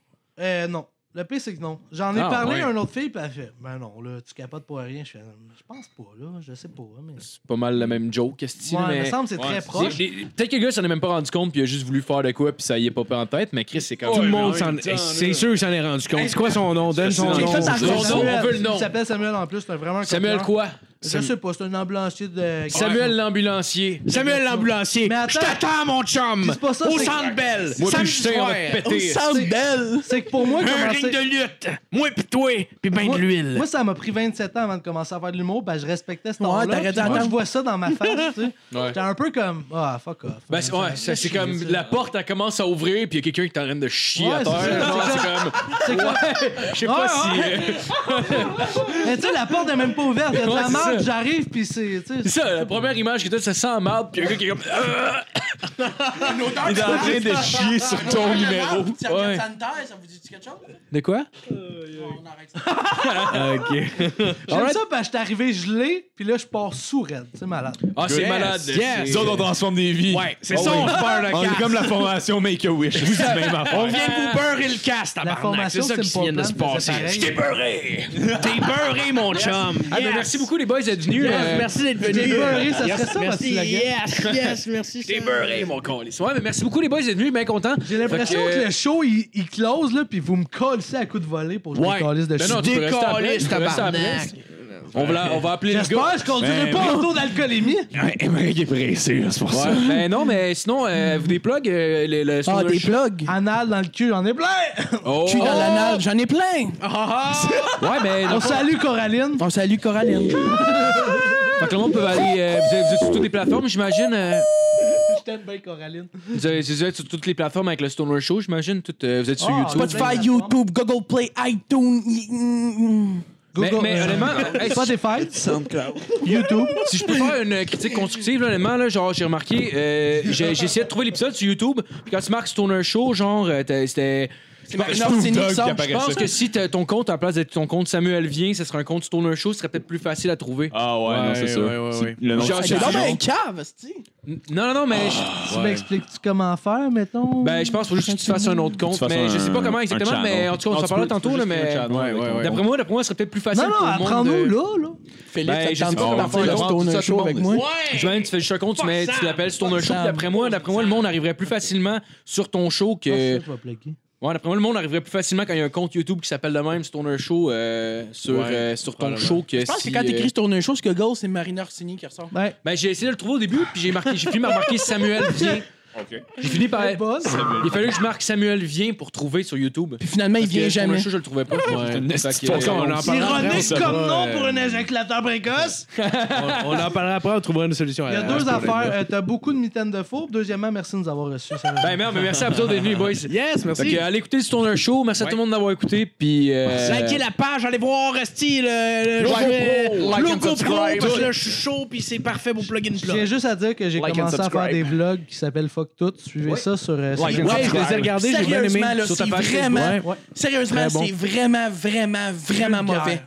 [SPEAKER 6] Euh, non. Le pire, c'est que non. J'en ai
[SPEAKER 2] Ah,
[SPEAKER 6] parlé
[SPEAKER 2] ouais.
[SPEAKER 6] à une autre fille, puis elle fait Ben non, là, tu capotes pour rien. Je fais Je pense pas, là, je sais pas. hein, Mais...
[SPEAKER 2] C'est pas mal le même joke, style,
[SPEAKER 6] Ouais, il me
[SPEAKER 2] mais.
[SPEAKER 6] semble que c'est
[SPEAKER 4] Ouais,
[SPEAKER 6] très
[SPEAKER 4] c'est-
[SPEAKER 6] proche.
[SPEAKER 2] C'est- les- Peut-être que le gars s'en est même pas rendu compte, puis il a juste voulu faire de quoi, puis ça y est pas en tête, mais Chris, c'est quand
[SPEAKER 3] Tout
[SPEAKER 2] même.
[SPEAKER 3] le monde s'en est. C'est sûr qu'il s'en est rendu compte. C'est quoi son nom? Donne son
[SPEAKER 6] Il
[SPEAKER 3] nom.
[SPEAKER 6] fait
[SPEAKER 2] son
[SPEAKER 6] partie de
[SPEAKER 2] nom,
[SPEAKER 6] Samuel.
[SPEAKER 2] on veut le nom.
[SPEAKER 6] Il s'appelle Samuel en plus, c'est vraiment un
[SPEAKER 2] Samuel
[SPEAKER 6] copieur.
[SPEAKER 2] quoi
[SPEAKER 6] Je sais pas, c'est un ambulancier de.
[SPEAKER 2] Samuel l'ambulancier.
[SPEAKER 3] Samuel l'ambulancier.
[SPEAKER 6] Mais attends.
[SPEAKER 3] Je t'attends, mon chum.
[SPEAKER 6] C'est pas ça,
[SPEAKER 3] Au
[SPEAKER 6] c'est-
[SPEAKER 3] centre belle.
[SPEAKER 2] Moi, puis
[SPEAKER 3] Samedi
[SPEAKER 2] Justin, on
[SPEAKER 3] soir.
[SPEAKER 2] va te péter.
[SPEAKER 6] C'est- C'est que pour moi,
[SPEAKER 3] Un
[SPEAKER 6] commencer-
[SPEAKER 3] ring de lutte. Moi, puis toi. Puis ben de
[SPEAKER 6] Moi-
[SPEAKER 3] l'huile.
[SPEAKER 6] Moi, ça m'a pris 27 ans avant de commencer à faire de l'humour. Ben, je respectais ce
[SPEAKER 5] Ouais,
[SPEAKER 6] temps-là.
[SPEAKER 5] t'aurais dû
[SPEAKER 6] Puis Moi,
[SPEAKER 5] attendre.
[SPEAKER 6] je vois ça dans ma face. tu sais. J'étais un peu comme Ah, fuck off.
[SPEAKER 2] Ben, c'est- ouais, ça, c'est comme la porte, elle commence à ouvrir, puis il y a quelqu'un qui est en train de chier
[SPEAKER 6] Ouais,
[SPEAKER 2] à
[SPEAKER 6] c'est
[SPEAKER 2] terre.
[SPEAKER 6] ça,
[SPEAKER 2] Genre,
[SPEAKER 6] c'est
[SPEAKER 2] C'est comme.
[SPEAKER 6] C'est quoi?
[SPEAKER 2] Je sais pas si. euh,
[SPEAKER 6] Mais tu sais, la porte n'est même pas ouverte. Il y a de
[SPEAKER 2] Ouais,
[SPEAKER 6] la
[SPEAKER 2] c'est
[SPEAKER 6] marde,
[SPEAKER 2] ça.
[SPEAKER 6] j'arrive, puis c'est. tu sais,
[SPEAKER 2] C'est ça, la première image que t'as, ça sent la marde, puis il y a un gars qui est comme. euh.
[SPEAKER 9] Il est en train de chier sur
[SPEAKER 5] Ah,
[SPEAKER 9] ton numéro.
[SPEAKER 5] Si on regarde sanitaire, ça vous dit quelque chose? Euh,
[SPEAKER 2] De quoi
[SPEAKER 5] On arrête ça.
[SPEAKER 6] J'aime ça, parce que je suis arrivé gelé, puis là, je pars sous raide. C'est malade.
[SPEAKER 2] Ah, c'est
[SPEAKER 3] Yes,
[SPEAKER 2] malade.
[SPEAKER 3] yes.
[SPEAKER 2] c'est-
[SPEAKER 9] Les autres, on transforme des vies. Ah
[SPEAKER 3] Ouais, c'est
[SPEAKER 4] Ah
[SPEAKER 3] ça, on se beurre le
[SPEAKER 9] On est
[SPEAKER 3] cast.
[SPEAKER 9] comme la formation Make-A-Wish. C'est la même affaire.
[SPEAKER 3] On vient de vous beurrer le cast, tabarnak.
[SPEAKER 6] formation
[SPEAKER 3] C'est ça qui
[SPEAKER 6] Simple
[SPEAKER 3] vient de se
[SPEAKER 6] Plan
[SPEAKER 3] passer.
[SPEAKER 6] faisait pareil.
[SPEAKER 3] Je t'ai beurré. T'es beurré, mon chum.
[SPEAKER 2] Ah, ben,
[SPEAKER 3] Yes.
[SPEAKER 2] merci beaucoup, les boys, d'être venus.
[SPEAKER 3] Yes,
[SPEAKER 2] euh,
[SPEAKER 3] merci d'être
[SPEAKER 6] T'es
[SPEAKER 3] venu.
[SPEAKER 6] beurré, ça serait ça, votre
[SPEAKER 3] merci.
[SPEAKER 6] slogan.
[SPEAKER 3] Yes, yes,
[SPEAKER 5] Merci.
[SPEAKER 3] t'es
[SPEAKER 5] Sam.
[SPEAKER 3] beurré, mon con.
[SPEAKER 2] Ouais, mais merci beaucoup, les boys, d'être venus. Bien content.
[SPEAKER 6] J'ai l'impression
[SPEAKER 2] Fait que-
[SPEAKER 6] que le show, il, il close, là, puis vous me collez à coups de volet pour que je
[SPEAKER 3] Ouais.
[SPEAKER 6] me calisse de
[SPEAKER 2] Ben
[SPEAKER 6] chute.
[SPEAKER 2] non, tu peux rester après, tu peux rester
[SPEAKER 3] tabarnak.
[SPEAKER 2] après. On va, la- on va appeler le gars.
[SPEAKER 6] J'espère que je
[SPEAKER 2] Ben
[SPEAKER 6] conduirai pas en taux d'alcoolémie.
[SPEAKER 9] Émeric est pressé, c'est pour ça.
[SPEAKER 2] Ouais, ben non, mais sinon, euh, vous des plugs, euh, le, le
[SPEAKER 5] Ah,
[SPEAKER 2] sur le
[SPEAKER 5] des
[SPEAKER 2] ch-
[SPEAKER 5] plugs.
[SPEAKER 6] Anal dans le cul, j'en ai plein.
[SPEAKER 2] Oh.
[SPEAKER 5] Cul dans l'anal, j'en ai plein.
[SPEAKER 2] Ouais, ben,
[SPEAKER 6] On
[SPEAKER 2] donc,
[SPEAKER 6] salue Coraline.
[SPEAKER 5] On salue Coraline.
[SPEAKER 2] fait que le monde peut aller. euh, vous êtes vous êtes sur toutes les plateformes, j'imagine. euh,
[SPEAKER 6] Je t'aime bien, Coraline.
[SPEAKER 2] vous, êtes, vous êtes sur toutes les plateformes avec le Stoner Show, j'imagine. toutes, euh, vous êtes sur
[SPEAKER 6] Ah,
[SPEAKER 2] YouTube.
[SPEAKER 5] Spotify, YouTube, Google Play, iTunes. y- mm, mm.
[SPEAKER 2] Mais,
[SPEAKER 6] Google,
[SPEAKER 2] mais
[SPEAKER 6] euh,
[SPEAKER 2] honnêtement, hey, si-
[SPEAKER 6] Spotify, SoundCloud, YouTube.
[SPEAKER 2] si je peux faire une euh, critique constructive, là, honnêtement, là, genre, j'ai remarqué, euh, j'ai j'ai essayé de trouver l'épisode sur YouTube. Puis quand tu marques Stoner Show, genre, euh, t'as- c'était.
[SPEAKER 5] C'est Martin Orsini qui sort.
[SPEAKER 2] Je pense que si t'as ton compte, à la place d'être ton compte Samuel Vien, ce serait un compte Stoner Show, ce serait peut-être plus facile à trouver.
[SPEAKER 9] Ah ouais, non, c'est sûr. Le nom
[SPEAKER 2] Genre,
[SPEAKER 5] Ah,
[SPEAKER 2] c'est-
[SPEAKER 5] C'est dans un cave, hostie.
[SPEAKER 2] N- Non, non, non, mais. Ben, je-
[SPEAKER 6] Tu m'expliques-tu comment faire, mettons?
[SPEAKER 2] Ben, je pense qu'il faut juste que tu fasses un autre compte.
[SPEAKER 9] fasses
[SPEAKER 2] Mais je
[SPEAKER 9] un-
[SPEAKER 2] sais pas comment
[SPEAKER 9] un
[SPEAKER 2] exactement,
[SPEAKER 9] channel. Ah,
[SPEAKER 2] mais en tout cas, on s'en parlera tantôt. Là, mais d'après moi, d'après moi, ce serait peut-être plus facile
[SPEAKER 6] non, non,
[SPEAKER 2] pour le monde. euh,
[SPEAKER 6] apprends-nous,
[SPEAKER 2] de-
[SPEAKER 6] là, là.
[SPEAKER 5] Philippe,
[SPEAKER 2] Ben,
[SPEAKER 5] ça te
[SPEAKER 2] je sais
[SPEAKER 5] tente
[SPEAKER 2] pas
[SPEAKER 5] pas
[SPEAKER 2] comment
[SPEAKER 5] de faire
[SPEAKER 2] faire
[SPEAKER 5] le
[SPEAKER 2] ça,
[SPEAKER 5] Stoner
[SPEAKER 2] ça, tout
[SPEAKER 5] Show
[SPEAKER 2] le
[SPEAKER 5] avec
[SPEAKER 2] monde.
[SPEAKER 5] moi?
[SPEAKER 2] Tu imagines, tu fais juste un compte, tu, mets- tu l'appelles sur ton show.
[SPEAKER 5] Sam.
[SPEAKER 2] puis D'après moi, d'après moi, le monde arriverait plus facilement sur ton show que.
[SPEAKER 6] Je vais plugger.
[SPEAKER 2] Ouais, d'après moi, le monde arriverait plus facilement quand il y a un compte YouTube qui s'appelle le même Stoner Show euh, sur,
[SPEAKER 3] Ouais,
[SPEAKER 2] euh, sur ton
[SPEAKER 3] probablement.
[SPEAKER 2] show que
[SPEAKER 5] Je pense que
[SPEAKER 2] si,
[SPEAKER 5] quand
[SPEAKER 2] euh,
[SPEAKER 5] t'écris Stoner Show, ce que Google, c'est Marina Orsini qui ressort.
[SPEAKER 6] Ben,
[SPEAKER 2] Ben, j'ai essayé de le trouver au début, puis j'ai marqué, j'ai fini par marquer Samuel Vien.
[SPEAKER 4] OK.
[SPEAKER 2] J'ai fini par.
[SPEAKER 6] c'est bon.
[SPEAKER 2] Il fallait que je marque Samuel Vien pour trouver sur YouTube.
[SPEAKER 5] Puis finalement, il
[SPEAKER 2] Parce que
[SPEAKER 5] vient
[SPEAKER 2] sur le
[SPEAKER 5] jamais.
[SPEAKER 2] show, je le trouvais pas.
[SPEAKER 3] Ouais.
[SPEAKER 2] Fait que- euh,
[SPEAKER 9] C'est pour ça, on en
[SPEAKER 6] C'est
[SPEAKER 9] parle.
[SPEAKER 6] ironique
[SPEAKER 9] on
[SPEAKER 6] comme
[SPEAKER 9] saura,
[SPEAKER 6] nom
[SPEAKER 9] euh,
[SPEAKER 6] pour un éjaculateur précoce.
[SPEAKER 3] On en parlera après, on trouvera une solution.
[SPEAKER 6] Il y a deux affaires. Euh, T'as beaucoup de mitaines de faux. Deuxièmement, merci de nous avoir reçus. ça va.
[SPEAKER 2] Ben merde, mais merci à vous autres d'être venus, les boys.
[SPEAKER 3] Yes,
[SPEAKER 2] Fait que,
[SPEAKER 3] merci.
[SPEAKER 2] allez écouter le Stoner Show. Merci à tout le monde d'avoir écouté. Puis. euh,
[SPEAKER 3] Likez la page, allez voir Rusty, le, le
[SPEAKER 9] Logo
[SPEAKER 3] je-
[SPEAKER 9] Pro. Like and
[SPEAKER 3] Logo Pro,
[SPEAKER 9] subscribe.
[SPEAKER 3] parce que là, je suis chaud, puis c'est parfait pour plug and
[SPEAKER 6] Je tiens
[SPEAKER 3] plug.
[SPEAKER 6] juste à dire que j'ai
[SPEAKER 9] Like and
[SPEAKER 6] commencé à faire
[SPEAKER 9] subscribe.
[SPEAKER 6] des vlogs qui s'appellent Fuck Tout. Suivez ça sur. euh, sur
[SPEAKER 9] Like
[SPEAKER 6] YouTube.
[SPEAKER 9] and
[SPEAKER 3] Ouais, je les ai regardés, j'ai bien aimé.
[SPEAKER 5] Sérieusement, là,
[SPEAKER 2] Sur ta
[SPEAKER 5] c'est
[SPEAKER 2] page Facebook.
[SPEAKER 5] vraiment...
[SPEAKER 6] Ouais.
[SPEAKER 5] Sérieusement,
[SPEAKER 3] Très bon.
[SPEAKER 5] c'est vraiment, vraiment, vraiment
[SPEAKER 6] Vulgaire.
[SPEAKER 5] mauvais.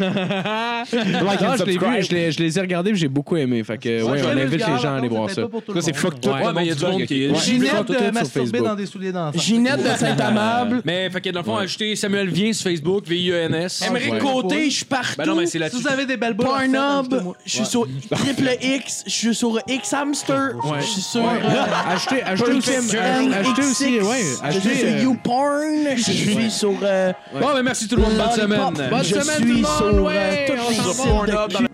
[SPEAKER 3] Like and
[SPEAKER 9] je l'ai vu,
[SPEAKER 3] subscribe.
[SPEAKER 9] je
[SPEAKER 3] Ah, je les, ai regardés, puis j'ai beaucoup aimé. Fait que,
[SPEAKER 6] Ouais,
[SPEAKER 3] ouais, on
[SPEAKER 6] très
[SPEAKER 3] invite
[SPEAKER 6] vulgaire,
[SPEAKER 3] les gens à aller
[SPEAKER 6] par
[SPEAKER 3] voir
[SPEAKER 6] contre,
[SPEAKER 3] ça.
[SPEAKER 6] peut-être pas pour tout le
[SPEAKER 9] c'est
[SPEAKER 6] monde,
[SPEAKER 9] fuck tout.
[SPEAKER 6] mais-
[SPEAKER 2] Ouais, mais il y a du monde qui.
[SPEAKER 6] Ginette
[SPEAKER 3] Fuck Tout
[SPEAKER 6] de
[SPEAKER 3] sur
[SPEAKER 6] masturber
[SPEAKER 3] Facebook.
[SPEAKER 6] dans des souliers d'enfant.
[SPEAKER 5] Ginette de Saint-Amable,
[SPEAKER 2] Mais, fait que, dans le fond, ajoutez Samuel Vien sur Facebook, E V-I-E-N-S.
[SPEAKER 5] Émeric
[SPEAKER 6] ouais.
[SPEAKER 5] Côté, je suis partout.
[SPEAKER 2] Ben non, mais c'est
[SPEAKER 6] Si
[SPEAKER 2] là-dessus.
[SPEAKER 6] vous avez des belles boules,
[SPEAKER 5] Pornhub, je suis sur Triple X, je suis sur X Hamster, je suis sur euh,
[SPEAKER 3] Achetez, achetez aussi, achetez aussi, ouais,
[SPEAKER 5] je suis sur
[SPEAKER 3] achetez. euh,
[SPEAKER 5] YouPorn, je suis sur euh,
[SPEAKER 2] Bon, ben merci tout le monde. Bonne
[SPEAKER 5] Lollipop,
[SPEAKER 2] semaine.
[SPEAKER 5] je suis sur euh, tous les sites de cul.